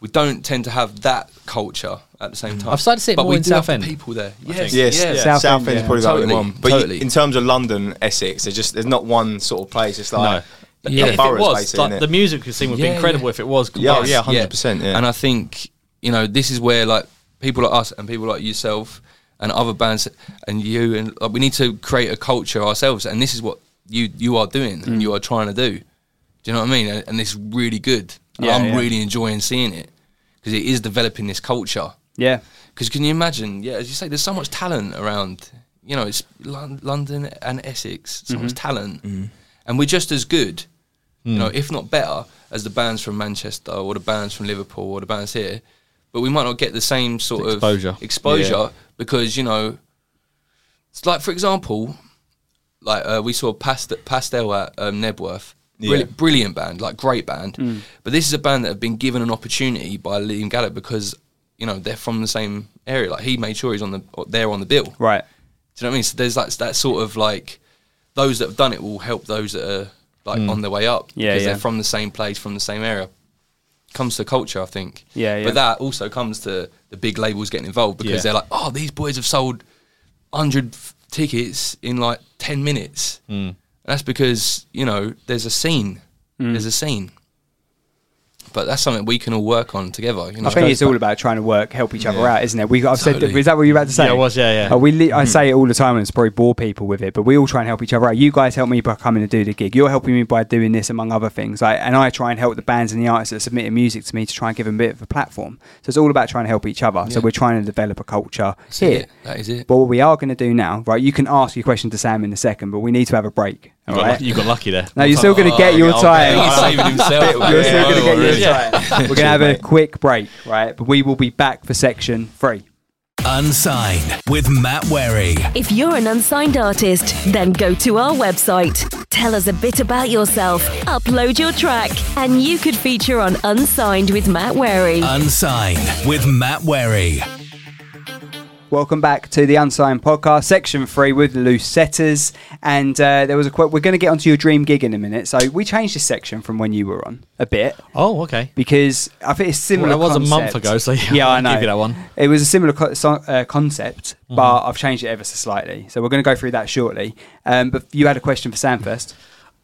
Speaker 6: we don't tend to have that culture at the same
Speaker 3: Hmm.
Speaker 6: time.
Speaker 3: I've started to see it
Speaker 6: but
Speaker 3: more
Speaker 6: we
Speaker 3: in
Speaker 6: do have the
Speaker 3: Southend,
Speaker 6: people there.
Speaker 3: I
Speaker 6: Yes,
Speaker 3: think.
Speaker 5: Yes,
Speaker 6: yeah.
Speaker 5: yeah.
Speaker 4: South
Speaker 5: South
Speaker 4: End,
Speaker 5: End is
Speaker 4: yeah.
Speaker 5: probably
Speaker 6: Totally,
Speaker 5: the only one. But you-
Speaker 6: totally.
Speaker 5: in terms of London, Essex, there's just there's not one sort of place. It's like
Speaker 3: no.
Speaker 5: the
Speaker 6: Yeah.
Speaker 3: if it
Speaker 5: boroughs,
Speaker 3: was,
Speaker 5: basically,
Speaker 3: like,
Speaker 5: innit?
Speaker 3: the music scene would be
Speaker 6: Yeah,
Speaker 3: incredible
Speaker 6: yeah.
Speaker 3: if it was. Oh,
Speaker 5: Yeah,
Speaker 3: combined.
Speaker 5: yeah. 100%, yeah.
Speaker 6: And I think you know this is where like people like us and people like yourself and other bands and you and like, we need to create a culture ourselves. And this is what you you are doing
Speaker 4: Mm.
Speaker 6: and you are trying to do. Do you know what I mean? And, and it's really good. And
Speaker 4: Yeah,
Speaker 6: I'm
Speaker 4: yeah.
Speaker 6: really enjoying seeing it because it is developing this culture.
Speaker 4: yeah.
Speaker 6: Because can you imagine? Yeah, as you say, there's so much talent around. You know, it's Lon- London and Essex, so much talent, and we're just as good, you know, if not better, as the bands from Manchester or the bands from Liverpool or the bands here. But we might not get the same sort
Speaker 3: Exposure.
Speaker 6: of exposure because you know, it's like for example, like uh, we saw Past- Pastel at um, Nebworth. Brill-
Speaker 5: Yeah.
Speaker 6: Brilliant band, like great band. But this is a band that have been given an opportunity by Liam Gallagher because you know they're from the same area. Like he made sure he's on the or they're on the bill.
Speaker 4: Right.
Speaker 6: Do you know what I mean? So there's that that sort of like those that have done it will help those that are like on their way up
Speaker 4: Hmm. Yeah,
Speaker 6: because
Speaker 4: yeah.
Speaker 6: they're from the same place, from the same area. Comes to culture, I think.
Speaker 4: Yeah, yeah.
Speaker 6: But that also comes to the big labels getting involved because
Speaker 3: Yeah.
Speaker 6: they're like, oh, these boys have sold hundred tickets in like ten minutes.
Speaker 4: Hmm. Hmm.
Speaker 6: That's because you know there's a scene. There's a scene. But that's something we can all work on together. You know?
Speaker 4: I think it's all about trying to work, help each other
Speaker 6: Yeah.
Speaker 4: out, isn't it? We, I've said,
Speaker 6: Totally.
Speaker 4: is that what you were about to say?
Speaker 3: Yeah, it was, yeah, yeah.
Speaker 4: Uh, we, li- I say it all the time, and it's probably bore people with it, but we all try and help each other out. You guys help me by coming to do the gig. You're helping me by doing this, among other things. Like, and I try and help the bands and the artists that submit music to me to try and give them a bit of a platform. So it's all about trying to help each other. So
Speaker 6: Yeah.
Speaker 4: we're trying to develop a culture
Speaker 6: it.
Speaker 4: here.
Speaker 6: That is it.
Speaker 4: But what we are going to do now, right? You can ask your question to Sam in a second, but we need to have a break.
Speaker 3: You
Speaker 4: All
Speaker 3: got,
Speaker 4: right.
Speaker 3: lucky, you got lucky there.
Speaker 4: No, you're still going to
Speaker 6: Oh,
Speaker 4: get your
Speaker 5: okay, okay.
Speaker 4: time.
Speaker 6: He's saving himself. man.
Speaker 4: uh, (laughs) You're still
Speaker 6: Yeah,
Speaker 4: going to get your time.
Speaker 6: really.
Speaker 4: (laughs) We're going to have a quick break, right? But we will be back for section three.
Speaker 1: Unsigned with Matt Wherry.
Speaker 2: If you're an unsigned artist, then go to our website. Tell us a bit about yourself, upload your track, and you could feature on Unsigned with Matt Wary.
Speaker 1: Unsigned with Matt Wherry.
Speaker 4: Welcome back to the Unsigned Podcast, section three with Loose Setters. And uh, there was a quote. We're going to get onto your dream gig in a minute. So we changed this section from when you were on a bit
Speaker 3: Oh, okay.
Speaker 4: because I think it's similar.
Speaker 3: Well, that was a month
Speaker 4: concept.
Speaker 3: ago, so yeah,
Speaker 4: yeah, I
Speaker 3: I'll
Speaker 4: know.
Speaker 3: give you that one. Mm-hmm.
Speaker 4: It was a similar co- so, uh, concept, but I've changed it ever so slightly. So we're going to go through that shortly. Um, but you had a question for Sam first.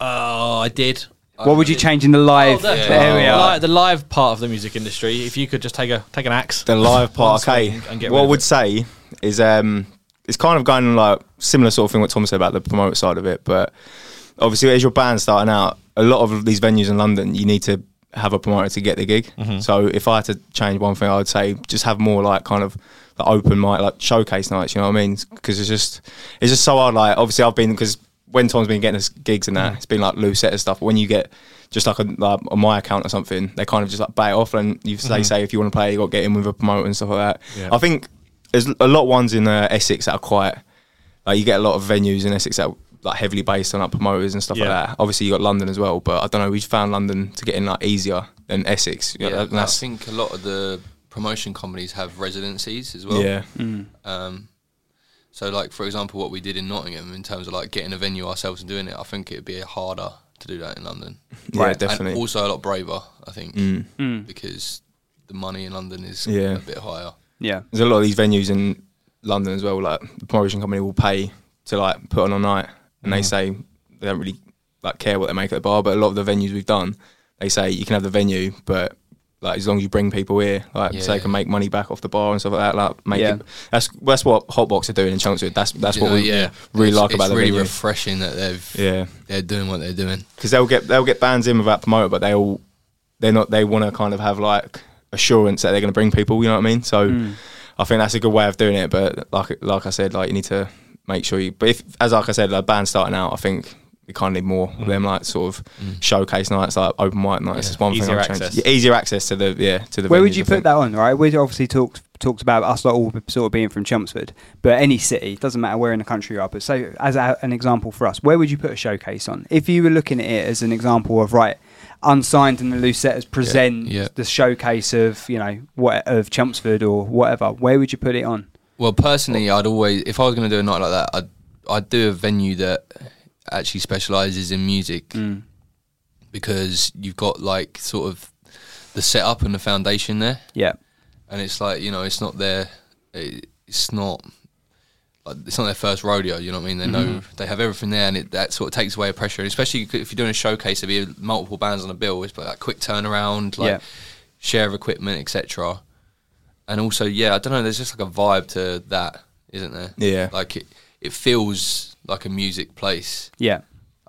Speaker 3: Oh, I did.
Speaker 4: What would you change in the live? there we
Speaker 3: The
Speaker 4: are.
Speaker 3: li- The live part of the music industry. If you could just take a take an axe.
Speaker 5: The live part,
Speaker 3: One
Speaker 5: okay.
Speaker 3: swing and get
Speaker 5: What
Speaker 3: rid
Speaker 5: I
Speaker 3: of
Speaker 5: would
Speaker 3: it.
Speaker 5: say is um, it's kind of going like similar sort of thing what Tom said about the promoter side of it, but obviously as your band starting out, a lot of these venues in London, you need to have a promoter to get the gig. So if I had to change one thing, I would say just have more like kind of the open mic, like showcase nights. You know what I mean? Because it's just it's just so hard. Like obviously I've been because when Tom's been getting us gigs and that, it's been like loose set of stuff. But when you get just like on like, on my account or something, they kind of just like bay it off and you say say if you want to play, you got to get in with a promoter and stuff like that.
Speaker 3: Yeah.
Speaker 5: I think there's a lot of ones in uh, Essex that are quiet. Like you get a lot of venues in Essex that are like heavily based on like promoters and stuff
Speaker 3: Yeah.
Speaker 5: like that. Obviously, you got London as well, but I don't know. We found London to get in like easier than Essex. Yeah,
Speaker 6: Yeah,
Speaker 5: that-
Speaker 6: I
Speaker 5: that's,
Speaker 6: think a lot of the promotion companies have residencies as well.
Speaker 5: yeah,
Speaker 6: Um, so, like for example, what we did in Nottingham in terms of like getting a venue ourselves and doing it, I think it'd be harder to do that in London.
Speaker 5: yeah,
Speaker 4: Right, and
Speaker 5: definitely. Mm.
Speaker 6: And also a lot braver, I think, because the money in London is
Speaker 5: Yeah.
Speaker 6: a bit higher.
Speaker 4: yeah.
Speaker 5: There's a lot of these venues in London as well. Like the promotion company will pay to like put on a night, and
Speaker 6: Mm.
Speaker 5: they say they don't really like care what they make at the bar. But a lot of the venues we've done, they say you can have the venue, but like as long as you bring people here, like so they
Speaker 6: Yeah.
Speaker 5: can make money back off the bar and stuff like that. Like make
Speaker 4: Yeah.
Speaker 5: it, that's that's what Hotbox are doing in Chelmsford. That's that's
Speaker 6: Do you
Speaker 5: what
Speaker 6: know,
Speaker 5: we really
Speaker 6: it's,
Speaker 5: like
Speaker 6: it's
Speaker 5: about the
Speaker 6: really
Speaker 5: venue.
Speaker 6: refreshing that they've
Speaker 5: Yeah.
Speaker 6: they're doing what they're doing.
Speaker 5: because they'll get they'll get bands in without promoter, but they all they're not they want to kind of have like assurance that they're going to bring people. You know what I mean? So I think that's a good way of doing it. But like like I said, like you need to make sure you. But if as like I said, like bands starting out, I think. We kind of need more of them, like sort of showcase nights, like open mic nights. It's one
Speaker 3: Easier
Speaker 5: thing I've changed.
Speaker 3: access.
Speaker 5: Yeah, easier access to the yeah to the.
Speaker 4: Where would
Speaker 5: venues,
Speaker 4: you
Speaker 5: I
Speaker 4: put
Speaker 5: think.
Speaker 4: that on, right? We've obviously talked talked about us lot all sort of being from Chelmsford, but any city doesn't matter where in the country you are. But so, as a, an example for us, where would you put a showcase on if you were looking at it as an example of right, unsigned and the Lucetters present
Speaker 6: Yeah.
Speaker 4: the showcase of you know what of Chelmsford or whatever? Where would you put it on?
Speaker 6: Well, personally, I'd always, if I was going to do a night like that, I'd, I'd do a venue that actually specialises in music because you've got like sort of the setup and the foundation there,
Speaker 4: Yeah,
Speaker 6: and it's like you know, it's not their, it- it's not, like, it's not their first rodeo. You know what I mean? They know
Speaker 4: Mm-hmm.
Speaker 6: they have everything there, and it, that sort of takes away pressure. And especially if you're doing a showcase, there'll be multiple bands on a bill. It's like that quick turnaround, like
Speaker 4: Yeah.
Speaker 6: share of equipment, etc. And also, yeah, I don't know. There's just like a vibe to that, isn't there?
Speaker 5: Yeah.
Speaker 6: like it, it feels like a music place.
Speaker 4: yeah,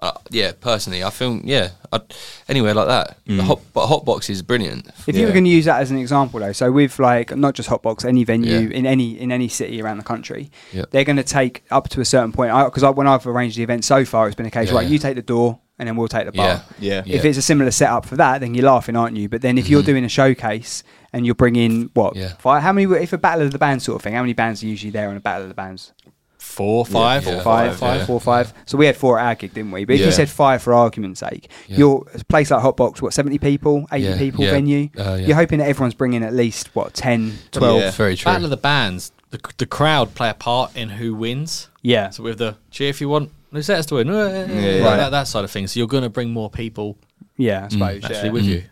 Speaker 6: Uh, yeah, personally, I feel yeah. i anywhere like that. The hot, but Hotbox is brilliant.
Speaker 4: Mm. If you were
Speaker 5: Yeah.
Speaker 4: going to use that as an example, though, so with like not just Hotbox, any venue
Speaker 6: Yeah.
Speaker 4: in any in any city around the country,
Speaker 6: Yeah.
Speaker 4: they're going to take up to a certain point. Because I, when I've arranged the event so far, it's been a case
Speaker 6: Yeah,
Speaker 4: right,
Speaker 6: yeah.
Speaker 4: you take the door and then we'll take the bar.
Speaker 5: Yeah.
Speaker 4: If it's a similar setup for that, then you're laughing, aren't you? But then if you're doing a showcase and you're bringing what?
Speaker 6: Mm-hmm. Yeah.
Speaker 4: Five, how many? If a battle of the bands sort of thing, how many bands are usually there on a battle of the bands?
Speaker 3: Four, five,
Speaker 6: yeah.
Speaker 4: Five,
Speaker 6: Five,
Speaker 4: five,
Speaker 6: yeah.
Speaker 4: four, five. So we had four at our gig, didn't we? But if you
Speaker 6: Yeah.
Speaker 4: said five for argument's sake,
Speaker 6: Yeah.
Speaker 4: your a place like Hotbox, what, 70 people, 80
Speaker 6: Yeah,
Speaker 4: people
Speaker 6: yeah.
Speaker 4: venue?
Speaker 6: Uh, yeah.
Speaker 4: You're hoping that everyone's bringing at least, what, 10, 12?
Speaker 5: Yeah.
Speaker 4: Yeah.
Speaker 6: very true.
Speaker 3: Battle of the bands. The, the crowd play a part in who wins. So with the cheer if you want, who sets to win? Yeah,
Speaker 5: Right.
Speaker 3: that, that side of things. So you're going to bring more people
Speaker 4: Yeah, I
Speaker 6: Mm.
Speaker 4: suppose.
Speaker 3: naturally
Speaker 4: Oh, yeah.
Speaker 3: with you.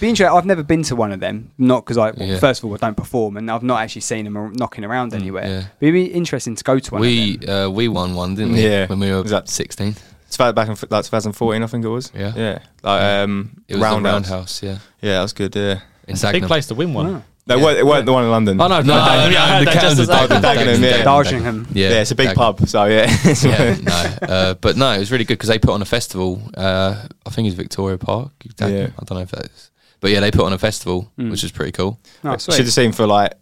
Speaker 4: Be interesting. I've never been to one of them. Not because I, well,
Speaker 6: Yeah. Mm,
Speaker 4: first of all, I don't perform, and I've not actually seen them ar- knocking around anywhere.
Speaker 6: yeah.
Speaker 4: But it'd be interesting to go to one. of them.
Speaker 6: we uh, we won one, didn't we?
Speaker 5: Yeah.
Speaker 6: when we were
Speaker 5: Was that-
Speaker 6: sixteen.
Speaker 5: It's about back in f- like 2014, I think it was.
Speaker 6: Yeah.
Speaker 5: yeah. Like um,
Speaker 6: It was the
Speaker 5: roundhouse.
Speaker 6: Roundhouse, yeah.
Speaker 5: Yeah, that was good. Yeah,
Speaker 6: In
Speaker 3: Big
Speaker 6: Dagenham.
Speaker 3: place to win one.
Speaker 5: no, it weren't- it weren't the one in London.
Speaker 3: Oh no,
Speaker 6: (laughs) No,
Speaker 5: (laughs)
Speaker 6: no,
Speaker 3: yeah, I heard
Speaker 6: the
Speaker 3: that just
Speaker 6: Canada,
Speaker 3: as I-
Speaker 6: Dagenham,
Speaker 5: Dagenham, yeah.
Speaker 4: Dargingham.
Speaker 5: Yeah, it's a big
Speaker 6: Dagenham.
Speaker 5: pub. So yeah,
Speaker 6: (laughs)
Speaker 5: (laughs)
Speaker 6: yeah, no. Uh, but no, it was really good because they put on a festival. Uh, I think it's Victoria Park. Exactly.
Speaker 5: Yeah.
Speaker 6: I don't know if that's. But yeah, they put on a festival, which is pretty cool.
Speaker 4: Oh,
Speaker 5: should have
Speaker 4: sweet.
Speaker 5: seen for like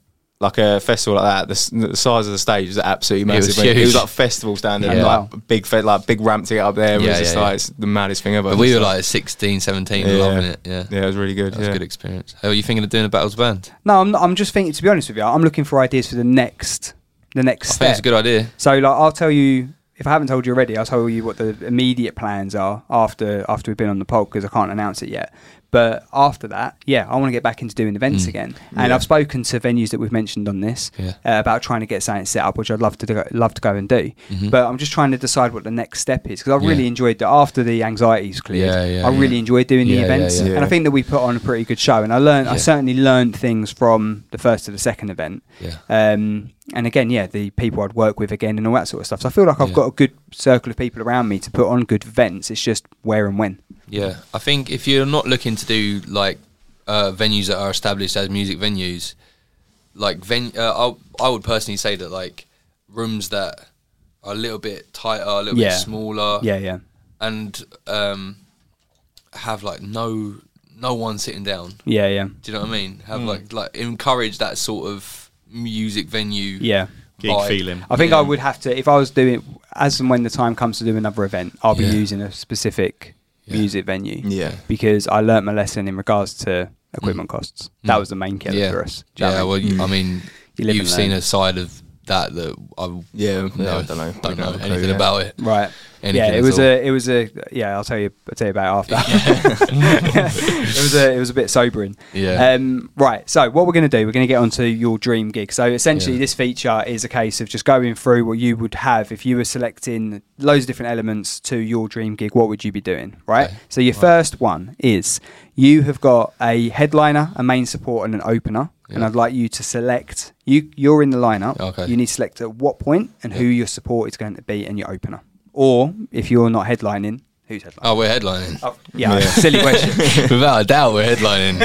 Speaker 5: like a festival like that. The, s- the size of the stage was absolutely
Speaker 6: It was
Speaker 5: massive. It was,
Speaker 6: huge.
Speaker 5: like festival standard,
Speaker 6: Yeah.
Speaker 5: like big fe- like big ramp to get up there. It
Speaker 6: Yeah,
Speaker 5: was just
Speaker 6: yeah,
Speaker 5: like
Speaker 6: yeah.
Speaker 5: it's the maddest thing ever.
Speaker 6: But we
Speaker 5: It's
Speaker 6: were like 16, 17, loving it. Yeah.
Speaker 5: yeah, it was really good.
Speaker 6: That was
Speaker 5: yeah.
Speaker 6: a good experience. How are you thinking of doing a Battles Band?
Speaker 4: No, I'm, not, I'm just thinking. To be honest with you, I'm looking for ideas for the next, the next
Speaker 6: I think it's
Speaker 4: step.
Speaker 6: a good idea.
Speaker 4: So like I'll tell you if I haven't told you already, I'll tell you what the immediate plans are after after we've been on the poll because I can't announce it yet. But after that, yeah, I want to get back into doing events again. And I've spoken to venues that we've mentioned on this
Speaker 6: Mm. Yeah.
Speaker 4: uh, about trying to get something set up, which I'd love to do, love to go and do. But I'm just trying to decide what the next step is because I
Speaker 6: Mm-hmm. Yeah.
Speaker 4: really enjoyed that after the anxiety's cleared.
Speaker 6: Yeah, yeah,
Speaker 4: I really
Speaker 6: yeah.
Speaker 4: enjoyed doing the
Speaker 6: Yeah, yeah,
Speaker 4: events,
Speaker 6: yeah.
Speaker 4: and I think that we put on a pretty good show. And I learned, I
Speaker 6: Yeah.
Speaker 4: certainly learned things from the first to the second event.
Speaker 6: Yeah.
Speaker 4: Um, and again, yeah, the people I'd work with again and all that sort of stuff. So I feel like I've
Speaker 6: Yeah.
Speaker 4: got a good circle of people around me to put on good events. It's just where and when.
Speaker 6: Yeah, I think if you're not looking to do like uh, venues that are established as music venues, like ven- uh, I I would personally say that like rooms that are a little bit tighter, a little
Speaker 4: Yeah.
Speaker 6: bit smaller,
Speaker 4: Yeah, yeah.
Speaker 6: and um, have like no no one sitting down.
Speaker 4: Yeah, yeah.
Speaker 6: Do you know what I mean? Have like like encourage that sort of music venue.
Speaker 4: Yeah.
Speaker 3: Gig
Speaker 6: vibe.
Speaker 3: feeling.
Speaker 4: I think
Speaker 6: Yeah.
Speaker 4: I would have to, if I was doing, as and when the time comes to do another event, I'll be
Speaker 6: Yeah.
Speaker 4: using a specific
Speaker 6: Yeah.
Speaker 4: music venue.
Speaker 5: Yeah.
Speaker 4: Because I learnt my lesson in regards to equipment costs. That was the main killer
Speaker 6: Mm. Yeah,
Speaker 4: for us. Do you know what
Speaker 6: yeah.
Speaker 4: I
Speaker 6: Well,
Speaker 4: mean?
Speaker 6: you I mean,
Speaker 4: You live
Speaker 6: you've
Speaker 4: and
Speaker 6: seen
Speaker 4: learn.
Speaker 6: a side of that that I
Speaker 5: Yeah,
Speaker 6: no,
Speaker 5: yeah, I don't know.
Speaker 6: don't know
Speaker 5: Don't know.
Speaker 6: anything
Speaker 5: Yeah.
Speaker 6: about it.
Speaker 4: Right.
Speaker 6: Anything
Speaker 4: yeah, it
Speaker 6: at
Speaker 4: was
Speaker 6: all.
Speaker 4: a, it was a, yeah. I'll tell you, I'll tell you about it
Speaker 6: (laughs)
Speaker 4: after. it was a, it was a bit sobering.
Speaker 6: Yeah.
Speaker 4: Um, right. So what we're going to do, we're going to get onto your dream gig. So essentially,
Speaker 6: Yeah.
Speaker 4: this feature is a case of just going through what you would have if you were selecting loads of different elements to your dream gig. What would you be doing? Right.
Speaker 6: Okay.
Speaker 4: So your first one is you have got a headliner, a main support, and an opener. And
Speaker 6: Yeah.
Speaker 4: I'd like you to select you. You're in the lineup.
Speaker 6: Okay.
Speaker 4: You need to select at what point and who your support is going to be and your opener. Or if you're not headlining, who's headlining?
Speaker 6: Oh, we're headlining.
Speaker 5: (laughs)
Speaker 4: Oh, yeah, (laughs) silly question.
Speaker 6: Without a doubt, we're headlining.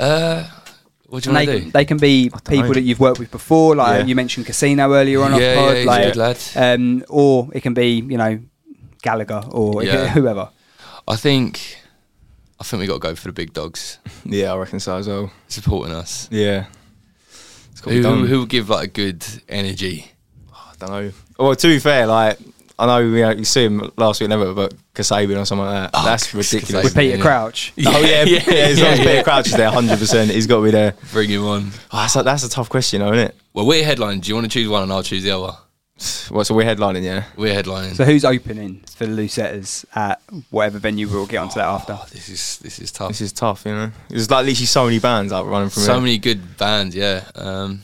Speaker 6: uh, (laughs) what do you
Speaker 4: And
Speaker 6: want to
Speaker 4: they,
Speaker 6: do?
Speaker 4: they can be people that you've worked with before, like
Speaker 5: Yeah.
Speaker 4: you mentioned Casino earlier on.
Speaker 6: Yeah,
Speaker 4: our pod,
Speaker 6: yeah, he's a
Speaker 4: like,
Speaker 6: good lad.
Speaker 4: Um, or it can be you know Gallagher or (laughs) it-
Speaker 6: Yeah.
Speaker 4: whoever.
Speaker 6: I think, I think we got to go for the big dogs
Speaker 5: Yeah, I reckon so as well.
Speaker 6: supporting us.
Speaker 5: Yeah. It's got to
Speaker 6: Who,
Speaker 5: be done.
Speaker 6: who will give like a good energy?
Speaker 5: I don't know. Well, to be fair, like I know you, know, you see him last week, never, but Kasabian or something like that.
Speaker 6: Oh,
Speaker 5: That's ridiculous.
Speaker 4: With
Speaker 6: Cassabian.
Speaker 4: Peter
Speaker 6: Yeah.
Speaker 4: Crouch,
Speaker 5: Oh
Speaker 6: (laughs)
Speaker 5: yeah, (laughs) yeah, as long as
Speaker 6: yeah,
Speaker 5: Peter
Speaker 6: yeah.
Speaker 5: Crouch is there, hundred percent, he's got to be there.
Speaker 6: Bring him on.
Speaker 5: Oh, that's a, that's a tough question, though, isn't it?
Speaker 6: Well, we're headlining. Do you want to choose one, and I'll choose the other?
Speaker 5: Well, so we're headlining, yeah.
Speaker 6: We're headlining.
Speaker 4: so who's opening for the Lucetters at whatever venue we'll get onto that after?
Speaker 6: Oh, this is this is tough.
Speaker 5: This is tough, you know. There's like literally so many bands like running from
Speaker 6: so
Speaker 5: it.
Speaker 6: many good bands. Yeah. Um,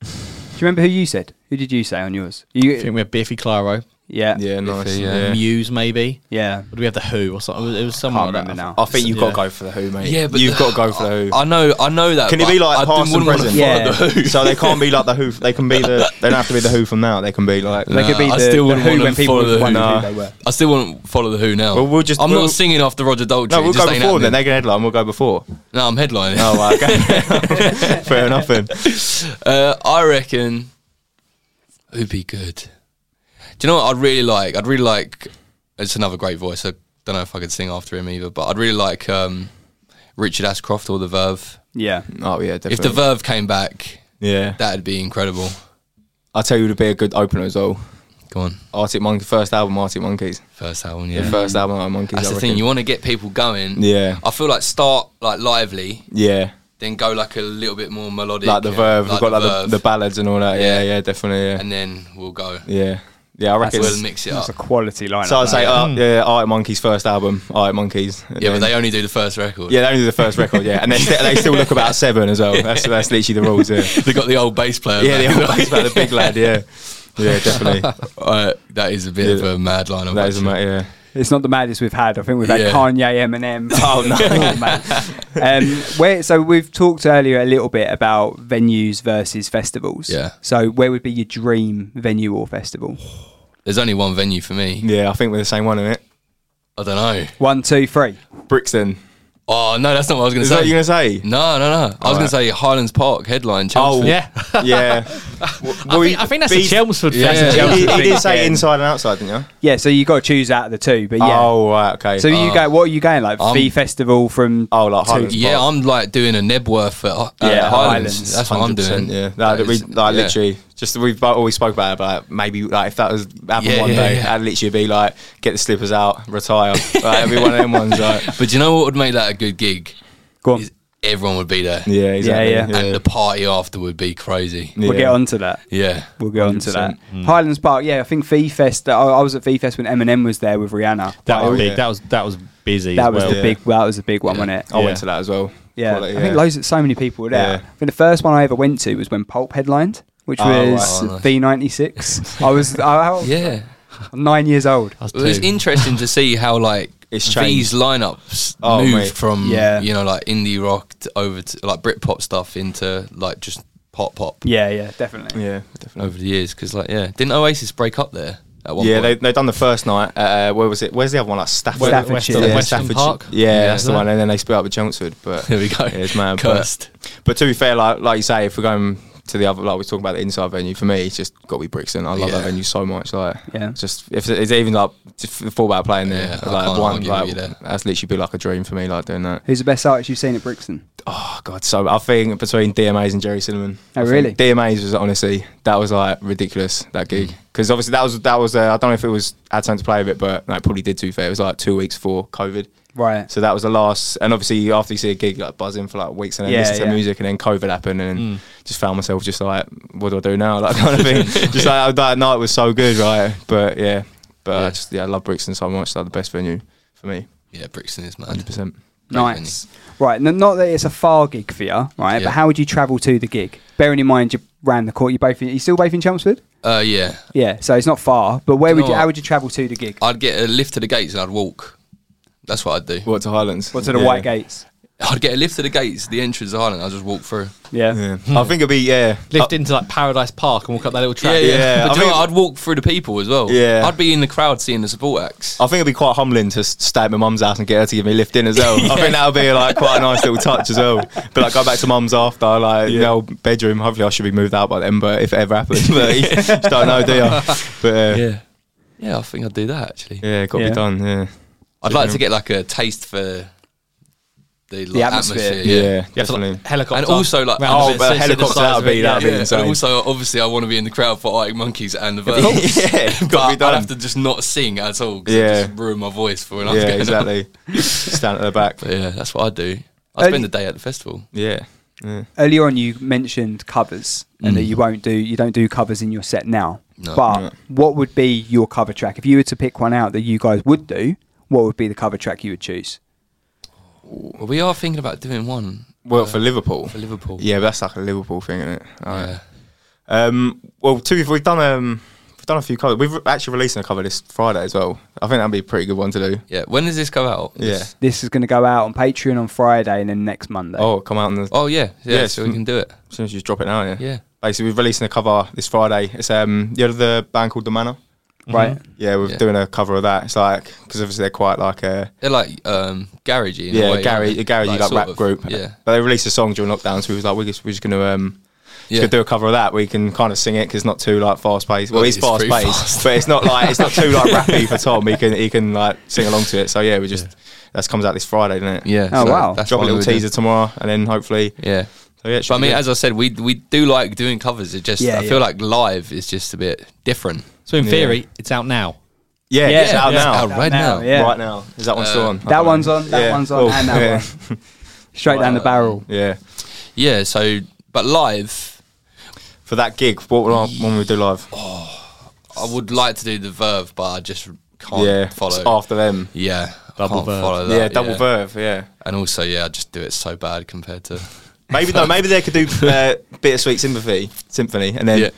Speaker 4: Do you remember who you said? Who did you say on yours? You,
Speaker 3: I think we had Biffy Clyro,
Speaker 4: yeah, yeah,
Speaker 5: Yeah, nice.
Speaker 6: they, uh,
Speaker 5: yeah.
Speaker 3: Muse maybe. Or do we have the Who or something? It was- It was someone.
Speaker 4: Can't
Speaker 3: like
Speaker 4: remember
Speaker 3: that.
Speaker 4: now.
Speaker 5: I think you've got
Speaker 3: Yeah.
Speaker 5: to go for the Who, mate.
Speaker 6: yeah, but
Speaker 5: you've
Speaker 6: the-
Speaker 5: got to go for the Who.
Speaker 6: I know, I know that.
Speaker 5: can it
Speaker 6: but
Speaker 5: be like
Speaker 6: I
Speaker 5: past and
Speaker 6: didn't wouldn't wanna
Speaker 5: present?
Speaker 4: Yeah.
Speaker 6: follow the Who.
Speaker 5: (laughs) so they can't be like the Who. They can be
Speaker 6: (laughs)
Speaker 5: the. They don't have to be the Who from now. They can be like.
Speaker 4: They could be
Speaker 6: I
Speaker 4: the-
Speaker 6: still
Speaker 4: the
Speaker 6: wouldn't
Speaker 4: Who
Speaker 6: wanna
Speaker 4: when people
Speaker 6: follow the Who.
Speaker 4: wondered
Speaker 5: Nah.
Speaker 4: who they were.
Speaker 6: I still wouldn't follow the Who now.
Speaker 5: Well, we'll just-
Speaker 6: I'm
Speaker 5: we'll-
Speaker 6: not singing after Roger Daltrey.
Speaker 5: No,
Speaker 6: it
Speaker 5: we'll
Speaker 6: just
Speaker 5: go
Speaker 6: ain't
Speaker 5: before then.
Speaker 6: happening.
Speaker 5: They can headline. We'll go
Speaker 6: (laughs)
Speaker 5: before.
Speaker 6: No, I'm headlining.
Speaker 5: Oh, wow, okay. (laughs) Fair enough
Speaker 6: (laughs)
Speaker 5: then.
Speaker 6: Uh, I reckon who'd be good. Do you know what I'd really like? I'd really like. It's another great voice. I don't know if I could sing after him either, but I'd really like um, Richard Ashcroft or The Verve.
Speaker 4: Yeah,
Speaker 5: Oh yeah, definitely.
Speaker 6: If The Verve came back,
Speaker 5: yeah,
Speaker 6: that'd be incredible.
Speaker 5: I'll tell you to be a good opener as well.
Speaker 6: Go on,
Speaker 5: Arctic Monkey first album, Arctic Monkeys.
Speaker 6: first album. Yeah,
Speaker 5: First album, Arctic Monkeys.
Speaker 6: that's
Speaker 5: I
Speaker 6: the thing.
Speaker 5: reckon.
Speaker 6: You want to get people going.
Speaker 5: Yeah.
Speaker 6: I feel like start like lively,
Speaker 5: yeah,
Speaker 6: then go like a little bit more melodic.
Speaker 5: like the
Speaker 6: yeah,
Speaker 5: Verve. We've got
Speaker 6: the
Speaker 5: like the,
Speaker 6: Verve,
Speaker 5: the ballads and all that. Yeah,
Speaker 6: Yeah.
Speaker 5: yeah, definitely. Yeah,
Speaker 6: and then we'll go.
Speaker 5: yeah, yeah. I reckon.
Speaker 6: We'll mix it up.
Speaker 4: that's a quality lineup.
Speaker 5: So I'd
Speaker 4: that.
Speaker 5: say, uh, yeah, Arctic Monkeys first album, Arctic Monkeys. and
Speaker 6: Yeah, but
Speaker 5: then-
Speaker 6: they only do the first
Speaker 5: (laughs)
Speaker 6: record.
Speaker 5: Yeah, they only do the first record, yeah, and they, st- they still look about seven as well. That's that's literally the rules.
Speaker 6: (laughs)
Speaker 5: Yeah,
Speaker 6: (laughs) they got the old bass
Speaker 5: (laughs)
Speaker 6: player.
Speaker 5: yeah,
Speaker 6: back.
Speaker 5: the old bass about the big lad. Yeah, yeah,
Speaker 6: (laughs)
Speaker 5: definitely.
Speaker 6: Uh, (laughs) that is a bit of a mad lineup.
Speaker 5: That is a
Speaker 6: actually.
Speaker 5: mate. Yeah,
Speaker 4: It's not the maddest we've had. I think we've had
Speaker 6: Yeah.
Speaker 4: Kanye, Eminem. Oh (laughs) no, um, where, so we've talked earlier a little bit about venues versus festivals.
Speaker 6: Yeah.
Speaker 4: So where would be your dream venue or festival?
Speaker 6: There's only one venue for me.
Speaker 5: Yeah, I think we're the same one, isn't it?
Speaker 6: I don't know.
Speaker 4: One, two, three.
Speaker 5: Brixton.
Speaker 6: Oh no, that's not what I was going to
Speaker 5: Is
Speaker 6: say.
Speaker 5: that what you're gonna say?
Speaker 6: (laughs) No, no, no. I was going to
Speaker 5: Alright.
Speaker 6: say Highlands Park headline.
Speaker 5: Oh,
Speaker 6: Chelmsford.
Speaker 3: Yeah.
Speaker 5: yeah.
Speaker 3: I, think, I think that's a Chelmsford
Speaker 6: Yeah.
Speaker 3: fest.
Speaker 5: He, he
Speaker 4: Big
Speaker 5: did say
Speaker 4: game.
Speaker 5: inside and outside, didn't you?
Speaker 4: Yeah, so you got to choose out of the two, but yeah.
Speaker 5: Oh, right, okay.
Speaker 4: So you go. What are you going like?
Speaker 6: I'm-
Speaker 4: Fee festival from?
Speaker 5: oh, like Highlands
Speaker 6: Yeah,
Speaker 5: Park.
Speaker 6: I'm like doing a Nebworth at uh,
Speaker 4: Yeah,
Speaker 6: Highlands.
Speaker 4: Highlands,
Speaker 6: That's what I'm doing.
Speaker 5: 100%, Yeah, like,
Speaker 6: That
Speaker 5: we,
Speaker 6: is-
Speaker 5: like
Speaker 6: yeah.
Speaker 5: literally, just we've bo- always spoke about it, but like, maybe like if that was happen
Speaker 6: Yeah,
Speaker 5: one
Speaker 6: yeah,
Speaker 5: day,
Speaker 6: yeah.
Speaker 5: I'd literally be like, get the slippers out, retire. like every one of them ones, like
Speaker 6: (laughs) But do you know what would make that a good gig?
Speaker 4: Go on.
Speaker 6: Is everyone would be there.
Speaker 5: yeah, exactly.
Speaker 4: yeah.
Speaker 6: And the party after would be crazy.
Speaker 4: We'll get onto that.
Speaker 6: Yeah.
Speaker 4: We'll get onto that. Highlands Park. Yeah, I think Fee Fest. I, I was at Fee Fest when Eminem was there with Rihanna.
Speaker 3: That,
Speaker 5: Oh,
Speaker 3: was big.
Speaker 5: yeah.
Speaker 3: that was that was busy.
Speaker 4: That
Speaker 3: as
Speaker 4: was
Speaker 3: well.
Speaker 4: the big. That was the big one, wasn't it?
Speaker 5: I
Speaker 3: Yeah.
Speaker 5: went to that as well.
Speaker 4: Yeah.
Speaker 5: Quality,
Speaker 4: I think loads of so many people were there.
Speaker 5: Yeah.
Speaker 4: I think the first one I ever went to was when Pulp headlined, which
Speaker 5: Oh, right.
Speaker 4: was
Speaker 6: Oh, nice.
Speaker 4: V96. I was I, I was
Speaker 6: Yeah.
Speaker 4: nine years old.
Speaker 3: I was
Speaker 6: Well, it's
Speaker 3: two.
Speaker 6: interesting to see how like
Speaker 5: (laughs) It's changed.
Speaker 6: these lineups
Speaker 5: Oh,
Speaker 6: moved
Speaker 5: mate.
Speaker 6: from
Speaker 4: Yeah.
Speaker 6: you know like indie rock to over to like Britpop stuff into like just pop pop
Speaker 4: Yeah, yeah, definitely.
Speaker 5: Yeah, definitely.
Speaker 6: over the years because like yeah didn't Oasis break up there at one
Speaker 5: Yeah, they
Speaker 6: point?
Speaker 5: they done the first night. At, uh, where was it? Where's the other one? Like Stafford.
Speaker 4: West- Staffordshire.
Speaker 5: Yeah,
Speaker 4: Western
Speaker 5: Staffordshire.
Speaker 3: Park.
Speaker 5: Yeah,
Speaker 3: Yeah,
Speaker 5: that's the
Speaker 3: isn't
Speaker 5: one.
Speaker 3: it?
Speaker 5: And then they split up with Chelmsford. But
Speaker 6: There we go.
Speaker 5: Yeah, it's mad.
Speaker 6: Cursed.
Speaker 5: But, but to be fair, like like you say, if we're going to the other, like we're talking about the inside venue, for me, it's just got to be Brixton. I love
Speaker 6: Yeah.
Speaker 5: that venue so much. Like,
Speaker 4: Yeah.
Speaker 5: it's just if it's even like just the fullback playing there,
Speaker 6: Yeah, I
Speaker 5: like
Speaker 6: can't
Speaker 5: one,
Speaker 6: argue
Speaker 5: like
Speaker 6: with you there.
Speaker 5: that's literally be like a dream for me. Like doing that.
Speaker 4: Who's the best artist you've seen at Brixton?
Speaker 5: Oh god, so I think between DMAs and Jerry Cinnamon.
Speaker 4: Oh,
Speaker 5: I think
Speaker 4: really?
Speaker 5: DMAs was honestly that was like ridiculous that
Speaker 4: Hmm.
Speaker 5: gig because obviously that was that was uh, I don't know if it was had time to play with it, but like probably did. To be fair, it was like two weeks for COVID.
Speaker 4: Right.
Speaker 5: So that was the last, and obviously after you see a gig like buzzing for like weeks and then
Speaker 4: Yeah,
Speaker 5: listen to
Speaker 4: yeah. Hmm.
Speaker 5: music, and then COVID happened, and then just found myself just like, what do I do now? (laughs) Like kind
Speaker 4: (laughs)
Speaker 5: of thing. just like that night was so good, right? But yeah, but
Speaker 6: Yeah.
Speaker 5: I just yeah, I love Brixton so much. Like the best venue for me,
Speaker 6: yeah Brixton is mad
Speaker 5: hundred percent.
Speaker 6: Great
Speaker 4: Nice. Right. n- Not that it's a far gig for you, right?
Speaker 6: Yeah.
Speaker 4: But how would you travel to the gig? Bearing in mind you ran the court, you both in, you still both in Chelmsford?
Speaker 6: venue. uh yeah
Speaker 4: Yeah. So it's not far, but where would you,
Speaker 6: No.
Speaker 4: how would you travel to the gig?
Speaker 6: I'd get a lift to the gates and I'd walk that's what I'd do
Speaker 5: What to Highlands?
Speaker 4: Or to the
Speaker 5: Yeah.
Speaker 4: White Gates?
Speaker 6: I'd get a lift to the gates the entrance of Highland I'd just walk through
Speaker 4: Yeah.
Speaker 5: Yeah. I think it'd be yeah.
Speaker 3: Lift into like Paradise Park and walk up that little
Speaker 6: yeah
Speaker 3: track.
Speaker 6: yeah,
Speaker 5: Yeah,
Speaker 6: but
Speaker 5: I
Speaker 6: do you know
Speaker 5: think-
Speaker 6: what? I'd walk through the people as well
Speaker 5: Yeah. Oh.
Speaker 6: I'd be in the crowd seeing the support acts
Speaker 5: I think it'd be quite humbling to s- stay at my mum's house and get her to give me a lift in as well. I think that would be like quite a nice little touch as well. But like go back to mum's after like the old bedroom. Hopefully I should be moved out by then, but if it ever happens, but you just don't know, do you? But uh, yeah.
Speaker 6: yeah yeah I think I'd do that actually
Speaker 5: got to
Speaker 4: Yeah.
Speaker 5: be done. Yeah,
Speaker 6: I'd like to get like a taste for the, like,
Speaker 4: atmosphere.
Speaker 6: atmosphere.
Speaker 5: yeah,
Speaker 6: yeah.
Speaker 3: You have to, like,
Speaker 5: definitely.
Speaker 3: helicopter.
Speaker 6: And also, like,
Speaker 3: round
Speaker 6: oh,
Speaker 3: a bit,
Speaker 5: but
Speaker 3: sit- sit the
Speaker 5: helicopter,
Speaker 3: sides
Speaker 5: that'd
Speaker 3: of it,
Speaker 5: be-
Speaker 3: yeah.
Speaker 5: that'd be-
Speaker 6: Yeah,
Speaker 5: insane.
Speaker 6: And also, obviously, I want to be in the crowd for Arctic Monkeys
Speaker 5: (laughs)
Speaker 6: and the
Speaker 5: (laughs)
Speaker 6: Birds.
Speaker 5: yeah, got to be
Speaker 6: (laughs) But I'd
Speaker 5: done.
Speaker 6: have to just not sing at all because
Speaker 5: Yeah.
Speaker 6: just ruin my voice for when I was
Speaker 5: yeah,
Speaker 6: going on.
Speaker 5: exactly. Stand at the back.
Speaker 6: (laughs) But yeah, that's what I do.
Speaker 4: Uh,
Speaker 6: I spend the day at the festival.
Speaker 5: Yeah, yeah.
Speaker 4: Earlier on, you mentioned covers and that you won't do you don't do covers in your set now.
Speaker 6: No.
Speaker 4: but what would be your cover track if you were to pick one out that you guys would do? What would be the cover track you would choose?
Speaker 6: Well, we are thinking about doing one
Speaker 5: Well, for Liverpool.
Speaker 6: for Liverpool.
Speaker 5: Yeah, but that's like a Liverpool thing, isn't it? Alright.
Speaker 6: Yeah.
Speaker 5: Um, well, two. If we've done um, we've done a few covers. We've actually releasing a cover this Friday as well. I think that'd be a pretty good one to do.
Speaker 6: Yeah. When does this go out?
Speaker 5: Yeah.
Speaker 6: This-
Speaker 4: This is going to go out on Patreon on Friday and then next Monday.
Speaker 5: Oh, come out on the,
Speaker 6: Oh, yeah. Yeah.
Speaker 5: Yes.
Speaker 6: So we can do it.
Speaker 5: as soon as you drop it now. Yeah.
Speaker 6: Yeah.
Speaker 5: Basically, we're releasing a cover this Friday. It's um, you know the band called The Manor.
Speaker 4: right.
Speaker 5: Yeah, we're
Speaker 6: Yeah.
Speaker 5: doing a cover of that. It's like because obviously they're quite like a
Speaker 6: They're like um, garagey. In a
Speaker 5: yeah,
Speaker 6: way,
Speaker 5: Gary,
Speaker 6: aren't they?
Speaker 5: a Gary, like,
Speaker 6: sort
Speaker 5: rap
Speaker 6: of,
Speaker 5: group.
Speaker 6: Yeah.
Speaker 5: but they released a song during lockdown, so we was like, we're just, we're just gonna um,
Speaker 6: Yeah.
Speaker 5: just gonna do a cover of that. We can kind of sing it because it's not too like fast paced. Well,
Speaker 6: Well,
Speaker 5: it's
Speaker 6: it's
Speaker 5: fast
Speaker 6: pretty
Speaker 5: paced,
Speaker 6: fast.
Speaker 5: but it's not like it's not too like
Speaker 6: (laughs)
Speaker 5: rappy for Tom. He can he can like sing along to it. So yeah, we just that comes out this Friday, doesn't it?
Speaker 6: Yeah.
Speaker 4: Oh, wow.
Speaker 6: that's
Speaker 5: drop a
Speaker 6: what
Speaker 5: little
Speaker 6: we do.
Speaker 5: teaser tomorrow, and then hopefully
Speaker 6: Yeah.
Speaker 5: So yeah, it should
Speaker 6: But I
Speaker 5: be
Speaker 6: mean,
Speaker 5: good.
Speaker 6: as I said, we we do like doing covers. It just
Speaker 4: Yeah,
Speaker 6: I
Speaker 4: yeah.
Speaker 6: feel like live is just a bit different.
Speaker 3: So in
Speaker 5: Yeah.
Speaker 3: theory, it's out now.
Speaker 5: yeah,
Speaker 4: Yeah,
Speaker 5: it's out
Speaker 3: yeah.
Speaker 5: now,
Speaker 6: Out right now.
Speaker 4: Yeah.
Speaker 5: right now. Is that one still
Speaker 6: Uh,
Speaker 5: on?
Speaker 4: That one's on. That
Speaker 5: Yeah.
Speaker 4: one's on.
Speaker 5: Oh,
Speaker 4: and that
Speaker 5: yeah.
Speaker 4: one. Straight down the barrel.
Speaker 5: Yeah,
Speaker 6: Yeah. So, but live,
Speaker 5: for that gig, what will I, when we do live?
Speaker 6: I would like to do the Verve, but I just can't
Speaker 5: yeah, it's
Speaker 6: Oh, follow.
Speaker 5: after them.
Speaker 6: Yeah,
Speaker 3: Double
Speaker 6: I can't
Speaker 3: Verve.
Speaker 6: follow that.
Speaker 5: yeah, double verve. Yeah,
Speaker 6: And also, yeah, I just do it so bad compared to.
Speaker 5: maybe no, maybe they could do uh, bittersweet sympathy symphony, and then.
Speaker 6: Yeah.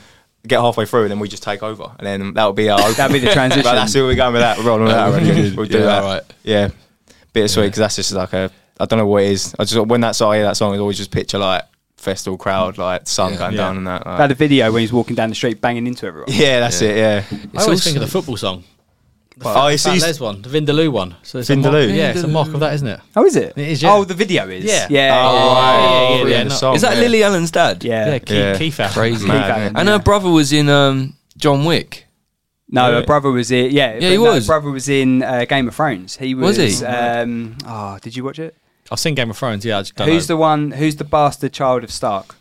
Speaker 5: Get halfway through and then we just take over, and then that would be our.
Speaker 4: That'd be the transition.
Speaker 5: (laughs) But that's where we're going with that. We're rolling with that already. We'll do
Speaker 6: Yeah,
Speaker 5: that.
Speaker 6: alright.
Speaker 5: Yeah, bittersweet because that's just like a. I don't know what it is. I just when that's I hear that song, I always just picture like festival crowd, like sun
Speaker 6: Yeah.
Speaker 5: going
Speaker 3: Yeah.
Speaker 5: down and that. like-
Speaker 4: I had a video when he's walking down the street banging into everyone.
Speaker 5: (laughs) yeah, that's it. Yeah,
Speaker 3: I always think of the football song.
Speaker 5: oh, it's,
Speaker 3: Fat Les
Speaker 5: it's-
Speaker 3: one, the Vindaloo one. So it's a mock-
Speaker 5: Vindaloo?
Speaker 3: yeah, it's a mock of that, isn't it?
Speaker 4: Oh, is it?
Speaker 3: It is, yeah.
Speaker 4: Oh, the video is.
Speaker 3: Yeah.
Speaker 4: Yeah.
Speaker 5: Oh,
Speaker 4: yeah,
Speaker 5: right.
Speaker 3: yeah, yeah, yeah,
Speaker 5: the
Speaker 3: no.
Speaker 5: song,
Speaker 6: Is that
Speaker 5: yeah.
Speaker 6: Lily Allen's dad?
Speaker 4: yeah.
Speaker 3: Yeah, Keith,
Speaker 5: Yeah.
Speaker 3: Keith Allen. (laughs)
Speaker 6: Crazy.
Speaker 5: Mad,
Speaker 4: Keith Allen.
Speaker 5: innit?
Speaker 6: And her brother was in um, John Wick.
Speaker 4: No,
Speaker 5: Yeah.
Speaker 4: her brother was in. Yeah,
Speaker 6: Yeah, he
Speaker 4: no, her
Speaker 6: was.
Speaker 4: brother was in uh, Game of Thrones. He was.
Speaker 6: Was he?
Speaker 4: Um, oh, did you watch it?
Speaker 3: I've seen Game of Thrones. Yeah, I just don't
Speaker 4: who's
Speaker 3: know.
Speaker 4: the one? Who's the bastard child of Stark?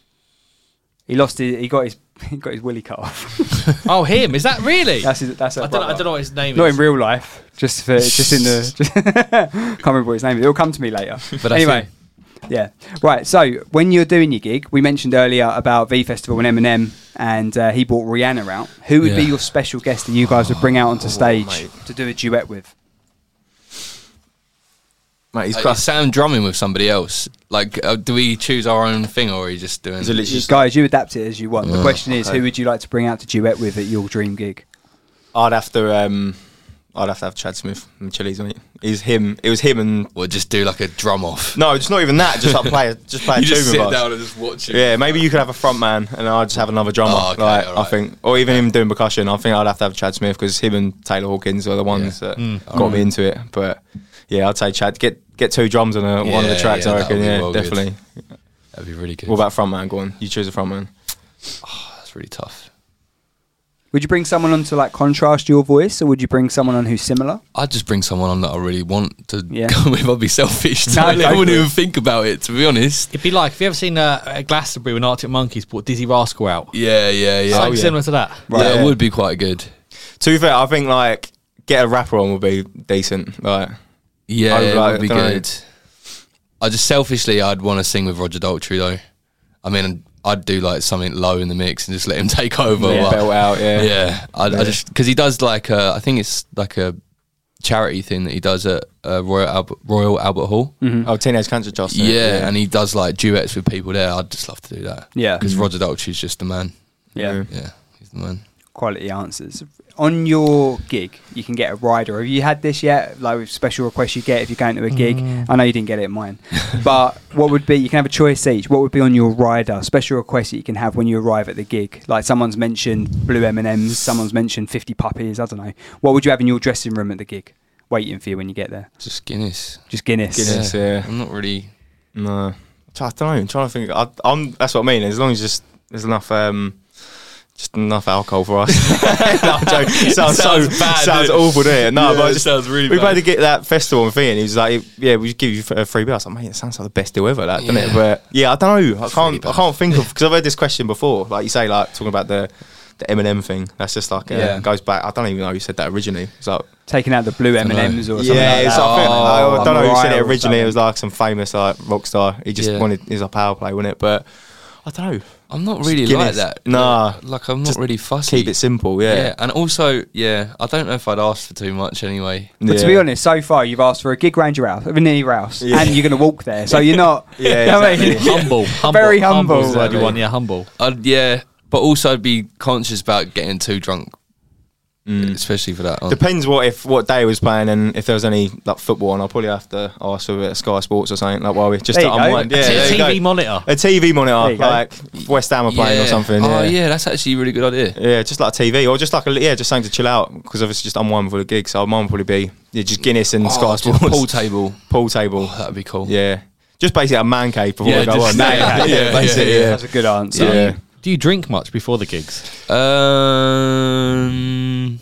Speaker 4: He lost. His, he got his. (laughs) He got his willy cut off. (laughs)
Speaker 3: Oh, him. Is that really?
Speaker 4: That's his, that's. her
Speaker 3: I, don't, I
Speaker 4: brother.
Speaker 3: don't know what his name
Speaker 4: Not
Speaker 3: is.
Speaker 4: in real life. Just for just (laughs) in
Speaker 3: (laughs)
Speaker 4: the. can't remember what his name is. It'll come to me later.
Speaker 6: But that's
Speaker 4: anyway, yeah. Right. So when you're doing your gig, we mentioned earlier about V Festival and Eminem, and uh, he brought Rihanna out. Who would be
Speaker 6: Yeah.
Speaker 4: your special guest that you guys would bring out onto stage
Speaker 5: mate.
Speaker 4: to do a duet with?
Speaker 5: Mate, he's
Speaker 6: Like,
Speaker 5: crushed.
Speaker 6: is Sam drumming with somebody else? Like, uh, do we choose our own thing or are you just doing
Speaker 5: He's literally just-
Speaker 4: Guys, you adapt it as you want. The question is,
Speaker 5: okay.
Speaker 4: who would you like to bring out to duet with at your dream gig?
Speaker 5: I'd have to. Um, I'd have to have Chad Smith and Chili's mate. He's him. It was him and
Speaker 6: or just do like a drum off?
Speaker 5: no, just not even that. Just like play. Just play a
Speaker 6: (laughs) you
Speaker 5: tune
Speaker 6: just
Speaker 5: with
Speaker 6: sit
Speaker 5: us.
Speaker 6: down and just watch it.
Speaker 5: Yeah, maybe you could have a front man, and I'll just have another drummer.
Speaker 6: Oh, okay,
Speaker 5: like, I
Speaker 6: alright.
Speaker 5: think, or even him doing percussion. I think I'd have to have Chad Smith because him and Taylor Hawkins were the ones that got me
Speaker 6: Mm.
Speaker 5: into it. But yeah, I'd say Chad get get two drums on a, one of the
Speaker 6: Yeah,
Speaker 5: tracks.
Speaker 6: yeah,
Speaker 5: I
Speaker 6: that
Speaker 5: reckon.
Speaker 6: would be
Speaker 5: Yeah,
Speaker 6: well good.
Speaker 5: definitely.
Speaker 6: That'd be really good.
Speaker 5: What about front man? Go on, you choose a front man.
Speaker 6: That's really tough.
Speaker 4: Would you bring someone on to like contrast your voice, or would you bring someone on who's similar?
Speaker 6: I'd just bring someone on that I really want to (laughs)
Speaker 4: Yeah.
Speaker 6: go with. I'd be selfish.
Speaker 4: No,
Speaker 6: I
Speaker 4: no.
Speaker 6: wouldn't even think about it, to be honest.
Speaker 3: It'd be like, have you ever seen uh, uh, Glastonbury when Arctic Monkeys brought Dizzy Rascal out?
Speaker 6: Yeah, yeah, yeah.
Speaker 3: Something
Speaker 5: Oh, yeah.
Speaker 3: similar to that.
Speaker 6: Right.
Speaker 5: Yeah.
Speaker 6: That would be quite good.
Speaker 5: To be fair, I think like get a rapper on would be decent. Like,
Speaker 6: Yeah,
Speaker 5: I'd
Speaker 6: it
Speaker 5: like-
Speaker 6: would be
Speaker 5: dunno.
Speaker 6: good. I just selfishly, I'd want to sing with Roger Daltrey though. I mean, I'd do like something low in the mix and just let him (laughs) take over.
Speaker 5: yeah,
Speaker 6: but-
Speaker 5: belt out. Yeah.
Speaker 6: yeah, I, I just because he does like a, I think it's like a charity thing that he does at uh, Royal Albert, Royal Albert Hall.
Speaker 5: Oh, teenage cancer trust.
Speaker 6: Yeah, and he does like duets with people there. I'd just love to do that.
Speaker 4: Yeah.
Speaker 6: because
Speaker 5: Mm-hmm.
Speaker 6: Roger Daltrey's just the man.
Speaker 5: Yeah.
Speaker 6: Yeah, he's the man.
Speaker 4: quality answers. On your gig, you can get a rider. Have you had this yet? Like with special requests you get if you're going to a gig. I know you didn't get it in mine, (laughs) but what would be? You can have a choice each. What would be on your rider? Special requests that you can have when you arrive at the gig. Like someone's mentioned blue M and M's. Someone's mentioned fifty puppies. I don't know. What would you have in your dressing room at the gig, waiting for you when you get there?
Speaker 6: Just Guinness.
Speaker 4: Just Guinness.
Speaker 5: Guinness, yeah.
Speaker 6: I'm not really.
Speaker 5: No, I don't know. I'm trying to think. I, I'm. That's what I mean. As long as just there's enough. um just enough alcohol for us. (laughs) no, I'm
Speaker 6: (laughs)
Speaker 5: joking. Sounds,
Speaker 6: Sounds
Speaker 5: so
Speaker 6: bad,
Speaker 5: Sounds
Speaker 6: doesn't it?
Speaker 5: awful, doesn't it? No,
Speaker 6: Yeah,
Speaker 5: but I
Speaker 6: it
Speaker 5: just,
Speaker 6: sounds really
Speaker 5: We
Speaker 6: bad.
Speaker 5: played to get that festival and thing, and he was like, "Yeah, we give you a free beer." I was like, "Mate, it sounds like the best deal ever, that, doesn't it?"
Speaker 6: Yeah.
Speaker 5: But yeah, I don't know. I
Speaker 6: really
Speaker 5: can't. I
Speaker 6: bad.
Speaker 5: can't think
Speaker 6: (laughs)
Speaker 5: of because I've heard this question before. Like you say, like talking about the the Eminem thing. That's just like uh,
Speaker 6: Yeah.
Speaker 5: goes back. I don't even know who said that originally. It's like
Speaker 4: Taking out the blue M and
Speaker 6: Dunno.
Speaker 4: M's or something.
Speaker 5: yeah,
Speaker 4: like
Speaker 5: it's
Speaker 4: that.
Speaker 5: like, I,
Speaker 4: Oh,
Speaker 5: don't know who said
Speaker 4: Mariah
Speaker 5: it
Speaker 4: or
Speaker 5: originally. It
Speaker 4: something.
Speaker 5: was like some famous like rock star. He just
Speaker 6: Yeah.
Speaker 5: wanted his like, power play, wasn't it? But I don't know.
Speaker 6: I'm not really like
Speaker 5: Guinness.
Speaker 6: that.
Speaker 5: Nah.
Speaker 6: like I'm not
Speaker 5: Just
Speaker 6: really fussy.
Speaker 5: Keep it simple, yeah.
Speaker 6: Yeah, and also, yeah, I don't know if I'd ask for too much anyway.
Speaker 4: But to
Speaker 5: Yeah.
Speaker 4: be honest, so far you've asked for a gig ranger house, anywhere else,
Speaker 5: Yeah.
Speaker 4: and you're going to walk there, so you're not.
Speaker 5: (laughs)
Speaker 4: (laughs)
Speaker 5: Yeah,
Speaker 4: you know what I mean?
Speaker 5: exactly.
Speaker 3: Humble, humble,
Speaker 4: Very humble.
Speaker 3: is the word you
Speaker 5: Exactly.
Speaker 3: want, yeah, humble.
Speaker 6: I'd, yeah, but also I'd be conscious about getting too drunk, especially for that. one.
Speaker 5: Mm. Depends what if what day was playing and if there was any like football, and I'll probably have to ask for a bit of Sky Sports or something like while we just
Speaker 4: There
Speaker 5: to
Speaker 4: you go.
Speaker 5: unwind. Yeah,
Speaker 3: T-
Speaker 5: there you
Speaker 3: TV
Speaker 5: go.
Speaker 3: monitor.
Speaker 5: a TV
Speaker 4: There you
Speaker 5: monitor,
Speaker 4: go.
Speaker 5: like if West Ham are playing or something.
Speaker 6: Oh
Speaker 5: yeah.
Speaker 6: yeah, that's actually a really good idea.
Speaker 5: Yeah, just like a TV or just like a li- yeah, just something to chill out because obviously just unwind before the gig. So mine would probably be yeah, just Guinness and Sky
Speaker 6: Oh, just a
Speaker 5: Sports
Speaker 6: pool table.
Speaker 5: pool table.
Speaker 6: Oh, that'd be cool.
Speaker 5: Yeah, just basically a man cave before
Speaker 6: Yeah,
Speaker 5: we go
Speaker 6: just-
Speaker 3: (laughs)
Speaker 5: on. Man
Speaker 6: yeah,
Speaker 5: cave.
Speaker 6: (laughs) yeah,
Speaker 5: basically. (laughs)
Speaker 6: yeah,
Speaker 5: Yeah,
Speaker 4: That's a good answer.
Speaker 5: yeah.
Speaker 3: Do you drink much before the gigs?
Speaker 6: Um,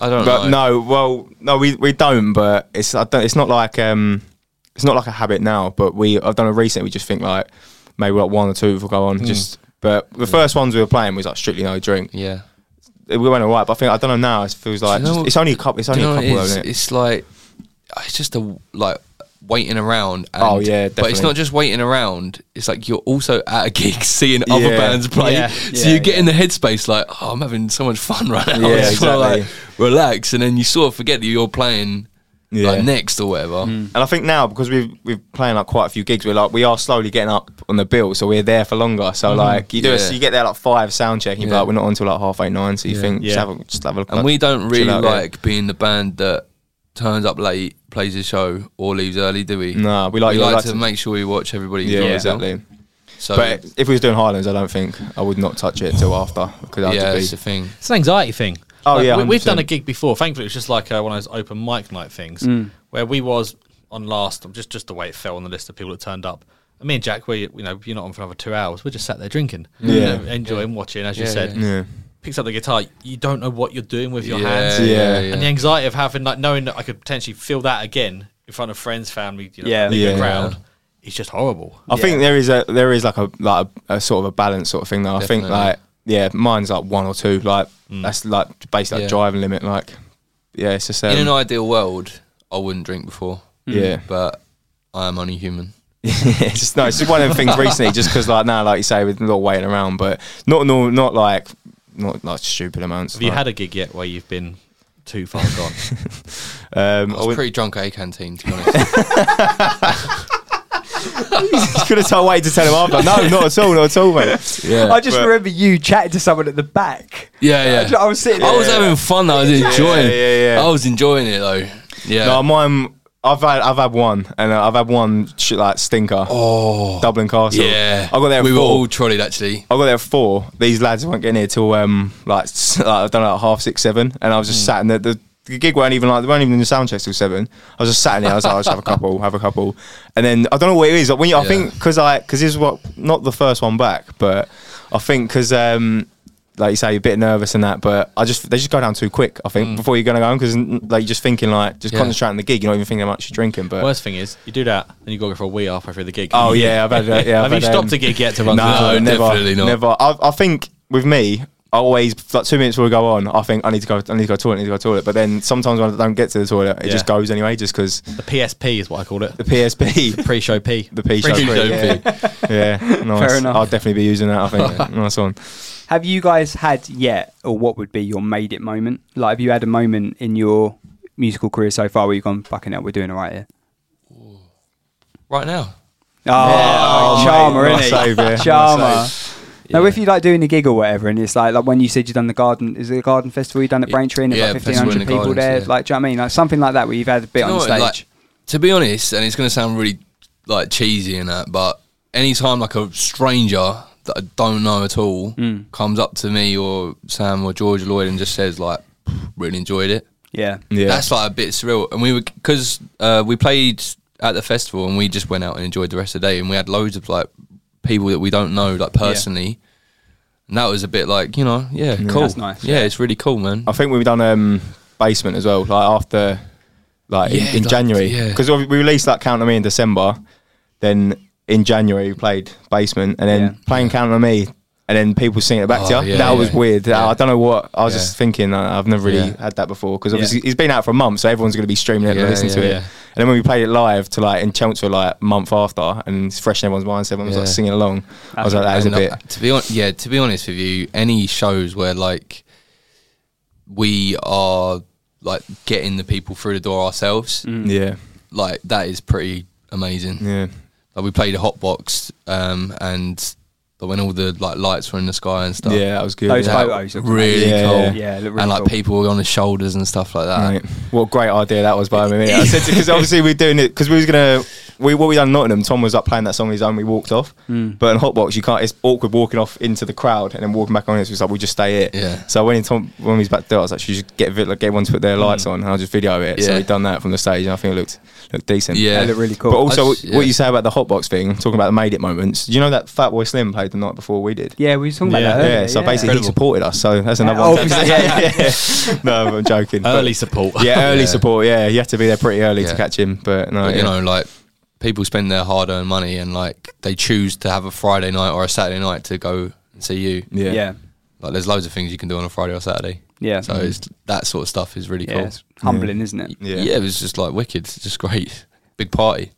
Speaker 6: I don't
Speaker 5: But
Speaker 6: know.
Speaker 5: no, well, no, we, we don't. But it's I don't, it's not like um, it's not like a habit now. But we I've done a recent. We just think like maybe like one or two will go on. Just but the first ones we were playing was like strictly no drink.
Speaker 6: Hmm. Yeah.
Speaker 5: We went alright, but I think I don't know now. It feels like
Speaker 6: know
Speaker 5: just-
Speaker 6: what-
Speaker 5: it's only a couple. It's
Speaker 6: Do
Speaker 5: only
Speaker 6: you
Speaker 5: a
Speaker 6: know what
Speaker 5: couple,
Speaker 6: it is?
Speaker 5: isn't it?
Speaker 6: It's like it's just a like waiting around. And,
Speaker 5: Oh, yeah,
Speaker 6: but it's
Speaker 5: definitely.
Speaker 6: not just waiting around. It's like you're also at a gig (laughs) seeing other
Speaker 5: Yeah.
Speaker 6: bands play,
Speaker 3: Yeah.
Speaker 6: so you get in the headspace like, oh, I'm having so much fun right now. (laughs)
Speaker 5: Yeah,
Speaker 6: I just wanna,
Speaker 5: exactly.
Speaker 6: like, relax, and then you sort of forget that you're playing
Speaker 5: Yeah.
Speaker 6: like next or whatever.
Speaker 3: Mm.
Speaker 5: And I think now because we've we've playing like quite a few gigs, we're like we are slowly getting up on the bill, so we're there for longer. So like you do, a-
Speaker 6: Mm-hmm. Yeah.
Speaker 5: you get there like five sound check, and you're
Speaker 6: Yeah.
Speaker 5: like we're not until like half eight nine. So you think just
Speaker 3: Yeah.
Speaker 5: have a, just have a look.
Speaker 6: And
Speaker 5: like,
Speaker 6: we don't
Speaker 5: chill
Speaker 6: really
Speaker 5: out, yeah.
Speaker 6: like being the band that turns up late, plays a show, or leaves early, do we?
Speaker 5: No, we like-
Speaker 6: we
Speaker 5: we
Speaker 6: like,
Speaker 5: like
Speaker 6: to,
Speaker 5: to-
Speaker 6: make sure we watch everybody.
Speaker 5: Yeah,
Speaker 6: as well.
Speaker 5: exactly.
Speaker 6: So
Speaker 5: But if we was doing Highlands, I don't think I would not touch it till after because I'd
Speaker 6: yeah,
Speaker 5: be
Speaker 6: that's the thing.
Speaker 3: It's an anxiety thing.
Speaker 5: Oh,
Speaker 3: Like,
Speaker 5: yeah,
Speaker 3: we, we've done a
Speaker 5: 100%.
Speaker 3: gig before. Thankfully, it was just like uh, one of those open mic night things
Speaker 5: Mm.
Speaker 3: where we was on last. Just just the way it fell on the list of people that turned up. And me and Jack, we you know you're not on for another two hours. We're just sat there drinking, you
Speaker 5: Yeah.
Speaker 3: know, enjoying watching, as you
Speaker 6: Yeah,
Speaker 3: said.
Speaker 6: yeah.
Speaker 5: Yeah.
Speaker 3: Picks up the guitar. You don't know what you're doing with your
Speaker 6: yeah,
Speaker 3: hands,
Speaker 5: Yeah.
Speaker 6: yeah,
Speaker 5: And
Speaker 3: and the anxiety of having like knowing that I could potentially feel that again in front of friends, family, you know,
Speaker 4: Yeah.
Speaker 3: bigger
Speaker 5: Yeah. Oh,
Speaker 3: crowd. It's just horrible.
Speaker 5: I think there is a there is like a like a, a sort of a balance sort of thing though. I think
Speaker 6: Definitely. Mm.
Speaker 5: like yeah, mine's like one or two. Like that's like basically
Speaker 6: Yeah.
Speaker 5: like driving limit. Like yeah, it's just um,
Speaker 6: In an ideal world, I wouldn't drink before.
Speaker 5: yeah.
Speaker 3: Mm.
Speaker 6: But I am only human.
Speaker 5: Yeah, it's (laughs) just no, it's just one of them things recently. Just because like now, like you say, with a lot of waiting around, but not no, not like not like stupid amounts.
Speaker 3: Have you had a gig yet where you've been too far
Speaker 5: (laughs)
Speaker 3: gone?
Speaker 5: Um,
Speaker 6: I
Speaker 5: I
Speaker 6: was
Speaker 5: went- (laughs)
Speaker 6: pretty drunk at a canteen, to be honest.
Speaker 5: you could have told waited to tell him after. No, not at all, not at all, mate.
Speaker 3: (laughs)
Speaker 6: yeah.
Speaker 5: (laughs)
Speaker 4: I just
Speaker 5: But-
Speaker 4: remember you chatting to someone at the back. I
Speaker 6: yeah,
Speaker 4: ju-
Speaker 6: yeah.
Speaker 4: (laughs) I was sitting.
Speaker 6: I
Speaker 4: there.
Speaker 6: was having fun. though. I was enjoying.
Speaker 5: yeah, yeah.
Speaker 6: I was enjoying it though. Yeah.
Speaker 5: No, mine. I've had I've had one, and uh, I've had one sh- like stinker. Oh, Dublin Castle.
Speaker 6: yeah.
Speaker 5: (laughs) I got there. At
Speaker 6: We were
Speaker 5: four.
Speaker 6: all trolleyed actually.
Speaker 5: I got there at four. These lads weren't getting here till um like, s- (laughs) like I don't know like half six seven, and I was
Speaker 6: Hmm.
Speaker 5: just sat in the, the the gig weren't even like they weren't even in the sound check till seven. I was just sat in there. I was like, I'll
Speaker 6: (laughs)
Speaker 5: just have a couple, have a couple, and then I don't know what it is. Like, when you, I
Speaker 6: Yeah.
Speaker 5: think because I because this is what not the first one back, but I think because um. Like you say, you're a bit nervous and that, but I just they just go down too quick. I think before you're gonna go home because like you're just thinking like just
Speaker 6: Hmm. Yeah.
Speaker 5: concentrating on the gig. You're not even thinking about actually drinking. But
Speaker 3: Worst thing is, you do that, and you go for a wee halfway through the gig.
Speaker 5: Oh yeah, I've had that. Yeah,
Speaker 3: Have
Speaker 5: I've
Speaker 3: you
Speaker 5: had,
Speaker 3: stopped
Speaker 5: um,
Speaker 3: a gig yet to run? through the
Speaker 5: No,
Speaker 6: No,
Speaker 3: door?
Speaker 5: never,
Speaker 6: definitely not.
Speaker 5: Never. I, I think with me, I always like two minutes before we go on. I think I need to go. I need to go to the toilet. I need to go to the toilet. But then sometimes when I don't get to the toilet, it
Speaker 3: Yeah.
Speaker 5: just goes anyway, just because
Speaker 3: The PSP is what I call it. (laughs)
Speaker 5: the PSP,
Speaker 3: Pre-show P.
Speaker 5: the P.
Speaker 6: Pretty
Speaker 5: shut
Speaker 6: dopey.
Speaker 5: yeah. yeah, nice.
Speaker 4: Fair enough.
Speaker 5: I'll definitely be using that. I think
Speaker 3: (laughs)
Speaker 5: nice one.
Speaker 4: Have you guys had yet, or what would be your made it moment? Like, have you had a moment in your musical career so far where you've gone, fucking hell, we're doing it right here?
Speaker 6: Right now.
Speaker 4: Oh, charmer,
Speaker 5: mate,
Speaker 4: innit?
Speaker 5: nice save, yeah, nice
Speaker 4: Charmer.
Speaker 5: save.
Speaker 4: Now, if you like doing a gig or whatever, and it's like like when you said you done the garden, is it a garden festival you done at
Speaker 6: Y-
Speaker 4: Braintree and
Speaker 6: yeah,
Speaker 4: there's like fifteen
Speaker 6: festival in
Speaker 4: hundred
Speaker 6: the
Speaker 4: people
Speaker 6: gardens,
Speaker 4: there?
Speaker 6: yeah.
Speaker 4: Like, do you know what I mean? Like something like that where you've had a bit
Speaker 6: You
Speaker 4: on
Speaker 6: know
Speaker 4: stage.
Speaker 6: what, like, to be honest, and it's going to sound really like cheesy and that, but anytime like a stranger that I don't know at all
Speaker 4: Hmm.
Speaker 6: comes up to me or Sam or George Lloyd and just says like, "Really enjoyed it."
Speaker 4: yeah,
Speaker 5: Yeah,
Speaker 6: That's like a bit surreal. And we were because uh, we played at the festival and we just went out and enjoyed the rest of the day, and we had loads of like people that we don't know like personally. And that was a bit like you know, yeah, cool.
Speaker 4: That's nice.
Speaker 6: Yeah, it's really cool, man.
Speaker 5: I think we've done um basement as well. Like after, like
Speaker 6: Yeah,
Speaker 5: in, in
Speaker 6: like,
Speaker 5: January,
Speaker 6: yeah.
Speaker 5: because we released that Count on Me in December. Then in January we played basement, and then
Speaker 4: Yeah.
Speaker 5: playing Count on Me, and then people singing it back
Speaker 6: Oh,
Speaker 5: to you.
Speaker 6: yeah,
Speaker 5: that was
Speaker 6: yeah.
Speaker 5: weird.
Speaker 6: Yeah.
Speaker 5: I don't know what I was
Speaker 6: Yeah.
Speaker 5: just thinking. uh, I've never really
Speaker 6: Yeah.
Speaker 5: had that before because obviously it's been out for a month, so everyone's going to be streaming it
Speaker 6: Yeah,
Speaker 5: and listening to
Speaker 6: yeah,
Speaker 5: it.
Speaker 6: yeah.
Speaker 5: And then when we played it live to like in Chelmsford like a month after, and it's fresh in everyone's mind, so everyone was like
Speaker 6: Yeah.
Speaker 5: singing along. I was like, that is a
Speaker 6: And, uh,
Speaker 5: bit.
Speaker 6: To be on, yeah, to be honest with you, any shows where like we are like getting the people through the door ourselves,
Speaker 4: Mm.
Speaker 5: Yeah,
Speaker 6: like that is pretty amazing.
Speaker 5: yeah,
Speaker 6: Like we played a hot box, um, and like, when all the like lights were in the sky and stuff,
Speaker 5: yeah. That was good.
Speaker 4: Those
Speaker 5: yeah.
Speaker 6: that
Speaker 4: Photos look
Speaker 6: really
Speaker 5: amazing.
Speaker 6: cool.
Speaker 5: Yeah,
Speaker 4: yeah, look really
Speaker 6: and like
Speaker 4: cool.
Speaker 6: people were on his shoulders and stuff like that.
Speaker 5: Mate, what a great idea that was by me. mate. I said because obviously we're doing it because we was gonna we what we done in Nottingham. Tom was up playing that song on his own. We walked off,
Speaker 4: Hmm.
Speaker 5: but in Hotbox you can't. It's awkward walking off into the crowd and then walking back on. It so it's like we just stay here.
Speaker 6: Yeah. Hmm.
Speaker 5: So when he Tom when we was back there, I was like, you should get vi- like, get one to put their lights on, and I'll just video it. So
Speaker 6: Yeah.
Speaker 5: we done that from the stage, and I think it looked looked decent.
Speaker 6: Yeah.
Speaker 4: they look really cool.
Speaker 5: But also,
Speaker 6: I just-
Speaker 5: what
Speaker 6: yeah.
Speaker 5: you say about the Hotbox thing, talking about the made it moments. You know that Fat Boy Slim played the night before we did.
Speaker 4: yeah, we were talking about
Speaker 3: Yeah,
Speaker 4: that.
Speaker 5: Yeah,
Speaker 4: Earlier,
Speaker 5: so basically he
Speaker 6: Incredible.
Speaker 5: supported us, so
Speaker 4: (laughs)
Speaker 5: that's another
Speaker 4: Yeah,
Speaker 5: one.
Speaker 4: obviously, yeah,
Speaker 5: (laughs)
Speaker 6: (laughs)
Speaker 5: no, I'm joking.
Speaker 3: (laughs)
Speaker 5: but-
Speaker 3: Early support.
Speaker 5: (laughs) yeah, early
Speaker 6: Yeah.
Speaker 5: support. Yeah, you have to be there pretty early
Speaker 6: Yeah.
Speaker 5: to catch him. But no,
Speaker 6: But,
Speaker 5: yeah.
Speaker 6: you know, like people spend their hard-earned money and like they choose to have a Friday night or a Saturday night to go and see you.
Speaker 5: yeah,
Speaker 4: yeah, yeah,
Speaker 6: Like there's loads of things you can do on a Friday or Saturday.
Speaker 4: yeah.
Speaker 6: So it's, that sort of stuff is really
Speaker 4: Yeah,
Speaker 6: cool.
Speaker 4: it's humbling, isn't it?
Speaker 5: Yeah.
Speaker 6: Yeah. it was just like wicked. It's just great. Big party.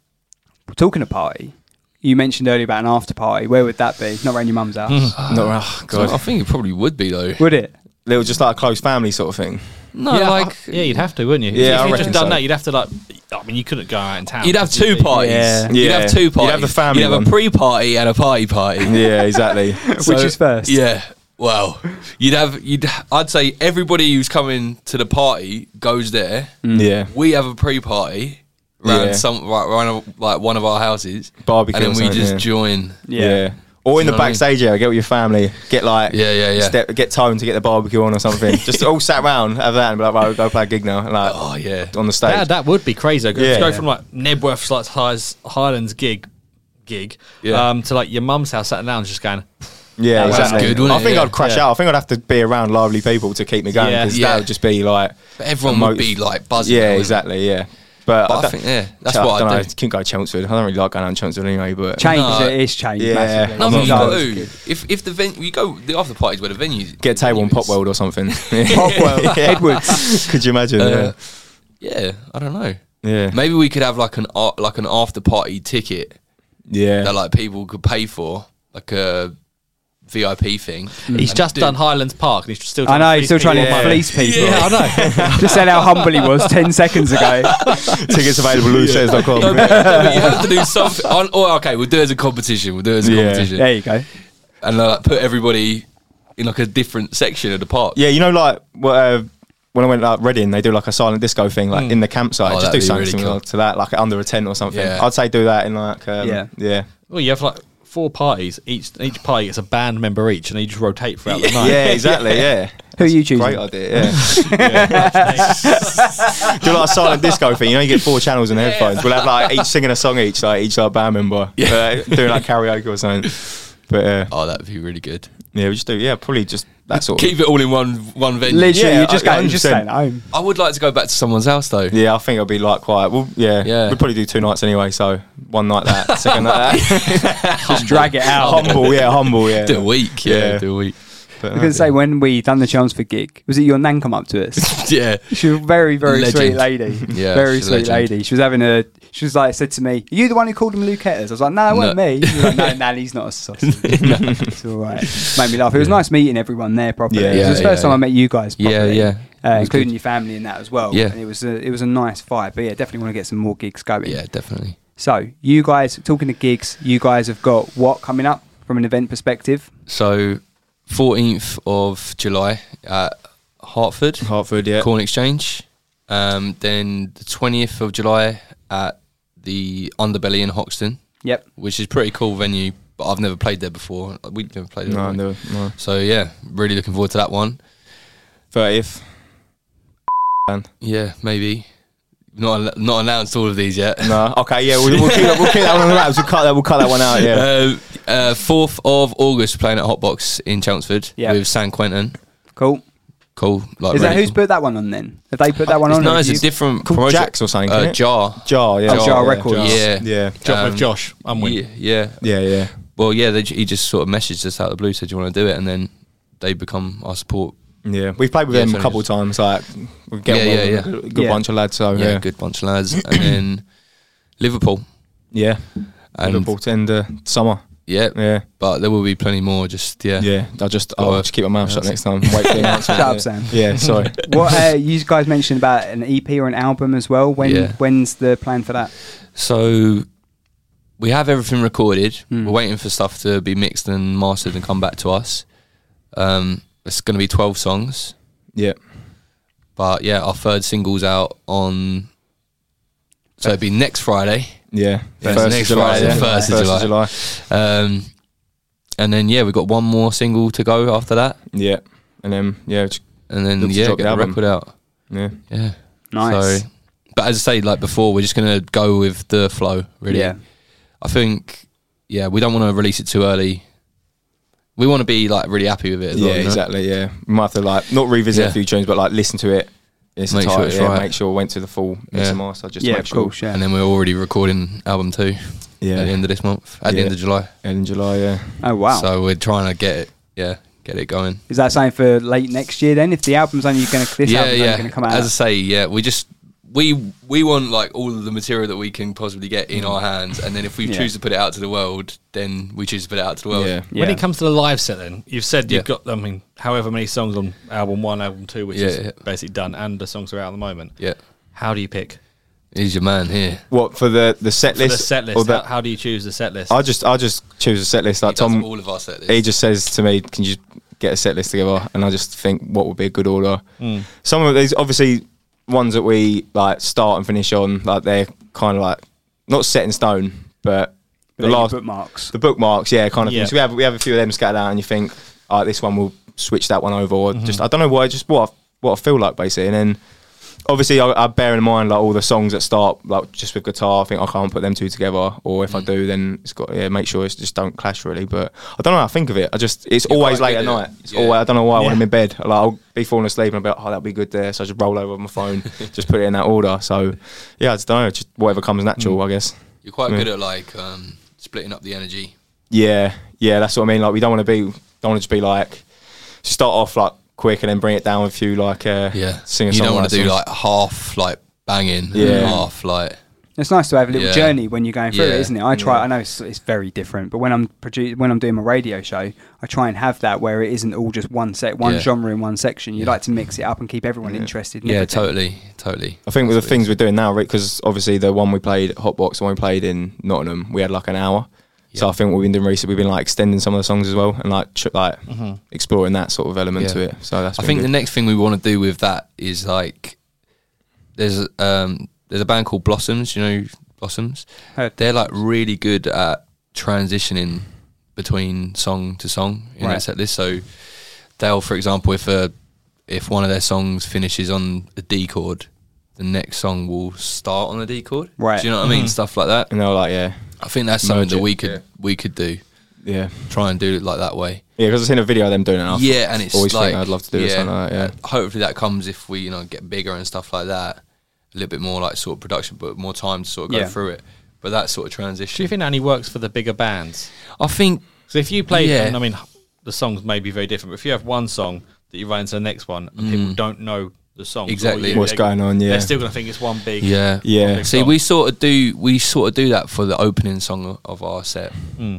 Speaker 4: Talking of party, you mentioned earlier about an after party. Where would that be? Not around your mum's house,
Speaker 6: Hmm.
Speaker 5: Not, oh
Speaker 6: So I
Speaker 5: god,
Speaker 6: think it probably would be though.
Speaker 4: would it?
Speaker 5: it was just like a close family sort of thing.
Speaker 6: No,
Speaker 3: yeah,
Speaker 6: like
Speaker 3: I- yeah, (laughs) you'd have to, wouldn't you?
Speaker 5: Yeah,
Speaker 3: if
Speaker 5: I
Speaker 3: you
Speaker 5: reckon
Speaker 3: just done
Speaker 5: so.
Speaker 3: that, you'd have to like. I mean, you couldn't go out in town.
Speaker 6: you'd have two parties.
Speaker 4: Yeah.
Speaker 6: You'd
Speaker 5: Yeah.
Speaker 6: have two
Speaker 5: You'd
Speaker 6: parties.
Speaker 5: have a family
Speaker 6: You'd have
Speaker 5: one.
Speaker 6: a pre-party and a party party.
Speaker 5: (laughs)
Speaker 3: (laughs)
Speaker 5: Yeah, exactly.
Speaker 4: Which is first?
Speaker 6: Yeah. Well, you'd have you'd I'd say everybody who's coming to the party goes there.
Speaker 5: yeah,
Speaker 6: We have a pre-party round
Speaker 5: Yeah.
Speaker 6: some right, round like one of our houses,
Speaker 5: Barbecue
Speaker 6: and
Speaker 5: or
Speaker 6: then we
Speaker 5: something,
Speaker 6: just
Speaker 5: yeah.
Speaker 6: join.
Speaker 5: yeah. Or in
Speaker 6: You
Speaker 5: the
Speaker 6: know what I mean?
Speaker 5: backstage area, get with your family, get like
Speaker 6: Yeah, yeah, yeah.
Speaker 5: Step, get tone to get the barbecue on or something.
Speaker 6: (laughs)
Speaker 5: Just all sat round, have that, and be like, right, we'll go play a gig now. and, like,
Speaker 6: Oh, yeah.
Speaker 5: on the stage.
Speaker 3: That, that would be crazy. Go,
Speaker 5: Yeah.
Speaker 3: go from like Nebworth's like Highs- Highlands gig, gig,
Speaker 6: Yeah.
Speaker 3: um, to like your mum's house sat down and just going.
Speaker 5: yeah,
Speaker 3: was
Speaker 5: exactly.
Speaker 6: good, wasn't
Speaker 5: I
Speaker 6: it?
Speaker 5: think
Speaker 6: Yeah.
Speaker 5: I'd crash
Speaker 3: Yeah.
Speaker 5: out. I think I'd have to be around lively people to keep me going
Speaker 3: Yeah.
Speaker 5: because
Speaker 6: Yeah.
Speaker 5: that would just be like.
Speaker 6: But everyone
Speaker 5: a
Speaker 6: would
Speaker 5: motive.
Speaker 6: be, like, buzzing
Speaker 5: Yeah,
Speaker 6: though, wouldn't
Speaker 5: exactly. Yeah, but
Speaker 6: But I
Speaker 5: don't-
Speaker 6: think, yeah, that's
Speaker 5: I
Speaker 6: what I'd
Speaker 5: don't know,
Speaker 6: do.
Speaker 5: Couldn't go to Chelmsford. I don't really like going down to Chelmsford anyway. But
Speaker 4: Change
Speaker 6: No.
Speaker 4: it is change.
Speaker 5: Yeah.
Speaker 4: massively.
Speaker 5: I'm
Speaker 6: No, but
Speaker 5: not
Speaker 6: you
Speaker 5: going.
Speaker 6: got to. If if the venue you go the after parties where the venue
Speaker 5: get a table in
Speaker 6: venue is-
Speaker 5: Popworld or
Speaker 6: (laughs)
Speaker 5: something. (laughs)
Speaker 4: Popworld,
Speaker 5: Yeah.
Speaker 4: Edwards.
Speaker 5: Could you imagine?
Speaker 6: Uh, yeah, I don't know.
Speaker 5: yeah, yeah,
Speaker 6: Maybe we could have like an ar- like an after party ticket
Speaker 5: yeah.
Speaker 6: that like people could pay for, like a VIP thing.
Speaker 3: He's
Speaker 6: And
Speaker 3: just
Speaker 6: do-
Speaker 3: done Highlands Park and he's still.
Speaker 4: I
Speaker 3: trying to
Speaker 4: know,
Speaker 3: please
Speaker 4: he's still trying
Speaker 3: people.
Speaker 4: to fleece people.
Speaker 3: Yeah, I know.
Speaker 4: (laughs) Just said how humble he
Speaker 6: (laughs)
Speaker 4: was 10 seconds ago.
Speaker 5: Tickets available loosehairs.com.
Speaker 6: (laughs) No, but- no, but you have to do something. On, or okay, we'll do it as a competition. We'll do it as a
Speaker 5: Yeah.
Speaker 6: competition,
Speaker 4: There you go.
Speaker 6: and like put everybody in like a different section of the park.
Speaker 5: Yeah, you know, like what, uh, when I went like Reading, they do like a silent disco thing, like in the campsite.
Speaker 6: Oh,
Speaker 5: Just do
Speaker 6: that'd be
Speaker 5: something
Speaker 6: really
Speaker 5: similar
Speaker 6: cool.
Speaker 5: to that, like under a tent or something.
Speaker 6: Yeah.
Speaker 5: I'd say do that in like um,
Speaker 4: Yeah.
Speaker 5: yeah, yeah,
Speaker 3: Well, you have like four parties. Each each party gets a band member each, and they just rotate throughout the night.
Speaker 5: yeah, exactly, yeah.
Speaker 4: Who are you choosing?
Speaker 5: Great idea, yeah. (laughs) do like a silent disco thing. You know, you get four channels and headphones. We'll have like each singing a song each, like each like band member yeah. uh, doing like karaoke or something. But uh,
Speaker 6: Oh, that'd be really good.
Speaker 5: yeah, we just do yeah, probably just that sort of.
Speaker 6: Keep it all in one one venue.
Speaker 4: Literally,
Speaker 5: Yeah,
Speaker 4: you just go, you just staying at
Speaker 5: 100%.
Speaker 4: home.
Speaker 6: I would like to go back to someone's house though.
Speaker 5: Yeah, I think it'll be like quiet. Well, yeah,
Speaker 6: Yeah.
Speaker 5: we'd probably do two nights anyway. So one night that, second night that.
Speaker 4: Just drag it out.
Speaker 5: humble, yeah, humble, yeah.
Speaker 6: Do a week, yeah,
Speaker 5: Yeah.
Speaker 6: do a week.
Speaker 4: I
Speaker 5: But,
Speaker 4: was going to say, when we done the Chelmsford gig, was it your nan come up to
Speaker 6: (laughs)
Speaker 4: us?
Speaker 6: Yeah.
Speaker 4: She was a very, very sweet
Speaker 6: Legend.
Speaker 4: lady.
Speaker 6: Yeah,
Speaker 4: very
Speaker 6: she's a
Speaker 4: sweet
Speaker 6: legend.
Speaker 4: lady. She was having a, she was like, said to me, Are you the one who called him Luke Etters? I was like, No, it wasn't
Speaker 6: No.
Speaker 4: me. She was like,
Speaker 6: (laughs)
Speaker 4: No, Nan, he's not a sausage. It's all right. Made me laugh. It was nice meeting everyone there properly.
Speaker 5: Yeah,
Speaker 4: it was
Speaker 5: yeah,
Speaker 4: the first
Speaker 6: yeah,
Speaker 4: time I
Speaker 6: yeah.
Speaker 4: met you guys
Speaker 6: Yeah,
Speaker 4: properly.
Speaker 6: yeah.
Speaker 4: Uh,
Speaker 6: It was
Speaker 4: including
Speaker 6: good.
Speaker 4: your family in that as well.
Speaker 6: Yeah.
Speaker 4: And it was a, it was a nice vibe. But yeah, definitely want to get some more gigs going.
Speaker 6: Yeah, definitely.
Speaker 4: So, you guys, talking to gigs, you guys have got what coming up from an event perspective?
Speaker 6: So, 14th of July at Hartford,
Speaker 5: Hartford, yeah.
Speaker 6: Corn Exchange. Um, then the 20th of July at the Underbelly in Hoxton,
Speaker 4: Yep.
Speaker 6: which is pretty cool venue, but I've never played there before. We've never played there.
Speaker 5: No,
Speaker 6: have we?
Speaker 5: no, no.
Speaker 6: So, yeah, really looking forward to that one.
Speaker 5: (laughs) 30th.
Speaker 6: Yeah, maybe. Not al- not announced all of these yet.
Speaker 5: No, okay, yeah, we'll, we'll, keep, that- we'll keep that one on the laps. We'll cut that, we'll cut that one out, yeah.
Speaker 6: Um, (laughs) uh, 4th of August, playing at Hotbox in Chelmsford
Speaker 4: Yeah.
Speaker 6: with San Quentin.
Speaker 4: Cool.
Speaker 6: Cool. Like
Speaker 4: Is that
Speaker 6: really
Speaker 4: who's
Speaker 6: cool.
Speaker 4: put that one on then? Have they put that one
Speaker 6: It's
Speaker 4: on? or
Speaker 6: no,
Speaker 4: have
Speaker 6: it's a
Speaker 4: you-
Speaker 6: different
Speaker 5: Called
Speaker 6: promotion.
Speaker 5: Jax or something,
Speaker 6: Uh,
Speaker 5: isn't it?
Speaker 6: Jar.
Speaker 5: Jar, yeah.
Speaker 4: Oh, Jar Records.
Speaker 6: Yeah.
Speaker 5: Yeah.
Speaker 3: Job
Speaker 6: Um,
Speaker 3: with Josh. I'm winning.
Speaker 6: Yeah,
Speaker 5: Yeah,
Speaker 6: yeah.
Speaker 5: yeah.
Speaker 6: Well, yeah. They, j- he just sort of messaged us out of the blue, said, "Do you want to do it?" And then they become our support.
Speaker 5: Yeah. We've played with
Speaker 6: Yeah,
Speaker 5: them a
Speaker 6: so
Speaker 5: couple
Speaker 6: just-
Speaker 5: times, like, we get
Speaker 6: Yeah,
Speaker 5: on well
Speaker 6: yeah,
Speaker 5: with
Speaker 6: yeah.
Speaker 5: a good, good
Speaker 4: Yeah.
Speaker 5: bunch of lads, so
Speaker 6: Yeah,
Speaker 5: yeah.
Speaker 6: good bunch of lads. and
Speaker 5: (coughs)
Speaker 6: then Liverpool.
Speaker 5: Yeah.
Speaker 6: And
Speaker 5: Liverpool to end the summer.
Speaker 6: Yeah,
Speaker 5: Yeah.
Speaker 6: But there will be plenty more. Just yeah.
Speaker 5: Yeah. I'll just, I'll
Speaker 6: Well,
Speaker 5: just keep my mouth shut next time. Wait for
Speaker 6: (laughs)
Speaker 5: the announcement.
Speaker 4: Shut up,
Speaker 5: yeah.
Speaker 4: Sam.
Speaker 5: Yeah, sorry.
Speaker 4: (laughs) What uh, you guys mentioned about an EP or an album as well. When
Speaker 6: Yeah.
Speaker 4: when's the plan for that?
Speaker 6: So we have everything recorded.
Speaker 5: Hmm.
Speaker 6: We're waiting for stuff to be mixed and mastered and come back to us. Um, it's going to be twelve songs.
Speaker 5: (laughs) Yeah.
Speaker 6: But yeah, our third single's out on. So it'd be next Friday,
Speaker 5: Yeah.
Speaker 6: Yeah,
Speaker 5: First
Speaker 6: next
Speaker 5: of July.
Speaker 6: Friday,
Speaker 5: yeah.
Speaker 6: first of July. um, and then yeah, we've got one more single to go after that,
Speaker 5: Yeah. And then, yeah, just-
Speaker 6: and then
Speaker 5: Look to
Speaker 6: yeah,
Speaker 5: drop
Speaker 6: get
Speaker 5: the
Speaker 6: the
Speaker 5: album.
Speaker 6: record out.
Speaker 5: yeah.
Speaker 6: Yeah,
Speaker 4: Nice.
Speaker 6: So, but as I say, like before, we're just gonna go with the flow. Really,
Speaker 4: Yeah.
Speaker 6: I think yeah, we don't want to release it too early. We want to be like really happy with it. As
Speaker 5: Yeah,
Speaker 6: well, you know?
Speaker 5: exactly. Yeah, we might have to like not revisit
Speaker 6: Yeah.
Speaker 5: a few tunes, but like listen to it. It's
Speaker 6: Make sure
Speaker 5: entire-
Speaker 6: it's
Speaker 5: yeah,
Speaker 6: right.
Speaker 5: Make sure it went to the full
Speaker 6: Yeah.
Speaker 5: SMR. So just
Speaker 4: yeah,
Speaker 5: make
Speaker 4: of
Speaker 5: sure.
Speaker 4: course. Yeah.
Speaker 6: And then we're already recording album two
Speaker 5: Yeah,
Speaker 6: at the end of this month, at the
Speaker 5: Yeah.
Speaker 6: end of July.
Speaker 5: end of July. Yeah,
Speaker 4: oh wow.
Speaker 6: So we're trying to get it, yeah, get it going.
Speaker 4: Is that something for late next year then? If the album's only going to this album's only going to come out.
Speaker 6: As I say, yeah, we just we we want like all of the material that we can possibly get in our hands, and then if we
Speaker 4: Mm. Yeah.
Speaker 6: choose to put it out to the world, then we choose to put it out to the world.
Speaker 5: yeah,
Speaker 3: When
Speaker 4: Yeah.
Speaker 3: it comes to the live set, then you've said you've
Speaker 6: Yeah.
Speaker 3: got, I mean, however many songs on album one, album two, which
Speaker 6: Yeah,
Speaker 3: is
Speaker 6: yeah.
Speaker 3: basically done, and the songs are out at the moment.
Speaker 6: Yeah.
Speaker 3: How do you pick
Speaker 6: He's your man here.
Speaker 5: What for the the set
Speaker 3: for
Speaker 5: list?
Speaker 3: the set list?
Speaker 5: or
Speaker 3: how,
Speaker 5: the-
Speaker 3: how do you choose the set list?
Speaker 5: I just I just choose a set list.
Speaker 6: He
Speaker 5: Like
Speaker 6: does
Speaker 5: Tom,
Speaker 6: all of our set lists.
Speaker 5: he just says to me, "Can you get a set list together?" And I just think what would be a good order.
Speaker 3: Hmm.
Speaker 5: Some of these, obviously, ones that we like start and finish on, like they're kind of like not set in stone, but
Speaker 4: the
Speaker 5: the last
Speaker 4: bookmarks.
Speaker 5: the bookmarks, yeah, kind of
Speaker 3: Yeah.
Speaker 5: thing. So we have we have a few of them scattered out, and you think, all right, this one will switch that one over, or
Speaker 6: Mm-hmm.
Speaker 5: just I don't know why, just what I, what I feel like basically. And then obviously I, I bear in mind like all the songs that start like just with guitar. I think I can't put them two together, or
Speaker 6: Mm.
Speaker 5: if I do, then it's got yeah, make sure it's just don't clash really. But I don't know how I think of it. I just it's always
Speaker 6: quite
Speaker 5: late
Speaker 6: good
Speaker 5: at
Speaker 6: at
Speaker 5: night.
Speaker 6: it.
Speaker 5: It's
Speaker 6: Yeah.
Speaker 5: always I don't know why when I'm
Speaker 3: Yeah.
Speaker 5: in bed. Like I'll be falling asleep and I'll be like, oh, that'll be good there. So I just roll over on my
Speaker 6: (laughs)
Speaker 5: phone, just put it in that order. So yeah, I just don't know, just whatever comes natural,
Speaker 6: Mm.
Speaker 5: I guess.
Speaker 6: You're quite
Speaker 5: Yeah.
Speaker 6: good at like um, splitting up the energy.
Speaker 5: Yeah, yeah, that's what I mean. Like we don't want to be, don't want to just be like start off like quick and then bring it down with you like uh, sing a
Speaker 6: you
Speaker 5: song.
Speaker 6: don't want
Speaker 5: like
Speaker 6: to do
Speaker 5: songs.
Speaker 6: like half like banging,
Speaker 5: Yeah.
Speaker 6: and half like
Speaker 4: It's nice to have a little
Speaker 6: Yeah.
Speaker 4: journey when you're going through
Speaker 6: Yeah.
Speaker 4: it, isn't it? I try. I know it's, it's very different, but when I'm produ- when I'm doing my radio show, I try and have that where it isn't all just one set, one
Speaker 6: Yeah.
Speaker 4: genre in one section. You like to mix it up and keep everyone interested. in
Speaker 6: yeah,
Speaker 4: everything.
Speaker 6: totally, totally.
Speaker 5: I think with the things we're doing now, because obviously the one we played at Hotbox, the one we played in Nottingham, we had like an hour. So I think what we've been doing recently, we've been like extending some of the songs as well and like tr- like exploring that sort of element
Speaker 6: Mm-hmm. Yeah.
Speaker 5: to it. So that's
Speaker 6: I
Speaker 5: been
Speaker 6: think the
Speaker 5: good.
Speaker 6: next thing we want to do with that is like there's um there's a band called Blossoms, you know Blossoms.
Speaker 4: Heard.
Speaker 6: They're like really good at transitioning between song to song in
Speaker 4: Right.
Speaker 6: their set list. So they'll, for example, if a if one of their songs finishes on a D chord, the next song will start on a D chord.
Speaker 4: Right. Mm-hmm.
Speaker 6: Do you know what I mean? Stuff like that.
Speaker 5: and they were like, yeah,
Speaker 6: I think that's something
Speaker 5: Merge
Speaker 6: that
Speaker 5: it,
Speaker 6: we could
Speaker 5: yeah.
Speaker 6: we could do.
Speaker 5: yeah,
Speaker 6: Try and do it like that way.
Speaker 5: yeah. Because I've seen a video of them doing it. and I've
Speaker 6: Yeah, and it's
Speaker 5: always
Speaker 6: like
Speaker 5: think
Speaker 6: uh,
Speaker 5: I'd love to do something like that. Yeah,
Speaker 6: Hopefully that comes if we you know get bigger and stuff like that. A little bit more like sort of production, but more time to sort of go
Speaker 4: Yeah.
Speaker 6: through it. But that sort of
Speaker 3: Do
Speaker 6: transition,
Speaker 3: you think that only works for the bigger bands?
Speaker 6: I think
Speaker 3: So if you play,
Speaker 6: Yeah.
Speaker 3: and I mean, the songs may be very different, but if you have one song that you run into the next one and people don't know the song,
Speaker 6: Mm. Exactly.
Speaker 5: what's going on? Yeah,
Speaker 3: They're still going to think it's one big.
Speaker 6: yeah,
Speaker 5: Yeah.
Speaker 3: big
Speaker 6: See,
Speaker 3: song.
Speaker 6: we sort of do we sort of do that for the opening song of our set.
Speaker 5: Hmm.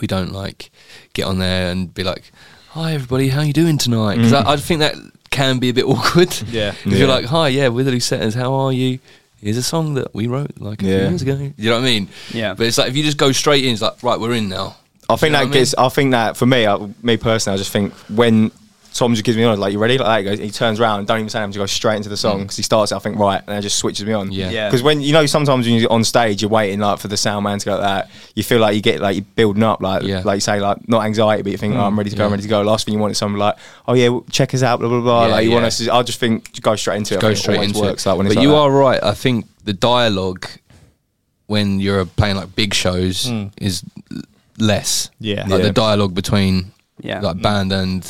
Speaker 6: We don't like get on there and be like, "Hi everybody, how you doing tonight?" Because I, I think that can be a bit (laughs) awkward.
Speaker 3: Yeah.
Speaker 6: 'Cause you're
Speaker 5: Hmm. Yeah.
Speaker 6: like, "Hi, yeah, we're the Lucetters. How are you?" Here's a song that we wrote like a few
Speaker 5: Yeah.
Speaker 6: years ago. You know what I mean?
Speaker 4: Yeah.
Speaker 6: But it's like if you just go straight in, it's like, right, we're in now.
Speaker 5: I think
Speaker 6: You know
Speaker 5: that
Speaker 6: what I
Speaker 5: gets. I think that for me, I, me personally, I just think when Tom just gives me on, like you ready, like that, he goes, he turns around, don't even say anything, just goes straight into the song because he starts. it, I think right, and then it just switches me on.
Speaker 6: Mm. Yeah.
Speaker 4: Yeah.
Speaker 5: Because when you know, sometimes when you're on stage, you're waiting like for the sound man to go like that. You feel like you get like you're building up, like
Speaker 6: Yeah. Mm.
Speaker 5: like you say, like not anxiety, but you think, oh, I'm ready to go, I'm
Speaker 6: Yeah.
Speaker 5: ready to go. Last thing you want is someone like, oh yeah, well, check us out, blah blah blah.
Speaker 6: Yeah,
Speaker 5: like you want
Speaker 6: yeah.
Speaker 5: us? To, I just think just go straight into it. I
Speaker 6: go
Speaker 5: think it
Speaker 6: straight
Speaker 5: always
Speaker 6: into
Speaker 5: works.
Speaker 6: it.
Speaker 5: Like, when it's
Speaker 6: but
Speaker 5: like
Speaker 6: you
Speaker 5: that.
Speaker 6: are right. I think the dialogue when you're playing like big shows is l- less.
Speaker 3: Yeah.
Speaker 6: like
Speaker 5: Hmm. Yeah. Hmm.
Speaker 6: the dialogue between
Speaker 4: Yeah.
Speaker 6: like band and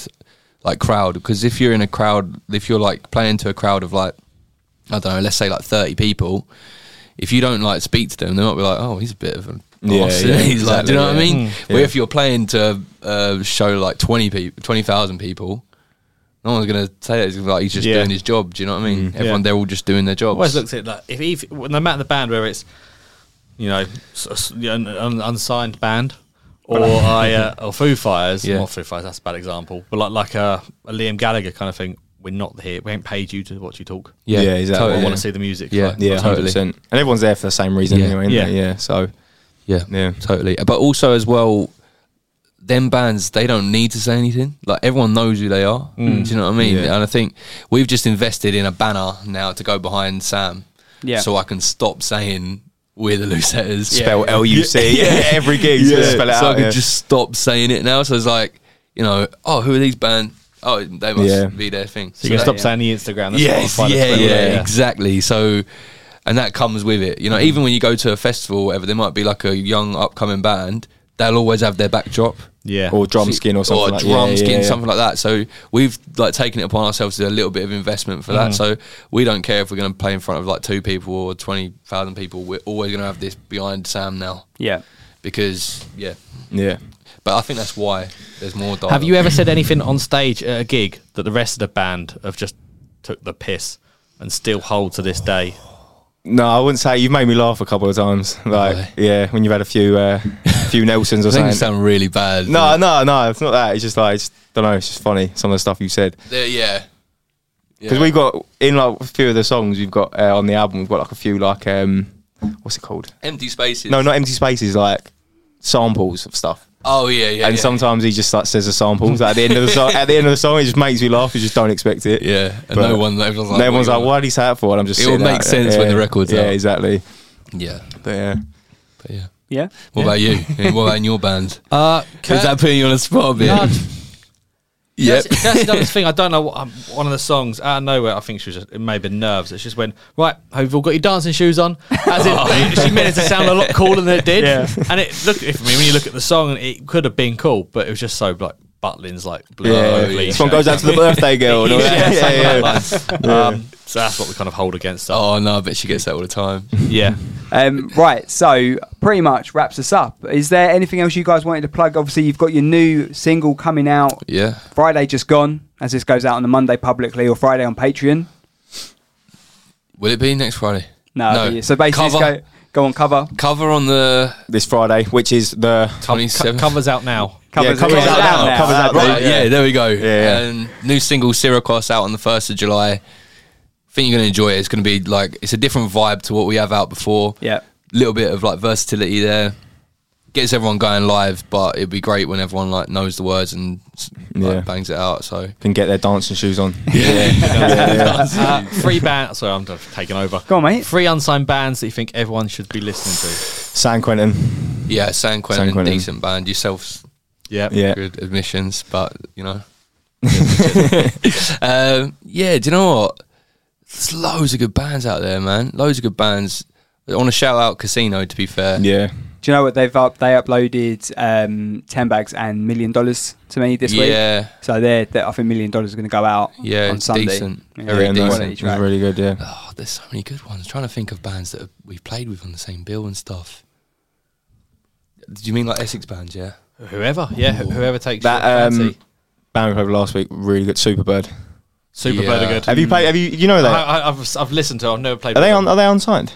Speaker 6: like crowd. Because if you're in a crowd, if you're like playing to a crowd of like I don't know, let's say like thirty people, if you don't like speak to them, they might be like, oh, he's a bit of a
Speaker 5: Yeah,
Speaker 6: arse,
Speaker 5: yeah,
Speaker 6: isn't he?" (laughs) like, do you know what I
Speaker 5: exactly, yeah.
Speaker 6: mean?
Speaker 5: Mm.
Speaker 6: Where
Speaker 5: Yeah.
Speaker 6: if you're playing to a show like twenty people, twenty thousand people. No one's gonna say that. It's gonna be like he's just
Speaker 3: Yeah.
Speaker 6: doing his job. Do you know what I mean? Everyone,
Speaker 3: Yeah.
Speaker 6: they're all just doing their jobs.
Speaker 3: always looks at it like if if- no matter the band, whether it's you know s- s- you know, an an unsigned band or I uh, or Foo Fighters,
Speaker 6: Yeah.
Speaker 3: not Foo Fighters, that's a bad example, but like like a, a Liam Gallagher kind of thing. We're not here. We ain't paid you to watch you talk.
Speaker 5: Yeah, exactly.
Speaker 3: I
Speaker 5: Yeah.
Speaker 3: want to see the music.
Speaker 6: Yeah.
Speaker 3: like-
Speaker 5: yeah,
Speaker 6: Totally.
Speaker 5: hundred percent. And everyone's there for the same reason,
Speaker 6: Yeah.
Speaker 5: anyway. Yeah,
Speaker 3: Yeah.
Speaker 5: yeah. So
Speaker 6: Yeah,
Speaker 5: Yeah.
Speaker 6: totally. But also as well, them bands they don't need to say anything. Like everyone knows who they are. Do you know what I mean?
Speaker 5: Yeah.
Speaker 6: And I think we've just invested in a banner now to go behind Sam.
Speaker 4: Yeah.
Speaker 6: So I can stop saying we're the Lucetters.
Speaker 5: spell L U C. Yeah, (laughs) every gig.
Speaker 6: (laughs) Yeah.
Speaker 5: just spell it
Speaker 6: so
Speaker 5: out.
Speaker 6: I can
Speaker 5: yeah.
Speaker 6: just stop saying it now. So it's like, you know, oh, who are these bands? Oh, they must
Speaker 5: Yeah.
Speaker 6: be their thing.
Speaker 3: So you can
Speaker 6: that-
Speaker 3: stop saying the Instagram. That's
Speaker 6: yes,
Speaker 3: what I find
Speaker 6: yeah,
Speaker 3: it's
Speaker 6: yeah,
Speaker 3: better,
Speaker 6: exactly. So, and that comes with it. You
Speaker 5: Mm.
Speaker 6: know, even when you go to a festival or whatever, there might be like a young upcoming band. They'll always have their backdrop
Speaker 3: yeah.
Speaker 5: or drum skin or something
Speaker 6: or a
Speaker 5: like
Speaker 6: drum
Speaker 5: yeah,
Speaker 6: skin,
Speaker 5: yeah, yeah.
Speaker 6: something like that. So we've like taken it upon ourselves to do a little bit of investment for
Speaker 5: Mm.
Speaker 6: that. So we don't care if we're going to play in front of like two people or twenty thousand people. We're always going to have this behind Sam now
Speaker 4: yeah.
Speaker 6: because yeah.
Speaker 5: yeah
Speaker 6: But I think that's why there's more. Dialogue.
Speaker 3: Have you ever said anything on stage at a gig that the rest of the band have just took the piss and still hold to this day?
Speaker 5: no I wouldn't say you've made me laugh a couple of times like
Speaker 6: Really?
Speaker 5: yeah when you've had a few (laughs) uh, few Nelsons or
Speaker 6: I think you
Speaker 5: something
Speaker 6: sound really bad.
Speaker 5: no no no it's not that it's just like it's, don't know it's just funny some of the stuff you said
Speaker 6: There- yeah.
Speaker 5: because we've got in like a few of the songs we've got uh, on the album we've got like a few like um what's it called
Speaker 6: empty spaces.
Speaker 5: no not empty spaces like samples of stuff
Speaker 6: Oh yeah, yeah.
Speaker 5: and
Speaker 6: yeah.
Speaker 5: sometimes he just like says the samples at the end of the song at the end of the song it just makes me laugh you just don't expect it
Speaker 6: Yeah, and
Speaker 5: But
Speaker 6: no one, everyone's like,
Speaker 5: no one's
Speaker 6: what
Speaker 5: like
Speaker 6: you
Speaker 5: why did he say that for and I'm just
Speaker 6: It will
Speaker 5: sitting
Speaker 6: make
Speaker 5: out,
Speaker 6: sense when the record's
Speaker 5: yeah
Speaker 6: out.
Speaker 5: exactly
Speaker 6: want?" Yeah,
Speaker 5: but yeah
Speaker 6: but yeah,
Speaker 4: Yeah.
Speaker 6: What about you? (laughs) Yeah, what about in your band?
Speaker 3: Uh,
Speaker 6: (laughs) Is that putting you on the spot a bit?
Speaker 3: No,
Speaker 6: yep.
Speaker 3: That's, that's
Speaker 5: (laughs)
Speaker 3: another thing. I don't know. What, um, one of the songs out of nowhere. I think she was. Just, it may have been nerves. It's just when right. Have you all got your dancing shoes on? As
Speaker 5: (laughs) Oh,
Speaker 3: if she meant it to sound a lot cooler than it did.
Speaker 4: Yeah.
Speaker 3: And it look. If, I mean, when you look at the song, it could have been cool, but it was just so like Butlin's like
Speaker 6: Oh,
Speaker 3: blue.
Speaker 5: Yeah,
Speaker 3: overly
Speaker 5: this one goes out to
Speaker 6: (laughs)
Speaker 5: the birthday girl. and all
Speaker 3: yeah,
Speaker 5: that.
Speaker 3: something
Speaker 5: yeah, yeah.
Speaker 3: like that.
Speaker 5: (laughs)
Speaker 3: Um, so that's what we kind of hold against her.
Speaker 6: Oh no, I bet she gets that all the time.
Speaker 3: Yeah.
Speaker 4: Um, right, so pretty much wraps us up. Is there anything else you guys wanted to plug? Obviously, you've got your new single coming out
Speaker 6: Yeah.
Speaker 4: Friday just gone, as this goes out on the Monday publicly or Friday on Patreon.
Speaker 6: Will it be next Friday?
Speaker 4: No, but yeah, so basically, just
Speaker 6: cover,
Speaker 4: go, go on cover.
Speaker 6: cover on the
Speaker 5: This Friday, which is the
Speaker 6: twenty
Speaker 3: Co-
Speaker 6: seventh.
Speaker 3: covers out
Speaker 5: (laughs)
Speaker 3: now.
Speaker 4: Covers,
Speaker 5: covers
Speaker 4: it's
Speaker 5: out now, covers out now.
Speaker 4: right?
Speaker 6: Right, yeah. there we go.
Speaker 5: Yeah, yeah.
Speaker 6: And new single Syracuse out on the first of July. Think you're gonna enjoy it. It's gonna be like it's a different vibe to what we have out before.
Speaker 4: Yeah.
Speaker 6: Little bit of like versatility there. Gets everyone going live, but it'd be great when everyone like knows the words and s- like,
Speaker 5: Yeah.
Speaker 6: bangs it out. So
Speaker 5: can get their dancing shoes
Speaker 6: (laughs)
Speaker 5: on.
Speaker 3: Uh, three bands. Sorry, I'm just taking over.
Speaker 4: Go on, mate.
Speaker 3: Three unsigned bands that you think everyone should be listening to.
Speaker 5: San Quentin.
Speaker 6: yeah, San Quentin,
Speaker 5: San Quentin.
Speaker 6: decent band. Yourself's
Speaker 3: Yeah.
Speaker 5: Yeah.
Speaker 6: good admissions, but you know. (laughs) um, yeah, do you know what? There's loads of good bands out there, man. Loads of good bands. I want to shout out Casino. To be fair,
Speaker 5: Yeah.
Speaker 4: Do you know what they've up? They uploaded um, ten bags and million dollars to me this week.
Speaker 6: Yeah.
Speaker 4: So they're, they're- I think million dollars is going to go out
Speaker 6: Yeah,
Speaker 4: on Sunday.
Speaker 6: decent.
Speaker 4: Yeah,
Speaker 6: Very
Speaker 5: yeah,
Speaker 4: one
Speaker 5: no,
Speaker 4: each
Speaker 6: decent.
Speaker 5: It was
Speaker 4: track.
Speaker 5: really good, yeah.
Speaker 6: Oh, there's so many good ones. trying to think of bands that we've played with on the same bill and stuff. Do you mean like Essex bands? Yeah.
Speaker 3: Whoever, yeah, wh- whoever takes
Speaker 5: That,
Speaker 3: your
Speaker 5: um,
Speaker 3: fancy.
Speaker 5: Band we played last week, really good. Superbird.
Speaker 3: Super
Speaker 6: yeah.
Speaker 3: Bird are good.
Speaker 6: Hmm.
Speaker 5: Have you played? Have you? You know
Speaker 3: I,
Speaker 5: that?
Speaker 3: I, I've I've listened to. I've never played.
Speaker 5: Are
Speaker 3: with
Speaker 5: they
Speaker 3: them.
Speaker 5: on? Are they unsigned?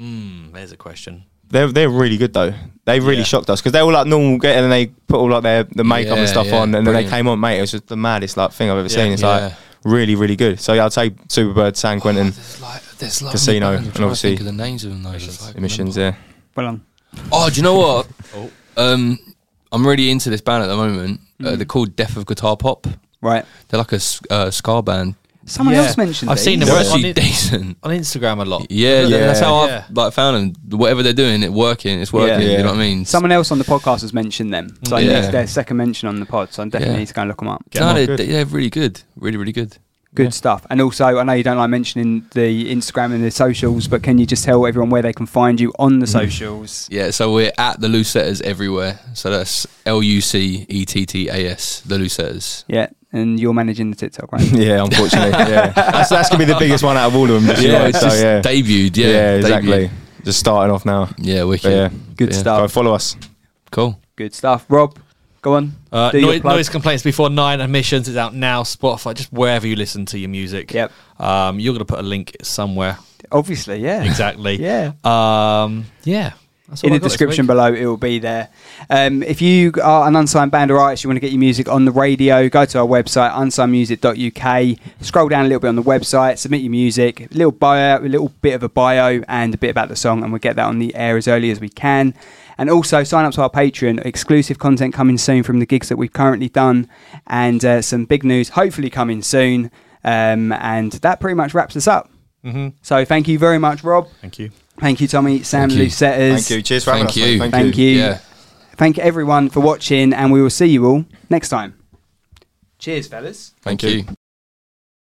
Speaker 3: Mm, there's a question.
Speaker 5: They're they're really good though. They really
Speaker 3: Yeah.
Speaker 5: shocked us because they were like normal, get- and then they put all like their the makeup
Speaker 6: Yeah,
Speaker 5: and stuff
Speaker 6: yeah,
Speaker 5: on, and then
Speaker 6: brilliant.
Speaker 5: they came on, mate. It was just the maddest like thing I've ever
Speaker 3: Yeah,
Speaker 5: seen. It's
Speaker 6: yeah. Oh,
Speaker 5: like really, really good. So yeah, I'll take Superbird, San Quentin,
Speaker 6: There's like there's loads
Speaker 5: Casino,
Speaker 6: of bands. I'm
Speaker 5: and
Speaker 6: trying to
Speaker 5: obviously
Speaker 6: think of the names of them. Though. It's like,
Speaker 5: emissions. Yeah,
Speaker 4: Well on.
Speaker 6: Oh, do you know what? Um, I'm really into this band at the moment.
Speaker 5: Hmm.
Speaker 6: Uh, they're called Death of Guitar Pop.
Speaker 4: Right.
Speaker 6: They're like a s- uh, ska band.
Speaker 4: Someone
Speaker 3: Yeah.
Speaker 4: else mentioned.
Speaker 3: I've
Speaker 4: these.
Speaker 3: seen them.
Speaker 6: They're
Speaker 3: Yeah.
Speaker 6: actually
Speaker 3: On it-
Speaker 6: decent.
Speaker 3: On Instagram a lot.
Speaker 6: Yeah,
Speaker 5: Yeah.
Speaker 6: that's how
Speaker 3: Yeah.
Speaker 6: I've like found them. Whatever they're doing, it working. It's working.
Speaker 5: Yeah.
Speaker 6: You know what I mean?
Speaker 4: Someone else on the podcast has mentioned them. So I
Speaker 6: Yeah.
Speaker 4: think it's their second mention on the pod. So I definitely
Speaker 6: Yeah.
Speaker 4: need to go and look them up.
Speaker 6: no, they're,
Speaker 5: good.
Speaker 6: they're really good. Really, really good.
Speaker 4: Good stuff. And also, I know you don't like mentioning the Instagram and the socials, but can you just tell everyone where they can find you on the
Speaker 6: Mm.
Speaker 4: socials?
Speaker 6: Yeah, so we're at the Lucettas everywhere. So that's L U C E T T A S, the Lucettas.
Speaker 4: Yeah. And you're managing the TikTok, right?
Speaker 6: (laughs)
Speaker 5: yeah. (laughs) Unfortunately, yeah. That's, that's gonna be the biggest one out of all of them. Just yeah,
Speaker 6: it's
Speaker 5: so,
Speaker 6: just
Speaker 5: yeah.
Speaker 6: debuted. Yeah,
Speaker 5: yeah, exactly.
Speaker 6: debuted.
Speaker 5: Just starting off now.
Speaker 6: Yeah, wicked.
Speaker 5: But yeah,
Speaker 4: Good
Speaker 6: Yeah.
Speaker 5: go
Speaker 4: stuff.
Speaker 5: follow us.
Speaker 6: Cool.
Speaker 4: Good stuff. Rob, go on.
Speaker 3: Uh,
Speaker 4: your
Speaker 3: noise,
Speaker 4: plug.
Speaker 3: noise complaints before nine admissions is out now. Spotify, just wherever you listen to your music.
Speaker 4: Yep.
Speaker 3: Um, you're gonna put a link somewhere.
Speaker 4: Obviously, yeah.
Speaker 3: Exactly.
Speaker 4: (laughs) Yeah.
Speaker 3: Um. Yeah. That's all
Speaker 4: in
Speaker 3: I
Speaker 4: the
Speaker 3: got this
Speaker 4: description
Speaker 3: week.
Speaker 4: below it will be there um, if you are an unsigned band or artist you want to get your music on the radio go to our website unsignedmusic.uk scroll down a little bit on the website submit your music a little bio a little bit of a bio and a bit about the song and we'll get that on the air as early as we can and also sign up to our Patreon. Exclusive content coming soon from the gigs that we've currently done, and uh, some big news hopefully coming soon. Um, and that pretty much wraps us up. So thank you very much, Rob.
Speaker 3: Mm-hmm. Thank you.
Speaker 4: Thank you, Tommy, Sam,
Speaker 6: Thank you.
Speaker 4: Lucettas.
Speaker 5: Thank you. Cheers for having
Speaker 6: Thank
Speaker 5: us. mate.
Speaker 6: you.
Speaker 4: Thank you.
Speaker 6: Yeah.
Speaker 4: Thank everyone for watching, and we will see you all next time. Cheers, fellas.
Speaker 6: Thank,
Speaker 5: Thank you.
Speaker 6: you.